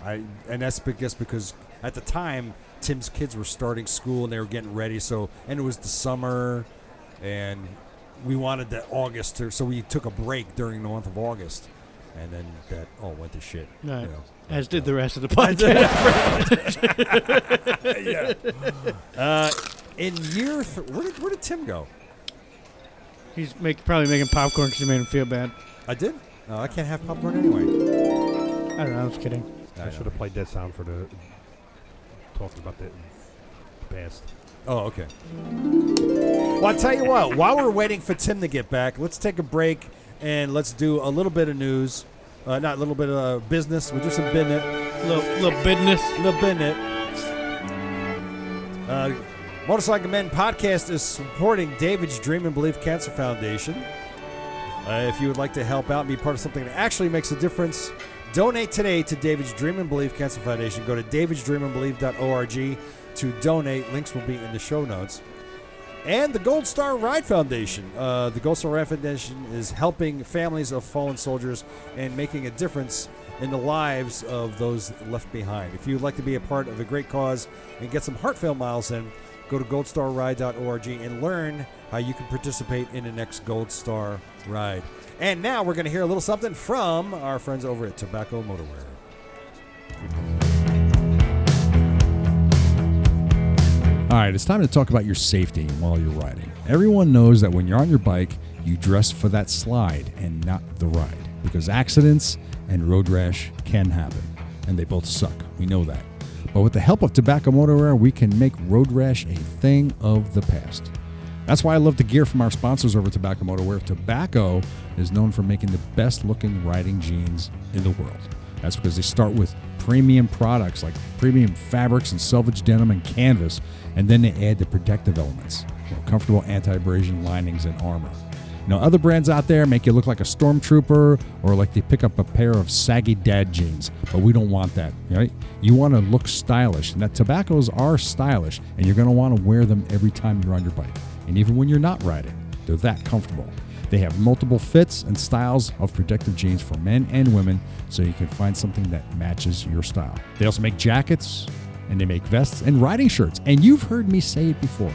[SPEAKER 4] I and that's because because at the time Tim's kids were starting school and they were getting ready, so and it was the summer, and we wanted that August, to, so we took a break during the month of August, and then that all went to shit. you
[SPEAKER 2] Right.
[SPEAKER 4] know.
[SPEAKER 2] As did the rest of the podcast.
[SPEAKER 4] yeah. Uh, in year, th- where did where did Tim go?
[SPEAKER 2] He's make, probably making popcorn because you made him feel bad.
[SPEAKER 4] I did. No, I can't have popcorn anyway.
[SPEAKER 2] I don't know. I was kidding.
[SPEAKER 5] I, should have played that sound for the talking about the past.
[SPEAKER 4] Oh, okay. Well, I'll tell you what. While we're waiting for Tim to get back, let's take a break and let's do a little bit of news. Uh, not a little bit of uh, business. We'll do some business.
[SPEAKER 2] Little, little business.
[SPEAKER 4] Little business. Uh, Motorcycle Men podcast is supporting David's Dream and Believe Cancer Foundation. Uh, if you would like to help out and be part of something that actually makes a difference, donate today to David's Dream and Believe Cancer Foundation. Go to davidsdreamandbelieve.org to donate. Links will be in the show notes. And the Gold Star Ride Foundation. Uh, the Gold Star Ride Foundation is helping families of fallen soldiers and making a difference in the lives of those left behind. If you'd like to be a part of a great cause and get some heartfelt miles in, go to goldstarride.org and learn how you can participate in the next Gold Star Ride. And now we're going to hear a little something from our friends over at Tobacco Motorwear. All right, it's time to talk about your safety while you're riding. Everyone knows that when you're on your bike, you dress for that slide and not the ride because accidents and road rash can happen, and they both suck. We know that. But with the help of Tobacco Motorwear, we can make road rash a thing of the past. That's why I love the gear from our sponsors over at Tobacco Motorwear. Tobacco is known for making the best looking riding jeans in the world. That's because they start with premium products like premium fabrics and selvage denim and canvas, and then they add the protective elements, you know, comfortable anti-abrasion linings and armor. You know, other brands out there make you look like a stormtrooper or like they pick up a pair of saggy dad jeans, but we don't want that, right? You want to look stylish, and that tobaccos are stylish, and you're going to want to wear them every time you're on your bike, and even when you're not riding, they're that comfortable. They have multiple fits and styles of protective jeans for men and women, so you can find something that matches your style. They also make jackets, and they make vests and riding shirts. And you've heard me say it before.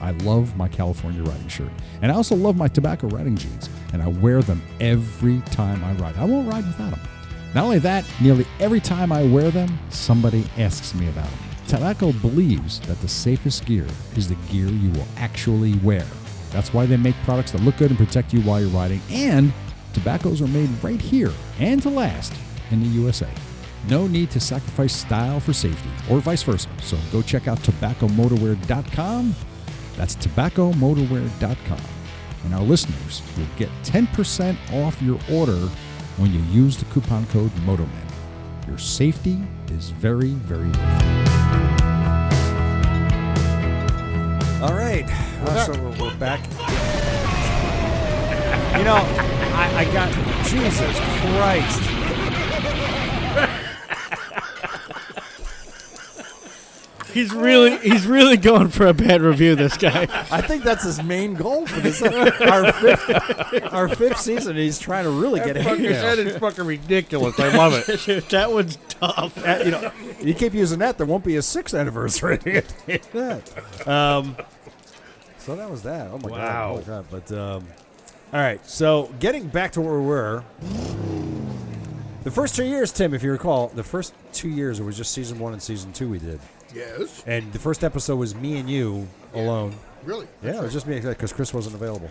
[SPEAKER 4] I love my California riding shirt. And I also love my tobacco riding jeans. And I wear them every time I ride. I won't ride without them. Not only that, nearly every time I wear them, somebody asks me about them. Tobacco believes that the safest gear is the gear you will actually wear. That's why they make products that look good and protect you while you're riding. And tobaccos are made right here and to last in the USA. No need to sacrifice style for safety or vice versa. So go check out tobaccomotorwear.com. That's tobaccomotorwear.com. And our listeners will get 10% off your order when you use the coupon code MOTOMAN. Your safety is very, very worth it. All right. so we're, we're back. You know, I, I got Jesus Christ.
[SPEAKER 2] He's really, he's really going for a bad review. This guy.
[SPEAKER 4] I think that's his main goal for this. uh, our, fifth, our fifth season, he's trying to really get
[SPEAKER 5] fucking
[SPEAKER 4] ahead.
[SPEAKER 5] is fucking ridiculous. I love it.
[SPEAKER 2] that one's tough.
[SPEAKER 4] Uh, you know, you keep using that, there won't be a sixth anniversary. that. Um, so that was that. Oh my
[SPEAKER 5] Wow.
[SPEAKER 4] god! Oh my god! But um, all right. So getting back to where we were, the first two years, Tim, if you recall, the first two years it was just season one and season two we did,
[SPEAKER 7] Yes.
[SPEAKER 4] and the first episode was me and you alone.
[SPEAKER 7] Really?
[SPEAKER 4] Yeah, it was just me because Chris wasn't available.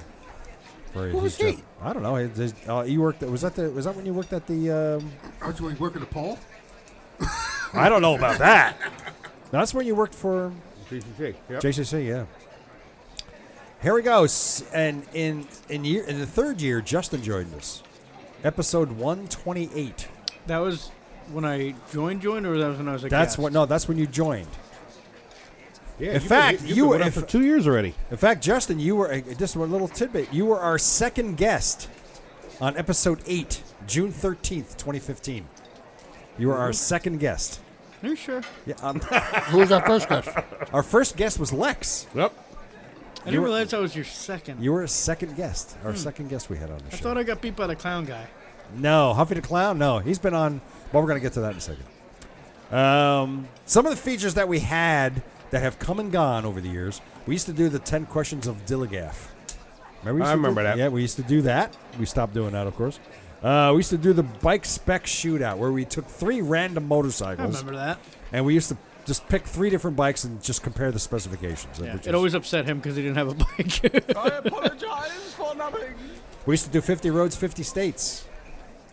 [SPEAKER 4] For
[SPEAKER 7] Who was
[SPEAKER 4] his
[SPEAKER 7] he?
[SPEAKER 4] job. I don't know. He- this-
[SPEAKER 3] Oh,
[SPEAKER 4] uh, you worked. Was that the? Was that when you worked at the? Um,
[SPEAKER 7] I was working at Paul.
[SPEAKER 4] I don't know about that. Now, that's when you worked for
[SPEAKER 5] JCC. Yep.
[SPEAKER 4] JCC, yeah. Here we go. S- And in in year in the third year, Justin joined us. Episode one twenty eight.
[SPEAKER 2] That was when I joined, joined, or that was when I was a
[SPEAKER 4] That's
[SPEAKER 2] guest?
[SPEAKER 4] what. No, that's when you joined.
[SPEAKER 5] Yeah,
[SPEAKER 4] in
[SPEAKER 5] you've been-
[SPEAKER 4] fact,
[SPEAKER 5] you've
[SPEAKER 4] you,
[SPEAKER 5] been with
[SPEAKER 4] were
[SPEAKER 5] us for two years already.
[SPEAKER 4] In fact, Justin, you were uh, just one little tidbit. You were our second guest on episode eight, June thirteenth, twenty fifteen. You were our second guest.
[SPEAKER 2] Are you sure?
[SPEAKER 4] Yeah, um,
[SPEAKER 3] Mm-hmm. Who was our first guest?
[SPEAKER 4] our first guest was Lex.
[SPEAKER 5] Yep.
[SPEAKER 2] I didn't
[SPEAKER 4] You were-
[SPEAKER 2] realize I was your second.
[SPEAKER 4] You were a second guest. Our
[SPEAKER 2] Hmm.
[SPEAKER 4] second guest we had on the
[SPEAKER 2] I
[SPEAKER 4] show.
[SPEAKER 2] thought I got beat by the clown guy.
[SPEAKER 4] No, Huffy the Clown. No, he's been on. Well, we're gonna get to that in a second. Um, some of the features that we had that have come and gone over the years. We used to do the ten questions of Dilligaff. Remember we used
[SPEAKER 5] I
[SPEAKER 4] to do-
[SPEAKER 5] remember that.
[SPEAKER 4] Yeah, we used to do that. We stopped doing that, of course. Uh, we used to do the bike spec shootout where we took three random
[SPEAKER 2] I
[SPEAKER 4] motorcycles
[SPEAKER 2] remember that.
[SPEAKER 4] and we used to just pick three different bikes and just compare the specifications.
[SPEAKER 2] Yeah.
[SPEAKER 4] which
[SPEAKER 2] It
[SPEAKER 4] is-
[SPEAKER 2] always upset him because he didn't have a bike.
[SPEAKER 9] I apologize for nothing.
[SPEAKER 4] we used to do fifty roads, fifty states,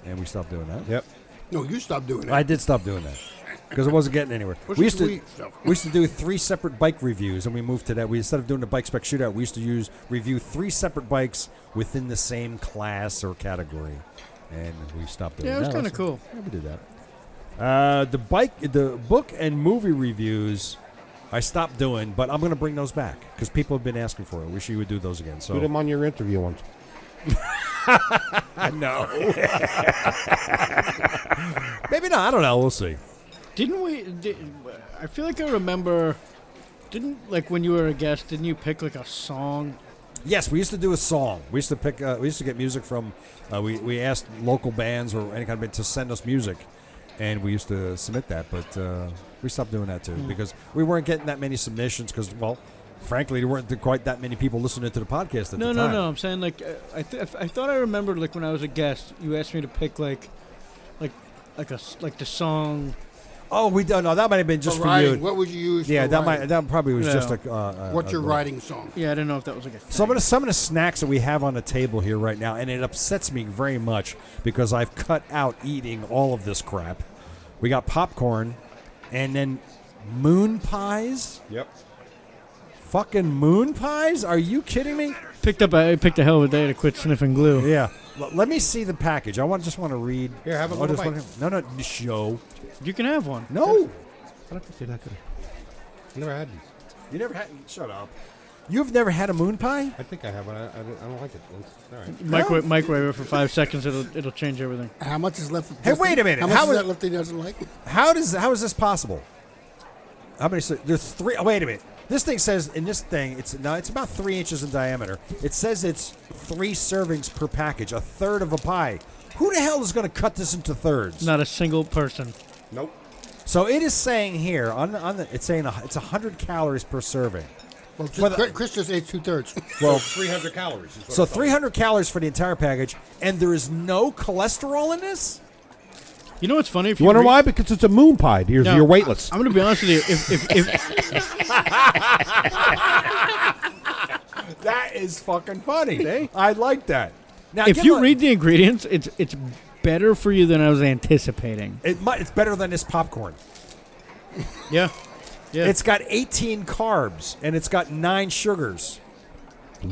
[SPEAKER 4] and we stopped doing that.
[SPEAKER 5] Yep.
[SPEAKER 3] No, you stopped doing that.
[SPEAKER 4] I did stop doing that because it wasn't getting anywhere.
[SPEAKER 3] What's
[SPEAKER 4] we
[SPEAKER 3] the
[SPEAKER 4] used to
[SPEAKER 3] sweet stuff?
[SPEAKER 4] we used to do three separate bike reviews, and we moved to that. We instead of doing the bike spec shootout, we used to use review three separate bikes within the same class or category, and we stopped doing
[SPEAKER 2] Yeah, it
[SPEAKER 4] that.
[SPEAKER 2] was kinda
[SPEAKER 4] also.
[SPEAKER 2] cool.
[SPEAKER 4] Yeah, we did that. Uh, the bike, the book, and movie reviews. I stopped doing, but I'm going to bring those back because people have been asking for it. I wish you would do those again. So
[SPEAKER 5] Put him on your interview once.
[SPEAKER 4] no, maybe not. I don't know. We'll see.
[SPEAKER 2] didn't we? Did, I feel like I remember. Didn't like when you were a guest? Didn't you pick like a song?
[SPEAKER 4] Yes, we used to do a song. We used to pick. Uh, we used to get music from. Uh, we we asked local bands or any kind of band to send us music, and we used to submit that. But uh, we stopped doing that
[SPEAKER 2] Hmm.
[SPEAKER 4] too because we weren't getting that many submissions. Because well, frankly, there weren't quite that many people listening to the podcast at
[SPEAKER 2] No,
[SPEAKER 4] the
[SPEAKER 2] no,
[SPEAKER 4] time.
[SPEAKER 2] no. I'm saying like uh, I, th- I thought I remembered like when I was a guest, you asked me to pick like, like, like a s- like the song.
[SPEAKER 4] Oh, we don't. No, that might have been just
[SPEAKER 3] For
[SPEAKER 4] for
[SPEAKER 3] riding,
[SPEAKER 4] you.
[SPEAKER 3] What would you use?
[SPEAKER 4] Yeah,
[SPEAKER 3] for
[SPEAKER 4] that might.
[SPEAKER 3] riding?
[SPEAKER 4] That probably was
[SPEAKER 2] Yeah.
[SPEAKER 4] just like. Uh, uh,
[SPEAKER 3] What's
[SPEAKER 4] a
[SPEAKER 3] your
[SPEAKER 4] little-
[SPEAKER 3] riding song?
[SPEAKER 2] Yeah, I didn't know if that was like a.
[SPEAKER 4] Some of, the, some of the snacks that we have on the table here right now, and it upsets me very much because I've cut out eating all of this crap. We got popcorn and then moon pies.
[SPEAKER 5] Yep.
[SPEAKER 4] Fucking moon pies? Are you kidding me?
[SPEAKER 2] picked up. I picked a hell of a day to quit sniffing glue.
[SPEAKER 4] Yeah. L- let me see the package. I want just want to read.
[SPEAKER 5] Here, have a
[SPEAKER 4] I
[SPEAKER 5] little
[SPEAKER 4] just
[SPEAKER 5] bite.
[SPEAKER 4] wanna- No, no, show.
[SPEAKER 2] You can have one.
[SPEAKER 4] No.
[SPEAKER 5] I don't think they're that good. I never had these.
[SPEAKER 4] You never had. Shut up. You've never had a moon pie?
[SPEAKER 5] I think I have, but I, I, don't, I don't like it. It's- all right.
[SPEAKER 2] Microwave, microwave it for five seconds. It'll it'll change everything.
[SPEAKER 3] How much is left?
[SPEAKER 4] Hey, wait a minute.
[SPEAKER 3] How much
[SPEAKER 4] How
[SPEAKER 3] is
[SPEAKER 4] is-
[SPEAKER 3] that left that he doesn't like?
[SPEAKER 4] How does how is this possible? How many? se- There's three. Oh, wait a minute. This thing says in this thing it's now it's about three inches in diameter. It says it's three servings per package, a third of a pie. Who the hell is going to cut this into thirds?
[SPEAKER 2] Not a single person.
[SPEAKER 5] Nope.
[SPEAKER 4] So it is saying here on the, on the it's saying a, it's hundred calories per serving.
[SPEAKER 3] Well,
[SPEAKER 4] For the-
[SPEAKER 3] Chris- Chris just ate two thirds.
[SPEAKER 5] Well, 300 calories. Is what
[SPEAKER 4] So
[SPEAKER 5] I thought.
[SPEAKER 4] 300 calories for the entire package, and there is no cholesterol in this.
[SPEAKER 2] You know what's funny? If
[SPEAKER 5] You wonder
[SPEAKER 2] re-
[SPEAKER 5] why? Because it's a moon pie. You're,
[SPEAKER 2] No,
[SPEAKER 5] you're weightless.
[SPEAKER 2] I'm gonna be honest with you. If if, if
[SPEAKER 4] That is fucking funny. I like that. Now,
[SPEAKER 2] if
[SPEAKER 4] give
[SPEAKER 2] you
[SPEAKER 4] a-
[SPEAKER 2] read the ingredients, it's it's better for you than I was anticipating.
[SPEAKER 4] it, might, it's better than this popcorn.
[SPEAKER 2] Yeah, yeah.
[SPEAKER 4] It's got 18 carbs and it's got nine sugars.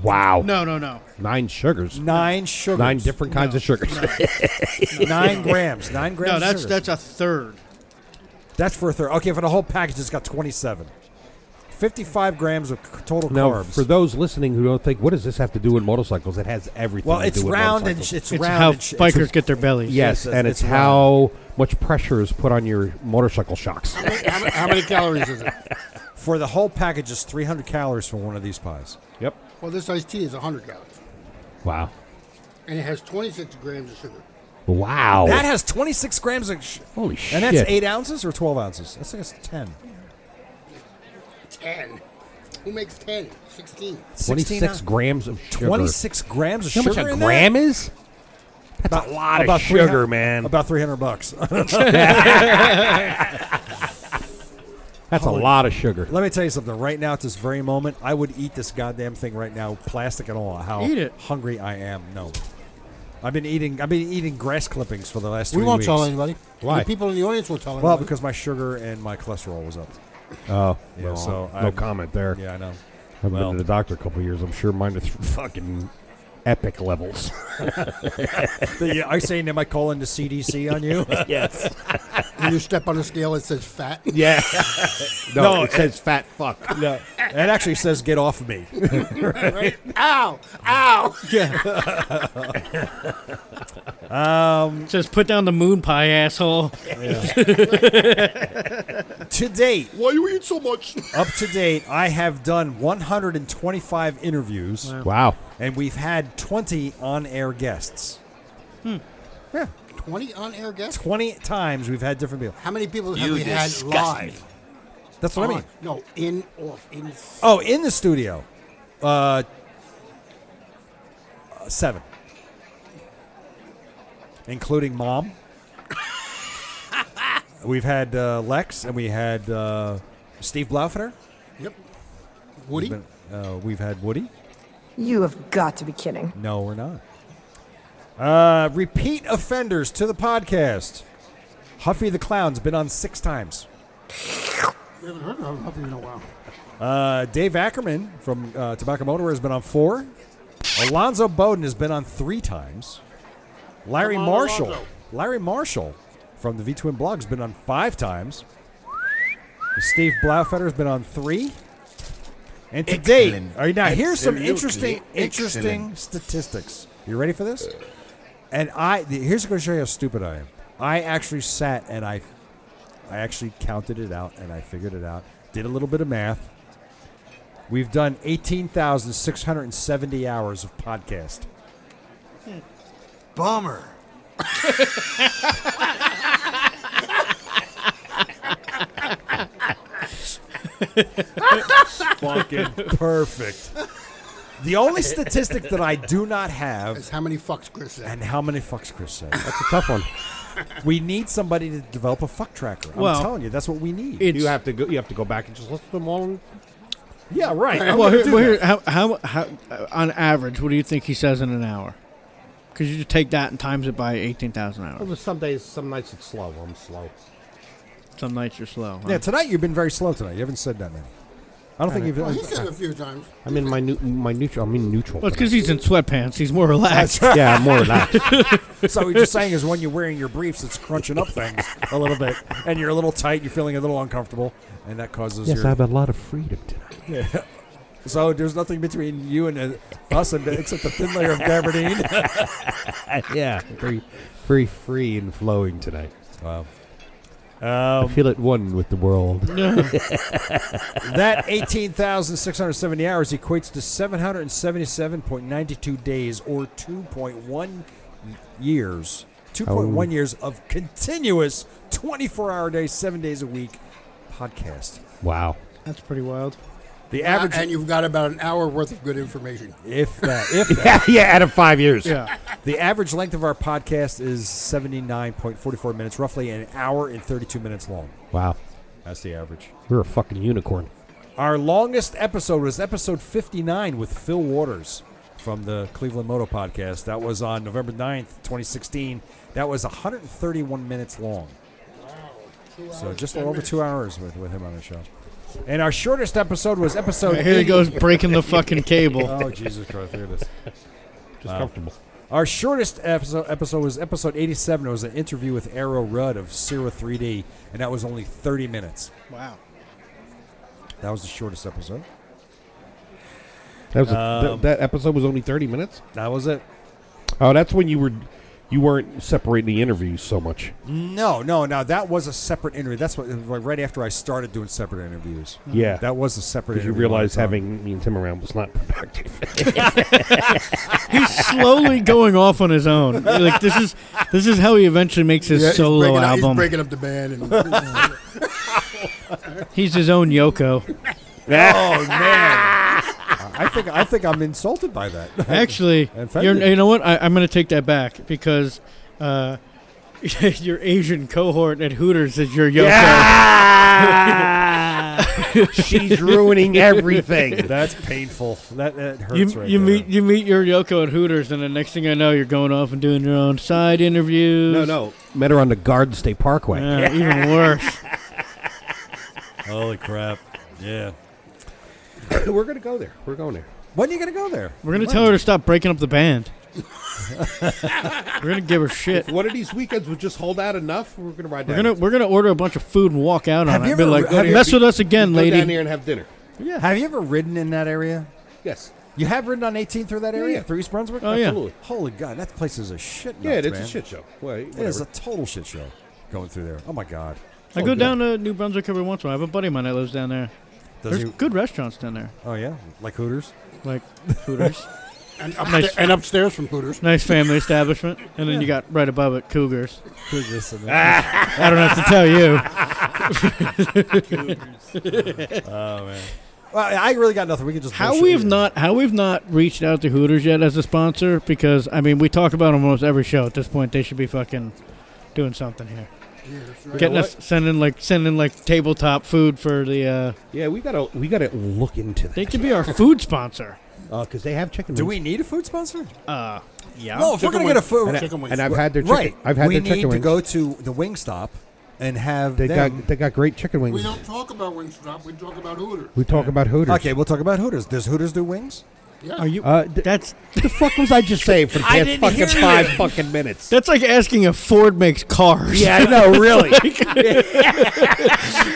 [SPEAKER 5] wow.
[SPEAKER 2] no, no, no.
[SPEAKER 5] Nine sugars.
[SPEAKER 4] Nine sugars.
[SPEAKER 5] Nine different kinds of sugars.
[SPEAKER 4] Nine grams. Nine grams.
[SPEAKER 2] No,
[SPEAKER 4] of
[SPEAKER 2] that's
[SPEAKER 4] sugar.
[SPEAKER 2] that's a third.
[SPEAKER 4] That's for a third. Okay, for the whole package, it's got 27. 55 grams of c- total
[SPEAKER 5] Now,
[SPEAKER 4] carbs.
[SPEAKER 5] for those listening who don't think, what does this have to do with motorcycles? It has everything.
[SPEAKER 4] well,
[SPEAKER 5] to
[SPEAKER 4] it's
[SPEAKER 5] do with
[SPEAKER 4] round and sh-
[SPEAKER 5] motorcycles.
[SPEAKER 4] it's,
[SPEAKER 2] It's
[SPEAKER 4] round.
[SPEAKER 2] how
[SPEAKER 4] and sh-
[SPEAKER 2] bikers get their bellies.
[SPEAKER 5] yes,
[SPEAKER 4] it's-
[SPEAKER 5] and
[SPEAKER 4] it's
[SPEAKER 5] it's, how much pressure is put on your motorcycle shocks.
[SPEAKER 3] how, many, how many calories is it?
[SPEAKER 4] for the whole package is 300 calories for one of these pies.
[SPEAKER 5] yep.
[SPEAKER 3] Well, this iced tea is 100 calories,
[SPEAKER 5] Wow.
[SPEAKER 3] and it has 26 grams of sugar.
[SPEAKER 5] Wow.
[SPEAKER 4] That has 26 grams of. Sh-
[SPEAKER 5] Oh. Holy
[SPEAKER 4] and
[SPEAKER 5] shit.
[SPEAKER 4] that's eight ounces or 12 ounces. I think it's 10.
[SPEAKER 3] 10. Who makes 10? 16.
[SPEAKER 4] 16
[SPEAKER 5] 26
[SPEAKER 4] ounce-
[SPEAKER 5] grams of sugar.
[SPEAKER 4] 26 grams uh, of
[SPEAKER 5] You know
[SPEAKER 4] sugar.
[SPEAKER 5] how much a
[SPEAKER 4] in there?
[SPEAKER 5] gram is? That's
[SPEAKER 4] About-
[SPEAKER 5] a lot
[SPEAKER 4] about
[SPEAKER 5] of sugar,
[SPEAKER 4] 300
[SPEAKER 5] man.
[SPEAKER 4] About 300 bucks.
[SPEAKER 5] That's a lot of sugar.
[SPEAKER 4] Let me tell you something. Right now, at this very moment, I would eat this goddamn thing right now, plastic and all. How
[SPEAKER 2] Eat it.
[SPEAKER 4] hungry I am. No. I've been eating. I've been eating grass clippings for the last.
[SPEAKER 3] We
[SPEAKER 4] three
[SPEAKER 3] won't
[SPEAKER 4] weeks.
[SPEAKER 3] tell anybody.
[SPEAKER 4] Why?
[SPEAKER 3] The people in the audience will tell
[SPEAKER 4] Well,
[SPEAKER 3] anybody.
[SPEAKER 4] because my sugar and my cholesterol was up.
[SPEAKER 11] Oh,
[SPEAKER 4] yeah.
[SPEAKER 11] well,
[SPEAKER 4] so
[SPEAKER 11] no
[SPEAKER 4] I'm-
[SPEAKER 11] comment there.
[SPEAKER 4] Yeah, I know.
[SPEAKER 11] I haven't
[SPEAKER 4] Well-
[SPEAKER 11] been to the doctor a couple of years. I'm sure mine is fucking epic levels.
[SPEAKER 4] The- Are you saying am I calling the CDC on you?
[SPEAKER 11] Yes.
[SPEAKER 3] when you step on a scale, it says fat.
[SPEAKER 11] Yeah. No, it says fat fuck.
[SPEAKER 4] No, it actually says get off me.
[SPEAKER 3] right? Ow! Ow!
[SPEAKER 4] Um,
[SPEAKER 2] Just put down the moon pie, asshole.
[SPEAKER 4] to date,
[SPEAKER 3] Why you eat so much?
[SPEAKER 4] up to date, I have done 125 interviews.
[SPEAKER 11] Wow.
[SPEAKER 4] And we've had 20 on-air guests. Yeah.
[SPEAKER 3] 20 on air guests?
[SPEAKER 4] 20 times we've had different people.
[SPEAKER 3] How many people have
[SPEAKER 10] You
[SPEAKER 3] we had
[SPEAKER 10] disgust
[SPEAKER 3] live?
[SPEAKER 4] That's what I mean.
[SPEAKER 3] On. No, in, off, in.
[SPEAKER 4] Oh, in the studio, uh, uh, seven, including mom. We've had uh, Lex, and we had uh, Steve Blaufetter.
[SPEAKER 3] Yep. Woody?
[SPEAKER 4] We've, been- uh, we've had Woody.
[SPEAKER 12] You have got to be kidding.
[SPEAKER 4] No, we're not. Uh, repeat offenders to the podcast. Huffy the Clown's been on six times.
[SPEAKER 3] We haven't heard of him in a while.
[SPEAKER 4] Uh, Dave Ackerman from uh, Tobacco Motor has been on four. Alonzo Bowden has been on three times. Larry
[SPEAKER 3] Come on,
[SPEAKER 4] Marshall,
[SPEAKER 3] Alonzo.
[SPEAKER 4] Larry Marshall from the V Twin Blog has been on five times. Steve Blaufetter has been on three. And today,
[SPEAKER 5] Excellent.
[SPEAKER 4] all right, now here's some
[SPEAKER 5] Absolutely
[SPEAKER 4] interesting, interesting
[SPEAKER 5] excellent.
[SPEAKER 4] statistics. You ready for this? And I the- here's going to show you how stupid I am. I actually sat and I, I actually counted it out and I figured it out. Did a little bit of math. We've done eighteen thousand six hundred and seventy hours of podcast.
[SPEAKER 3] Bummer.
[SPEAKER 4] Fucking perfect. The only statistic that I do not have
[SPEAKER 3] That's how many fucks Chris said.
[SPEAKER 4] and how many fucks Chris said.
[SPEAKER 11] That's a tough one.
[SPEAKER 4] We need somebody to develop a fuck tracker. I'm
[SPEAKER 2] Well,
[SPEAKER 4] telling you, that's what we need.
[SPEAKER 2] It's,
[SPEAKER 11] You have to go. You have to go back and just listen to them all. and-
[SPEAKER 4] yeah, right. I'm
[SPEAKER 2] well,
[SPEAKER 4] gonna
[SPEAKER 2] here,
[SPEAKER 4] do
[SPEAKER 2] well,
[SPEAKER 4] that.
[SPEAKER 2] here, how, how, how, uh, on average, what do you think he says in an hour? Because you just take that and times it by 18,000
[SPEAKER 11] Well,
[SPEAKER 2] hours.
[SPEAKER 11] there's some days, some nights it's slow. I'm slow.
[SPEAKER 2] Some nights you're slow. Huh?
[SPEAKER 4] Yeah, tonight you've been very slow tonight. You haven't said that many. I don't think you've.
[SPEAKER 3] Well, he said a few times.
[SPEAKER 11] I'm in my new, my neutral. I'm in neutral.
[SPEAKER 2] well, it's
[SPEAKER 11] today.
[SPEAKER 2] because he's in sweatpants. He's more relaxed.
[SPEAKER 11] yeah, more or less.
[SPEAKER 4] so what you're saying is when you're wearing your briefs, it's crunching up things a little bit, and you're a little tight. You're feeling a little uncomfortable, and that causes
[SPEAKER 11] yes,
[SPEAKER 4] your.
[SPEAKER 11] I have a lot of freedom tonight.
[SPEAKER 4] so there's nothing between you and uh, us, and except the thin layer of gabardine.
[SPEAKER 11] yeah, very, very free and flowing tonight.
[SPEAKER 4] wow.
[SPEAKER 11] I feel at one with the world.
[SPEAKER 4] That 18,670 hours equates to 777.92 days or 2.1 years. 2.1
[SPEAKER 11] Oh.
[SPEAKER 4] years of continuous 24 hour days, seven days a week podcast.
[SPEAKER 11] Wow.
[SPEAKER 2] That's pretty wild.
[SPEAKER 4] The
[SPEAKER 3] Uh,
[SPEAKER 4] average,
[SPEAKER 3] and you've got about an hour worth of good information.
[SPEAKER 4] if that, if that,
[SPEAKER 11] Yeah, yeah. Out of five years.
[SPEAKER 2] Yeah.
[SPEAKER 4] the average length of our podcast is 79.44 minutes, roughly an hour and 32 minutes long.
[SPEAKER 11] Wow.
[SPEAKER 4] That's the average.
[SPEAKER 11] We're a fucking unicorn.
[SPEAKER 4] Our longest episode was episode 59 with Phil Waters from the Cleveland Moto Podcast. That was on November 9th, 2016. That was 131 minutes long. So just a little over two hours with, with him on the show. And our shortest episode was episode.
[SPEAKER 2] Here he
[SPEAKER 4] 80.
[SPEAKER 2] goes breaking the fucking cable.
[SPEAKER 4] Oh, Jesus Christ. Look at this.
[SPEAKER 11] Just comfortable.
[SPEAKER 4] Our shortest episode, episode was episode 87. It was an interview with Arrow Rudd of Sierra 3D, and that was only 30 minutes.
[SPEAKER 2] Wow.
[SPEAKER 4] That was the shortest episode.
[SPEAKER 11] That was a, th-
[SPEAKER 4] Um,
[SPEAKER 11] that episode was only thirty minutes.
[SPEAKER 4] That was it.
[SPEAKER 11] Oh, that's when you were, you weren't separating the interviews so much.
[SPEAKER 4] No, no, no. That was a separate interview. That's what right after I started doing separate interviews.
[SPEAKER 11] Yeah.
[SPEAKER 4] That was a separate.
[SPEAKER 11] because you
[SPEAKER 4] interview
[SPEAKER 11] realize
[SPEAKER 4] all the time.
[SPEAKER 11] having me and Tim around was not productive.
[SPEAKER 2] He's slowly going off on his own. Like this is this is how he eventually makes his
[SPEAKER 3] Yeah, he's
[SPEAKER 2] solo
[SPEAKER 3] breaking up-
[SPEAKER 2] album.
[SPEAKER 3] he's breaking up the band. And,
[SPEAKER 2] He's his own Yoko.
[SPEAKER 4] Oh man. I think I think I'm insulted by that.
[SPEAKER 2] Actually, you're,
[SPEAKER 4] Offended.
[SPEAKER 2] you know what? I, I'm going to take that back because uh, your Asian cohort at Hooters is your Yoko.
[SPEAKER 11] She's ruining everything.
[SPEAKER 4] That's painful. That, that hurts
[SPEAKER 2] You,
[SPEAKER 4] right
[SPEAKER 2] you
[SPEAKER 4] there.
[SPEAKER 2] meet you meet your Yoko at Hooters, and the next thing I know, you're going off and doing your own side interviews.
[SPEAKER 11] No, no. Met her on the Garden State Parkway.
[SPEAKER 2] Yeah, even worse.
[SPEAKER 4] Holy crap. Yeah.
[SPEAKER 5] We're going to go there. We're going there.
[SPEAKER 4] When are you going to go there?
[SPEAKER 2] We're gonna tell her to stop breaking up the band. We're gonna give her shit.
[SPEAKER 5] If one of these weekends would just hold out enough, we're going to ride
[SPEAKER 2] We're
[SPEAKER 5] down.
[SPEAKER 2] gonna we're gonna order a bunch of food and walk out
[SPEAKER 5] Have
[SPEAKER 2] on
[SPEAKER 5] you
[SPEAKER 2] it. Be
[SPEAKER 5] ever-
[SPEAKER 2] like,
[SPEAKER 5] have you-
[SPEAKER 2] mess with us again,
[SPEAKER 5] go
[SPEAKER 2] lady.
[SPEAKER 5] down here and have dinner.
[SPEAKER 2] Yeah.
[SPEAKER 4] Have you ever ridden in that area?
[SPEAKER 5] Yes.
[SPEAKER 4] You have ridden on 18 through that area
[SPEAKER 5] yeah.
[SPEAKER 4] through East Brunswick?
[SPEAKER 5] Oh, yeah. Absolutely.
[SPEAKER 4] Holy God, that place is a shit
[SPEAKER 5] Yeah,
[SPEAKER 4] nuts,
[SPEAKER 5] it's a
[SPEAKER 4] man.
[SPEAKER 5] shit show. Well,
[SPEAKER 4] it is
[SPEAKER 5] whatever.
[SPEAKER 4] a total shit show going through there. Oh, my God.
[SPEAKER 2] I
[SPEAKER 4] Oh,
[SPEAKER 2] go
[SPEAKER 4] God.
[SPEAKER 2] down to New Brunswick every once in a while. I have a buddy of mine that lives down there.
[SPEAKER 4] Does
[SPEAKER 2] There's
[SPEAKER 4] he-
[SPEAKER 2] good restaurants down there,
[SPEAKER 4] Oh, yeah? Like Hooters?
[SPEAKER 2] like Hooters.
[SPEAKER 3] And, upsta-
[SPEAKER 2] Nice.
[SPEAKER 3] and upstairs from Hooters.
[SPEAKER 2] Nice family establishment, and then
[SPEAKER 3] Yeah.
[SPEAKER 2] you got right above it Cougars.
[SPEAKER 4] Cougars.
[SPEAKER 2] I don't have to tell you.
[SPEAKER 4] oh, man. Well, I really got nothing. We could just.
[SPEAKER 2] how
[SPEAKER 4] bullshit
[SPEAKER 2] we've
[SPEAKER 4] here.
[SPEAKER 2] not how we've not reached out to Hooters yet as a sponsor because I mean we talk about them almost every show at this point. They should be fucking doing something here. Getting us sending like sending like tabletop food for the. Uh,
[SPEAKER 5] yeah, we gotta we gotta look into that.
[SPEAKER 2] They could be our food sponsor.
[SPEAKER 5] Because they have chicken
[SPEAKER 4] Do
[SPEAKER 5] wings.
[SPEAKER 4] we need a food sponsor?
[SPEAKER 2] Uh, yeah.
[SPEAKER 4] No, if we're gonna get a food,
[SPEAKER 5] And I- and I've had their chicken-
[SPEAKER 4] Right.
[SPEAKER 5] I've had
[SPEAKER 4] we
[SPEAKER 5] their chicken
[SPEAKER 4] need to
[SPEAKER 5] wings.
[SPEAKER 4] go to the Wingstop and have
[SPEAKER 5] They
[SPEAKER 4] them.
[SPEAKER 5] got they got great chicken wings.
[SPEAKER 3] We don't talk about Wingstop. We talk about Hooters.
[SPEAKER 5] We talk about Hooters.
[SPEAKER 4] Okay, we'll talk about Hooters. Does Hooters do wings?
[SPEAKER 3] Yeah.
[SPEAKER 2] Are you?
[SPEAKER 5] Uh, th-
[SPEAKER 2] that's
[SPEAKER 5] the fuck was I just saying for the
[SPEAKER 2] I
[SPEAKER 5] past
[SPEAKER 2] didn't
[SPEAKER 5] fucking
[SPEAKER 2] hear
[SPEAKER 5] five
[SPEAKER 2] you.
[SPEAKER 5] fucking minutes?
[SPEAKER 2] That's like asking if Ford makes cars.
[SPEAKER 5] Yeah, I know, really.
[SPEAKER 2] It's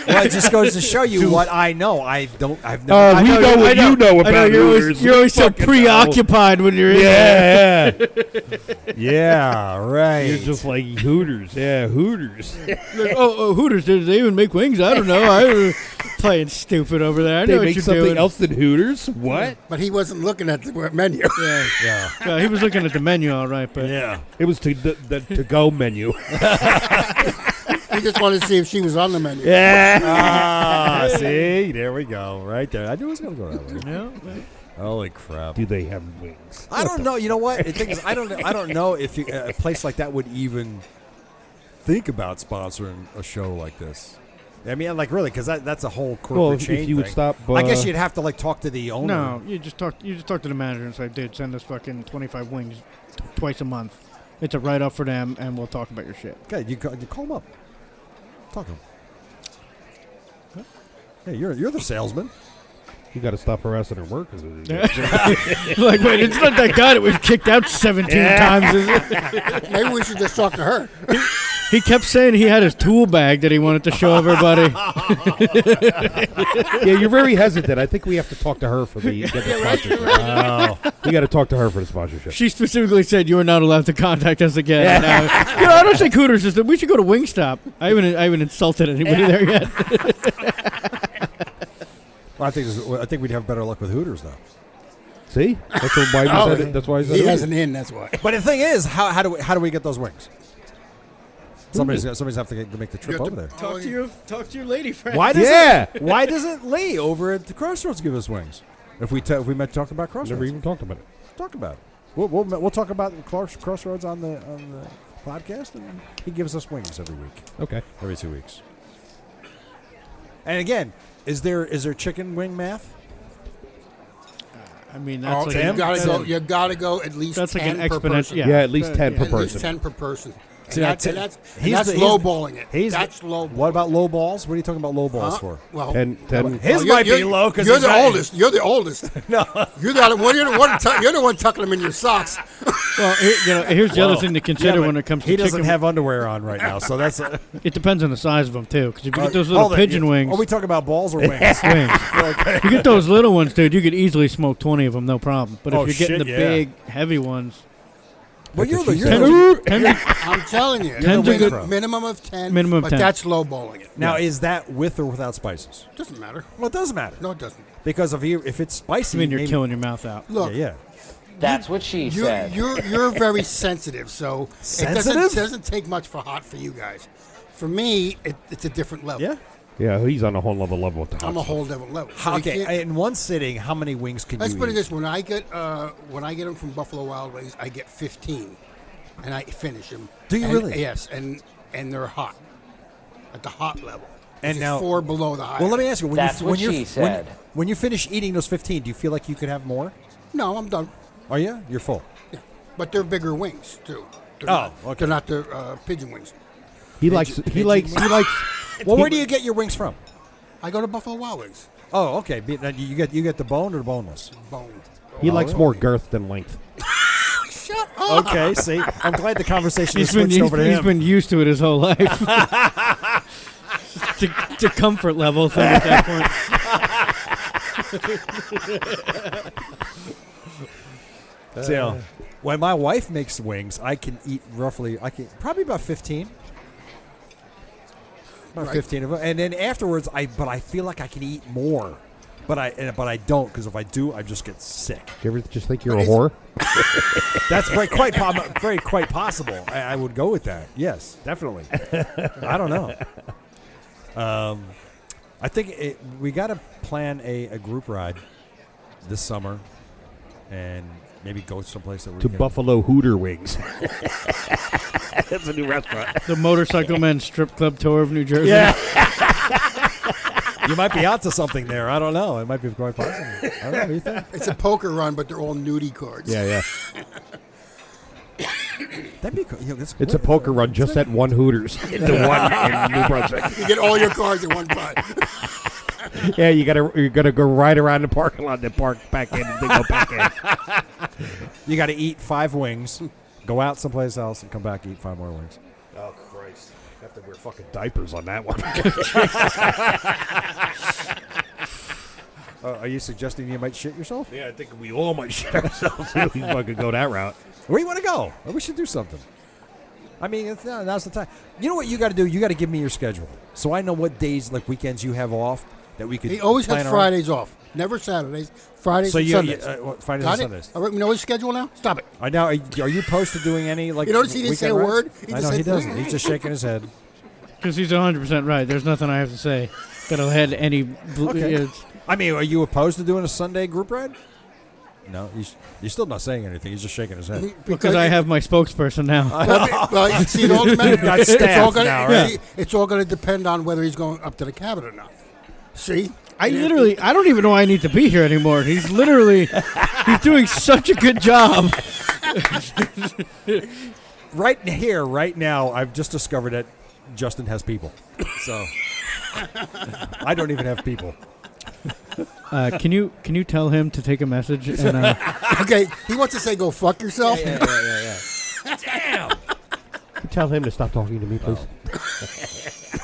[SPEAKER 4] well, it just goes to show you what I know. I don't. I've never.
[SPEAKER 11] Uh,
[SPEAKER 4] I
[SPEAKER 11] we know
[SPEAKER 4] you-
[SPEAKER 11] what
[SPEAKER 4] I
[SPEAKER 11] you know
[SPEAKER 2] I know
[SPEAKER 11] about
[SPEAKER 2] you're
[SPEAKER 11] Hooters.
[SPEAKER 2] always, you're always so
[SPEAKER 11] Fucking hell.
[SPEAKER 2] preoccupied when you're in
[SPEAKER 11] Yeah.
[SPEAKER 2] there.
[SPEAKER 4] Yeah, right.
[SPEAKER 11] You're just like Hooters. Yeah, Hooters.
[SPEAKER 2] Like, oh, oh, Hooters, do they even make wings? I don't know. I'm playing stupid over there. I
[SPEAKER 11] They
[SPEAKER 2] know what
[SPEAKER 11] make
[SPEAKER 2] you're
[SPEAKER 11] something
[SPEAKER 2] doing.
[SPEAKER 11] else than Hooters? What?
[SPEAKER 3] But he wasn't looking at the menu.
[SPEAKER 2] Yeah.
[SPEAKER 4] Yeah.
[SPEAKER 2] Well, he was looking at the menu, all right, but
[SPEAKER 4] yeah,
[SPEAKER 11] It was to the, the to go menu.
[SPEAKER 3] he just wanted to see if she was on the menu.
[SPEAKER 11] Yeah.
[SPEAKER 4] ah, see, there we go. Right there. I knew it was gonna go that way.
[SPEAKER 2] no,
[SPEAKER 4] Holy crap!
[SPEAKER 11] Do they have wings?
[SPEAKER 4] I don't know. You know what? The thing is, I don't. I don't know if you, a place like that would even think about sponsoring a show like this. I mean, like really, because that, that's a whole corporate
[SPEAKER 11] Well, if- if
[SPEAKER 4] chain.
[SPEAKER 11] you would
[SPEAKER 4] thing.
[SPEAKER 11] stop,
[SPEAKER 4] I guess
[SPEAKER 11] uh,
[SPEAKER 4] you'd have to like talk to the owner.
[SPEAKER 2] no, you just talk. You just talk to the manager and say, "Dude, send us fucking 25 wings t- twice a month. It's a write off for them, and we'll talk about your shit."
[SPEAKER 4] Okay, you, ca- you call him up. Talk to him. Hey, you're you're the salesman.
[SPEAKER 11] You got to stop harassing her workers.
[SPEAKER 2] like, wait, it's not that guy that we've kicked out 17 times. Is it?
[SPEAKER 3] Maybe we should just talk to her.
[SPEAKER 2] He kept saying he had his tool bag that he wanted to show everybody.
[SPEAKER 11] yeah, you're very hesitant. I think we have to talk to her for the, get the sponsorship. We got to talk to her for the sponsorship.
[SPEAKER 2] She specifically said you are not allowed to contact us again. And I- you know, I don't think Hooters is. the- We should go to Wingstop. I haven't, I haven't insulted anybody there yet.
[SPEAKER 4] Well, I think this, I think we'd have better luck with Hooters though.
[SPEAKER 11] See, that's why I
[SPEAKER 3] Oh,
[SPEAKER 11] said it. That's why I said
[SPEAKER 3] He
[SPEAKER 11] it.
[SPEAKER 3] has an in, that's why.
[SPEAKER 4] But the thing is, how, how do we how do we get those wings? Somebody's somebody's have to get, make the trip over there.
[SPEAKER 2] talk to your, talk to your lady friend.
[SPEAKER 4] Why does
[SPEAKER 11] Yeah.
[SPEAKER 4] it, Why doesn't Lee over at the Crossroads give us wings? If we ta- if we met talk about Crossroads,
[SPEAKER 11] Never even talked about it.
[SPEAKER 4] talk about it. We'll, we'll, we'll talk about the Cross- Crossroads on the on the podcast, and he gives us wings every week,
[SPEAKER 11] Okay.
[SPEAKER 4] every two weeks. And again, is there is there chicken wing math?
[SPEAKER 2] I mean, that's
[SPEAKER 3] Oh,
[SPEAKER 2] like
[SPEAKER 3] you
[SPEAKER 2] an-
[SPEAKER 3] gotta go.
[SPEAKER 2] that's-
[SPEAKER 3] You gotta go at least.
[SPEAKER 2] That's like
[SPEAKER 3] 10
[SPEAKER 2] an
[SPEAKER 3] per
[SPEAKER 2] exponential-
[SPEAKER 3] person.
[SPEAKER 2] yeah.
[SPEAKER 11] Yeah, at least
[SPEAKER 2] Uh,
[SPEAKER 11] 10 per
[SPEAKER 3] At least
[SPEAKER 11] person.
[SPEAKER 3] ten per person. And
[SPEAKER 4] See,
[SPEAKER 3] that's,
[SPEAKER 4] that's it.
[SPEAKER 3] and that's, and
[SPEAKER 4] He's
[SPEAKER 3] that's
[SPEAKER 4] the- he's-
[SPEAKER 3] lowballing it.
[SPEAKER 4] he's the-
[SPEAKER 3] that's low.
[SPEAKER 4] What about low balls? What are you talking about low balls
[SPEAKER 3] Huh?
[SPEAKER 4] for?
[SPEAKER 3] Well,
[SPEAKER 11] 10, 10
[SPEAKER 4] His
[SPEAKER 3] Oh, you're-
[SPEAKER 4] might be
[SPEAKER 3] you're-
[SPEAKER 4] low because
[SPEAKER 3] you're the oldest. You're the oldest.
[SPEAKER 4] No.
[SPEAKER 3] You're the one. You're the one. tuck- you're the one tucking them in your socks.
[SPEAKER 2] Well, here- you know, here's the other
[SPEAKER 4] Whoa.
[SPEAKER 2] thing to consider
[SPEAKER 4] Yeah, but
[SPEAKER 2] when it comes to
[SPEAKER 4] he doesn't
[SPEAKER 2] chicken.
[SPEAKER 4] have underwear on right now, so that's. A,
[SPEAKER 2] it depends on the size of them too, because if you
[SPEAKER 4] Uh,
[SPEAKER 2] get those little
[SPEAKER 4] hold it.
[SPEAKER 2] pigeon
[SPEAKER 4] Yeah.
[SPEAKER 2] wings,
[SPEAKER 4] Are we talking about balls or wings?
[SPEAKER 2] wings. you get those little ones, dude. You could easily smoke 20 of them, no problem. But if
[SPEAKER 4] Oh,
[SPEAKER 2] you're getting
[SPEAKER 4] shit,
[SPEAKER 2] the
[SPEAKER 4] yeah.
[SPEAKER 2] big, heavy ones,
[SPEAKER 4] well, you're the, you're
[SPEAKER 2] said.
[SPEAKER 4] the
[SPEAKER 3] I'm telling you,
[SPEAKER 2] Ten's
[SPEAKER 3] a
[SPEAKER 2] a good-
[SPEAKER 3] minimum of ten.
[SPEAKER 2] Minimum of
[SPEAKER 3] but
[SPEAKER 2] 10.
[SPEAKER 3] that's lowballing it.
[SPEAKER 4] now. Is that with or without spices?
[SPEAKER 3] Doesn't matter.
[SPEAKER 4] Well, it doesn't matter
[SPEAKER 3] No, it doesn't.
[SPEAKER 4] because if you if it's
[SPEAKER 2] I
[SPEAKER 4] spicy,
[SPEAKER 2] mean, you're
[SPEAKER 4] maybe-
[SPEAKER 2] killing your mouth out.
[SPEAKER 4] Yeah,
[SPEAKER 3] Look,
[SPEAKER 4] yeah.
[SPEAKER 6] That's what she
[SPEAKER 3] you're you're, you're very sensitive, so it
[SPEAKER 4] Sensitive?
[SPEAKER 3] doesn't doesn't take much for hot for you guys. For me, it, it's a different level.
[SPEAKER 4] Yeah.
[SPEAKER 11] Yeah, he's on a whole other level with the hot
[SPEAKER 3] I'm a
[SPEAKER 11] sauce.
[SPEAKER 3] whole different level. So
[SPEAKER 4] How,
[SPEAKER 3] you
[SPEAKER 4] okay,
[SPEAKER 3] can't-
[SPEAKER 4] in one sitting, how many wings can
[SPEAKER 3] Let's
[SPEAKER 4] you
[SPEAKER 3] put it
[SPEAKER 4] eat?
[SPEAKER 3] this: when I get uh, when I get them from Buffalo Wild Wings, I get 15, and I finish them.
[SPEAKER 4] Do you really?
[SPEAKER 3] Yes, and and they're hot at the hot level.
[SPEAKER 4] And
[SPEAKER 3] is
[SPEAKER 4] now
[SPEAKER 3] four below the high
[SPEAKER 4] Well, let me
[SPEAKER 3] end.
[SPEAKER 4] ask you when
[SPEAKER 3] That's
[SPEAKER 4] you
[SPEAKER 3] what
[SPEAKER 4] when you
[SPEAKER 3] she
[SPEAKER 4] when,
[SPEAKER 3] said.
[SPEAKER 4] when you finish eating those fifteen, do you feel like you could have more?
[SPEAKER 3] No, I'm done.
[SPEAKER 4] Are you? You're full.
[SPEAKER 3] But they're bigger wings too. They're
[SPEAKER 4] Oh,
[SPEAKER 3] not, they're not the uh, pigeon wings.
[SPEAKER 11] He likes. He likes. He likes.
[SPEAKER 4] Well, where do you get your wings from?
[SPEAKER 3] I go to Buffalo Wild Wings.
[SPEAKER 4] Oh, okay. Be- now, You get you get the bone or the boneless?
[SPEAKER 3] Bone. Oh.
[SPEAKER 11] He likes more girth than length.
[SPEAKER 3] Shut up.
[SPEAKER 4] Okay, see, I'm glad the conversation has
[SPEAKER 2] He's been,
[SPEAKER 4] switched
[SPEAKER 2] he's,
[SPEAKER 4] over to
[SPEAKER 2] he's
[SPEAKER 4] him.
[SPEAKER 2] been used to it his whole life. to, to comfort level thing at that point.
[SPEAKER 4] So, when my wife makes wings, I can eat roughly, I can probably about fifteen, about
[SPEAKER 3] Right.
[SPEAKER 4] fifteen of them, and then afterwards, I but I feel like I can eat more, but I and- but I don't because if I do, I just get sick.
[SPEAKER 11] Do you ever just think you're a whore?
[SPEAKER 4] That's very quite pom- very quite possible. I, I would go with that. Yes, definitely. I don't know. Um, I think it, we got to plan a, a group ride this summer, and maybe go someplace that we
[SPEAKER 11] to
[SPEAKER 4] can-
[SPEAKER 11] Buffalo Hooter wings.
[SPEAKER 4] That's a new restaurant.
[SPEAKER 2] the motorcycle man strip club tour of New Jersey.
[SPEAKER 4] Yeah. you might be onto something there. I don't know. It might be quite possible. I don't know. What do you think?
[SPEAKER 3] It's a poker run, but they're all nudie cards.
[SPEAKER 11] Yeah,
[SPEAKER 4] That'd be cool. You know, that's
[SPEAKER 11] It's a poker run just at one Hooters. It's the one in New Brunswick.
[SPEAKER 3] you get all your cards at one pot.
[SPEAKER 11] yeah, you gotta you gotta go right around the parking lot, then park back in, and then go back in.
[SPEAKER 4] You got to eat five wings, go out someplace else, and come back eat five more wings.
[SPEAKER 11] Oh Christ! Have to wear fucking diapers on that one.
[SPEAKER 4] Uh, are you suggesting you might shit yourself?
[SPEAKER 11] yeah, I think we all might shit ourselves if we fucking go that route.
[SPEAKER 4] Where you want to go? We should do something. I mean, it's, now- now's the time. You know what you got to do? You got to give me your schedule so I know what days, like weekends, you have off that we could.
[SPEAKER 3] He always
[SPEAKER 4] plan
[SPEAKER 3] has
[SPEAKER 4] around.
[SPEAKER 3] Fridays off. Never Saturdays. Fridays
[SPEAKER 4] So
[SPEAKER 3] and
[SPEAKER 4] you- you-
[SPEAKER 3] Sundays.
[SPEAKER 4] uh, what, Fridays and
[SPEAKER 3] Got it?
[SPEAKER 4] Sundays.
[SPEAKER 3] All right, we know his schedule now? Stop it.
[SPEAKER 4] I know. Are are you opposed to doing any like?
[SPEAKER 3] You notice he didn't say
[SPEAKER 4] weekend
[SPEAKER 3] a
[SPEAKER 4] rides?
[SPEAKER 3] word? He
[SPEAKER 4] I
[SPEAKER 3] just
[SPEAKER 4] know
[SPEAKER 3] said-
[SPEAKER 4] he doesn't. He's just shaking his head.
[SPEAKER 2] Because he's 100% right. There's nothing I have to say that'll head any. Bl-
[SPEAKER 4] Okay.
[SPEAKER 2] it's-
[SPEAKER 4] I mean, are you opposed to doing a Sunday group ride? No, he's, he's still not saying anything. He's just shaking his head.
[SPEAKER 2] because I have my spokesperson now.
[SPEAKER 3] Well, I mean, well, you see, it all depends.
[SPEAKER 4] You've got
[SPEAKER 3] it's all
[SPEAKER 4] staff
[SPEAKER 3] gonna,
[SPEAKER 4] now,
[SPEAKER 3] you
[SPEAKER 4] right?
[SPEAKER 3] see, it's all going to depend on whether he's going up to the cabin or not. See,
[SPEAKER 2] I literally, I don't even know why I need to be here anymore. He's literally, he's doing such a good job.
[SPEAKER 4] right here, right now, I've just discovered that Justin has people. So I don't even have people.
[SPEAKER 2] Uh, can you can you tell him to take a message? And, uh,
[SPEAKER 3] okay, he wants to say "go fuck yourself."
[SPEAKER 4] Yeah, yeah, yeah, yeah,
[SPEAKER 3] Damn.
[SPEAKER 11] Tell him to stop talking to me, please.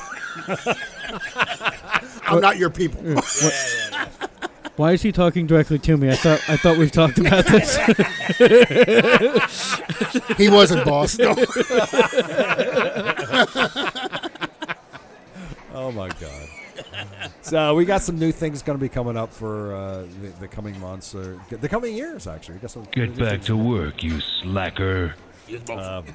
[SPEAKER 3] I'm not your people.
[SPEAKER 2] Yeah, what- Why is he talking directly to me? I thought I thought we've talked about this.
[SPEAKER 3] he wasn't boss. No.
[SPEAKER 4] Oh my god. So we got some new things going to be coming up for uh, the, the coming months, or the coming years, actually. We got some
[SPEAKER 13] Get back to work, you slacker.
[SPEAKER 4] Um,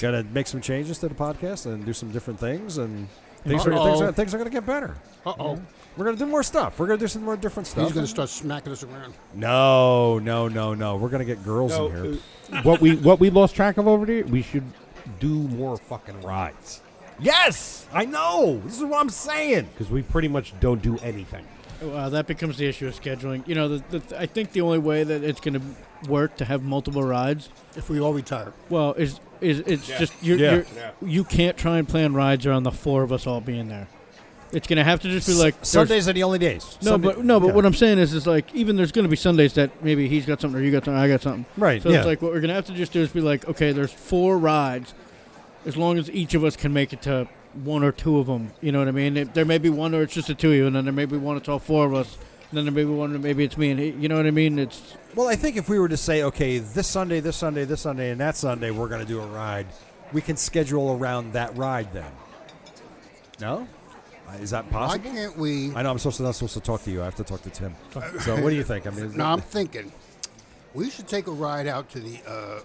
[SPEAKER 4] gonna make some changes to the podcast and do some different things, and
[SPEAKER 3] Uh-oh.
[SPEAKER 4] things are, things are things are gonna get better.
[SPEAKER 3] Uh oh.
[SPEAKER 4] We're gonna do more stuff. We're gonna do some more different stuff.
[SPEAKER 3] He's going to start smacking us around.
[SPEAKER 4] No, no, no, no. We're gonna get girls
[SPEAKER 3] No,
[SPEAKER 11] uh,
[SPEAKER 4] in here.
[SPEAKER 11] what we what we lost track of over there, we should do more fucking rides. Yes, I know. This is what I'm saying. Because we pretty much don't do anything.
[SPEAKER 2] Well, that becomes the issue of scheduling. You know, the, the, I think the only way that it's going to work to have multiple rides
[SPEAKER 3] if we all retire.
[SPEAKER 2] Well, is is it's
[SPEAKER 3] Yeah.
[SPEAKER 2] just you're,
[SPEAKER 3] Yeah.
[SPEAKER 2] you're, you can't try and plan rides around the four of us all being there. It's going to have to just be like
[SPEAKER 4] S-
[SPEAKER 2] there's-
[SPEAKER 4] Sundays are the only days.
[SPEAKER 2] No,
[SPEAKER 4] Sunday-
[SPEAKER 2] but no, but
[SPEAKER 4] yeah.
[SPEAKER 2] what I'm saying is, is like even there's going to be Sundays that maybe he's got something or you got something, I got something.
[SPEAKER 4] Right,
[SPEAKER 2] So
[SPEAKER 4] yeah.
[SPEAKER 2] it's like what we're going to have to just do is be like, okay, there's four rides, as long as each of us can make it to one or two of them. You know what I mean? It, there may be one or it's just the two of you, and then there may be one it's all four of us, and then there may be one maybe it's me and he, you know what I mean? It's
[SPEAKER 4] Well, I think if we were to say, okay, this Sunday, this Sunday, this Sunday, and that Sunday, we're going to do a ride, we can schedule around that ride then. No? Uh, Is that possible?
[SPEAKER 3] Why can't we?
[SPEAKER 4] I know I'm supposed to, not supposed to talk to you. I have to talk to Tim. So what do you think? I mean, is
[SPEAKER 3] no,
[SPEAKER 4] it-
[SPEAKER 3] I'm thinking we should take a ride out to the uh,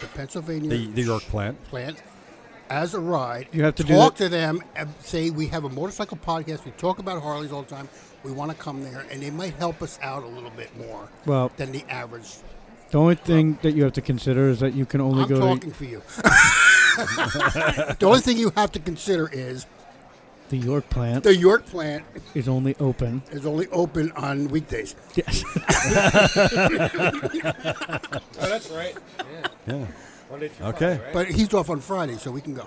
[SPEAKER 3] the Pennsylvania
[SPEAKER 4] The- the York plant.
[SPEAKER 3] plant as a ride.
[SPEAKER 2] You have to do
[SPEAKER 3] talk
[SPEAKER 2] that-
[SPEAKER 3] to them and say we have a motorcycle podcast. We talk about Harleys all the time. We want to come there, and they might help us out a little bit more
[SPEAKER 2] Well-
[SPEAKER 3] than the average.
[SPEAKER 2] the only thing that you have to consider is that you can only
[SPEAKER 3] I'm
[SPEAKER 2] go
[SPEAKER 3] talking for you. the only thing you have to consider is
[SPEAKER 2] The The York plant.
[SPEAKER 3] The York plant
[SPEAKER 2] is only open.
[SPEAKER 3] is only open on weekdays.
[SPEAKER 2] Yes.
[SPEAKER 4] Yeah. Okay.
[SPEAKER 3] But he's off on Friday, so we can go.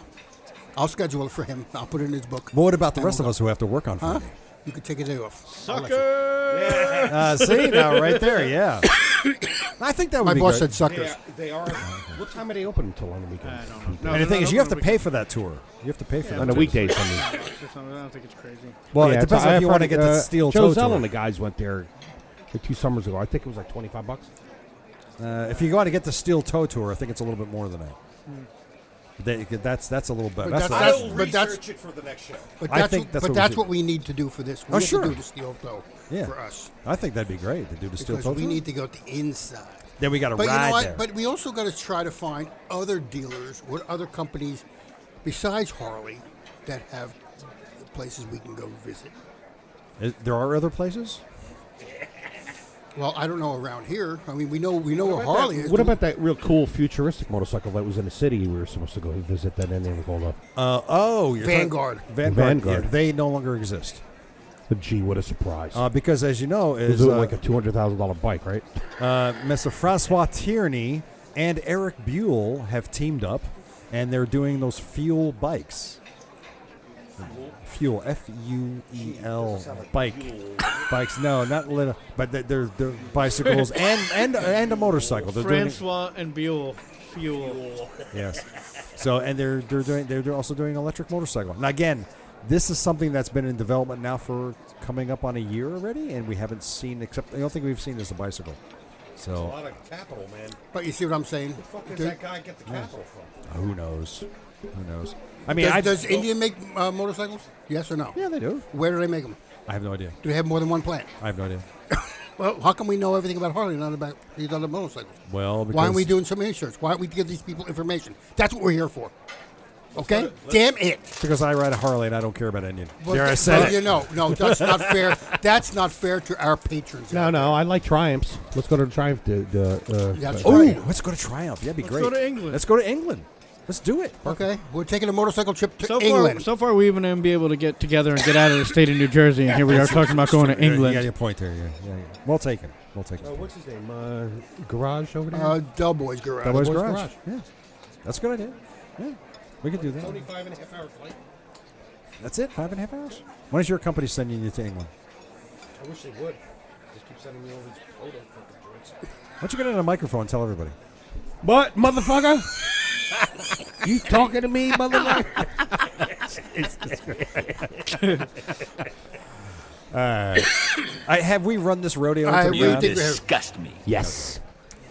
[SPEAKER 3] I'll schedule it for him. I'll put it in his book.
[SPEAKER 4] But what about the
[SPEAKER 3] And
[SPEAKER 4] rest of
[SPEAKER 3] we'll
[SPEAKER 4] us who have to work on
[SPEAKER 3] go. Huh?
[SPEAKER 4] Friday?
[SPEAKER 3] You could take a day off. Sucker!
[SPEAKER 4] Uh, see now, right there, yeah. I think that would
[SPEAKER 3] My
[SPEAKER 4] be
[SPEAKER 3] boss
[SPEAKER 4] great.
[SPEAKER 3] said suckers.
[SPEAKER 5] They are. what time are they open until on the weekend? I
[SPEAKER 2] don't
[SPEAKER 4] know. No, And the they're thing not is, you open have on to pay weekends. for that tour. You have to pay for that.
[SPEAKER 5] on the
[SPEAKER 4] tour.
[SPEAKER 5] weekdays.
[SPEAKER 4] I mean.
[SPEAKER 2] I don't think it's crazy.
[SPEAKER 4] Well, it depends
[SPEAKER 5] I-
[SPEAKER 4] on
[SPEAKER 5] I
[SPEAKER 4] if you want to get
[SPEAKER 5] heard,
[SPEAKER 4] the
[SPEAKER 5] uh,
[SPEAKER 4] steel
[SPEAKER 5] Joe
[SPEAKER 4] toe tour.
[SPEAKER 5] Zell and the guys went there like two summers ago. I think it was like twenty-five bucks.
[SPEAKER 4] Uh, if you want to get the steel toe tour, I think it's a little bit more than that. They- that's that's a little better.
[SPEAKER 3] Hmm. But
[SPEAKER 4] That's,
[SPEAKER 3] that's-
[SPEAKER 4] that's,
[SPEAKER 3] I will But that's- research
[SPEAKER 5] it for the next show.
[SPEAKER 3] But
[SPEAKER 4] I
[SPEAKER 3] that's,
[SPEAKER 4] think
[SPEAKER 3] what,
[SPEAKER 4] that's
[SPEAKER 3] but
[SPEAKER 4] what we
[SPEAKER 3] that's
[SPEAKER 4] should
[SPEAKER 3] what we need to do for this. We
[SPEAKER 4] Oh,
[SPEAKER 3] need
[SPEAKER 4] sure.
[SPEAKER 3] to do the steel toe
[SPEAKER 4] yeah.
[SPEAKER 3] for us.
[SPEAKER 4] I think that'd be great to do the steel
[SPEAKER 3] Because
[SPEAKER 4] toe
[SPEAKER 3] we
[SPEAKER 4] tour.
[SPEAKER 3] need to go to the inside.
[SPEAKER 4] Then we got to
[SPEAKER 3] but you
[SPEAKER 4] ride
[SPEAKER 3] know what?
[SPEAKER 4] there.
[SPEAKER 3] But we also got to try to find other dealers or other companies besides Harley that have places we can go visit.
[SPEAKER 4] Is- there are other places.
[SPEAKER 3] Well, I don't know around here. I mean, we know we know where
[SPEAKER 5] What about
[SPEAKER 3] Harley
[SPEAKER 5] that-
[SPEAKER 3] is.
[SPEAKER 5] What
[SPEAKER 3] but
[SPEAKER 5] about that real cool futuristic motorcycle that was in the city we were supposed to go visit that ended up going up?
[SPEAKER 4] Uh, oh, you're talking-
[SPEAKER 3] Vanguard.
[SPEAKER 4] Vanguard.
[SPEAKER 5] Vanguard.
[SPEAKER 4] yeah, they no longer exist
[SPEAKER 5] Gee, what a surprise!
[SPEAKER 4] uh, because, as you know,
[SPEAKER 5] it was
[SPEAKER 4] is
[SPEAKER 5] doing
[SPEAKER 4] uh,
[SPEAKER 5] like a two hundred thousand dollar bike, right?
[SPEAKER 4] Uh, Mr. Francois Tierney and Eric Buell have teamed up, and they're doing those fuel bikes. Fuel, F U E L, bike, bikes. No, not little, but they- they're they're bicycles and and and a motorcycle. They're doing it-
[SPEAKER 2] Francois and Buell. Fuel.
[SPEAKER 4] yes. So and they're they're doing they're they're also doing electric motorcycle. And again, this is something that's been in development now for coming up on a year already, and we haven't seen except I don't think we've seen as a bicycle. So
[SPEAKER 5] of capital, man.
[SPEAKER 3] But you see what I'm saying? There-
[SPEAKER 5] guy get the capital from?
[SPEAKER 4] Who knows? Who knows? I mean,
[SPEAKER 3] does,
[SPEAKER 4] I,
[SPEAKER 3] does India make uh, motorcycles? Yes or no?
[SPEAKER 4] Yeah, they do.
[SPEAKER 3] Where do they make them?
[SPEAKER 4] I have no idea.
[SPEAKER 3] Do they have more than one plant?
[SPEAKER 4] I have no idea.
[SPEAKER 3] Well, how come we know everything about Harley, not about these other motorcycles?
[SPEAKER 4] Well, because
[SPEAKER 3] Why aren't we doing some research? Why aren't we giving these people information? That's what we're here for. Okay? Damn it.
[SPEAKER 4] Because I ride a Harley and I don't care about Indian.
[SPEAKER 3] Well,
[SPEAKER 4] there, I
[SPEAKER 3] th-
[SPEAKER 4] said
[SPEAKER 3] well,
[SPEAKER 4] it.
[SPEAKER 3] You know, no, that's not fair. That's not fair to our patrons.
[SPEAKER 5] No, no, I like Triumphs. Let's go to the Triumph. The, the, uh,
[SPEAKER 3] That's
[SPEAKER 5] uh,
[SPEAKER 4] Ooh,
[SPEAKER 3] right.
[SPEAKER 4] let's go to Triumph. That'd be
[SPEAKER 2] Let's
[SPEAKER 4] great.
[SPEAKER 2] go to England.
[SPEAKER 4] Let's go to England. Let's do it.
[SPEAKER 3] Okay, we're taking a motorcycle trip to
[SPEAKER 2] So far,
[SPEAKER 3] England.
[SPEAKER 2] so far, we haven't even been able to get together and get out of the state of New Jersey, and here we are talking about going to
[SPEAKER 4] You got- You got
[SPEAKER 2] England.
[SPEAKER 4] your point there. Yeah, yeah, yeah. Well taken. Well taken.
[SPEAKER 5] uh, what's his name? Uh, garage over there.
[SPEAKER 3] uh, Del Boys Garage.
[SPEAKER 4] That was
[SPEAKER 5] Boys
[SPEAKER 4] garage.
[SPEAKER 5] Garage.
[SPEAKER 4] Yeah, that's a good idea. Yeah, we could do that.
[SPEAKER 5] Twenty-five and a half hour flight.
[SPEAKER 4] That's it. Five and a half hours. When is your company sending you to England?
[SPEAKER 5] I wish they would. Just keep sending me all these photo fucking joints.
[SPEAKER 4] Why don't you get on a microphone and tell everybody?
[SPEAKER 5] What, motherfucker? you talking to me, motherfucker?
[SPEAKER 4] I have we run this rodeo.
[SPEAKER 3] I
[SPEAKER 4] into
[SPEAKER 3] really
[SPEAKER 4] the ground?
[SPEAKER 3] did.
[SPEAKER 10] Disgust me.
[SPEAKER 5] yes.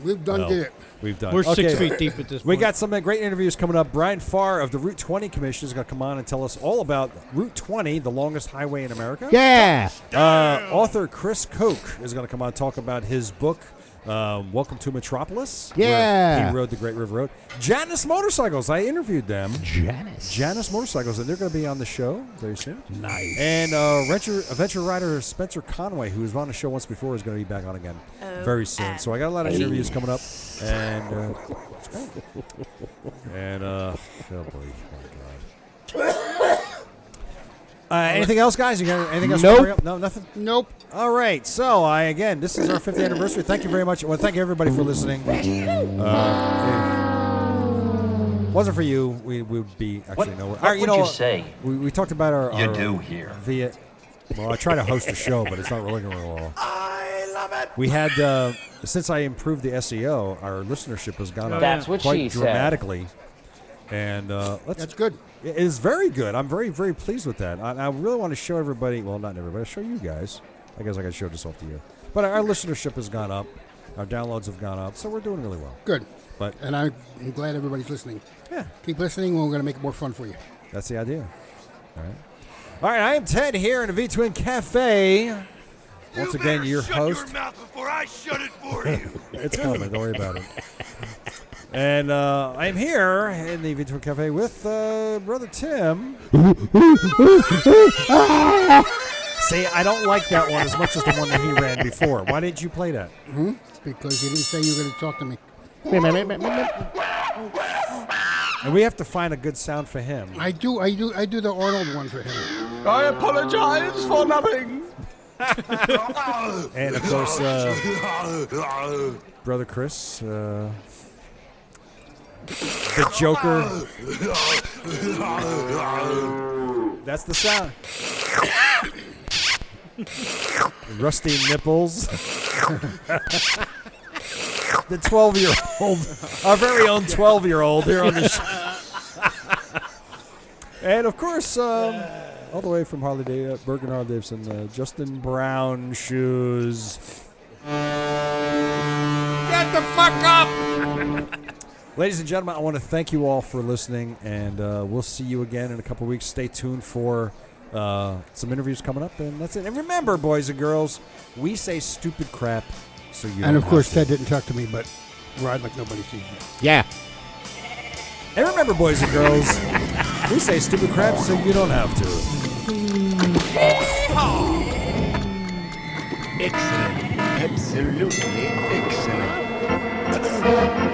[SPEAKER 3] We've done
[SPEAKER 4] No.
[SPEAKER 3] did it.
[SPEAKER 4] We've done.
[SPEAKER 2] We're six
[SPEAKER 4] Okay.
[SPEAKER 2] feet deep at this point.
[SPEAKER 4] We got some uh, great interviews coming up. Brian Farr of the Route 20 Commission is going to come on and tell us all about Route 20, the longest highway in America.
[SPEAKER 5] Yeah.
[SPEAKER 4] Uh, author Chris Koch is going to come on and talk about his book, um, Welcome to Metropolis. where
[SPEAKER 5] Yeah.
[SPEAKER 4] He rode the Great River Road. Janus Motorcycles. I interviewed them.
[SPEAKER 5] Janice.
[SPEAKER 4] Janus Motorcycles, and they're going to be on the show very soon.
[SPEAKER 5] Nice.
[SPEAKER 4] And uh, venture, venture rider Spencer Conway, who was on the show once before, is going to be back on again very soon. So I got a lot of interviews coming up, and uh, it's great. and uh, oh boy, my God. Uh, anything else, guys? You got anything else? to
[SPEAKER 5] Nope.
[SPEAKER 4] bring up? No, nothing.
[SPEAKER 3] Nope.
[SPEAKER 4] All right. So I again, this is our fifth anniversary. Thank you very much. I want to thank everybody for listening. Uh, if it wasn't for you, we would be actually
[SPEAKER 10] What-
[SPEAKER 4] nowhere.
[SPEAKER 10] what
[SPEAKER 4] All right,
[SPEAKER 10] would
[SPEAKER 4] know
[SPEAKER 10] you
[SPEAKER 4] what?
[SPEAKER 10] say
[SPEAKER 4] We, we talked about our.
[SPEAKER 10] you
[SPEAKER 4] our,
[SPEAKER 10] do here?
[SPEAKER 4] Via. Well, I try to host a show, but it's not really going well. I love it. We had uh, since I improved the SEO, our listenership has gone up
[SPEAKER 2] That's
[SPEAKER 10] what
[SPEAKER 4] quite
[SPEAKER 10] she said.
[SPEAKER 4] dramatically, and uh, let's
[SPEAKER 3] That's good.
[SPEAKER 4] it is very good. I'm very, very pleased with that. I, I really want to show everybody, well, not everybody, show you guys. I guess I got to show this off to you. But our, our listenership has gone up, our downloads have gone up, so we're doing really well.
[SPEAKER 3] Good.
[SPEAKER 4] But
[SPEAKER 3] And I'm glad everybody's listening.
[SPEAKER 4] yeah,
[SPEAKER 3] Keep listening. We're going to make it more fun for you.
[SPEAKER 4] that's the idea. All right. All right, I am Ted here in the V Twin Cafe. Once again, your host.
[SPEAKER 9] mouth before I shut it for you.
[SPEAKER 4] It's coming. Don't worry about it. And uh, I am here in the V Twin Cafe with uh, Brother Tim. See, I don't like that one as much as the one that he ran before. Why didn't you play that?
[SPEAKER 3] Because you didn't say you were going to talk to me.
[SPEAKER 4] And we have to find a good sound for him.
[SPEAKER 3] I do. I do. I do the Arnold one for him.
[SPEAKER 9] I apologize for nothing.
[SPEAKER 4] And of course, uh, brother Chris, uh, the Joker. That's the sound. Rusty nipples. the twelve-year-old, our very own twelve-year-old here on the show. and of course, um, all the way from Harley Dav- uh, Bergen Harley Davidson, uh, Justin Brown shoes.
[SPEAKER 9] Get the fuck up!
[SPEAKER 4] Ladies and gentlemen, I want to thank you all for listening, and uh, we'll see you again in a couple weeks. Stay tuned for uh, some interviews coming up, and that's it. And remember, boys and girls, we say stupid crap, so you. don't
[SPEAKER 3] and of
[SPEAKER 4] have
[SPEAKER 3] course,
[SPEAKER 4] to.
[SPEAKER 3] Ted didn't talk to me, but ride like nobody sees you.
[SPEAKER 4] Yeah. And remember, boys and girls, we say stupid crap so you don't have to.
[SPEAKER 9] Excellent. Absolutely excellent.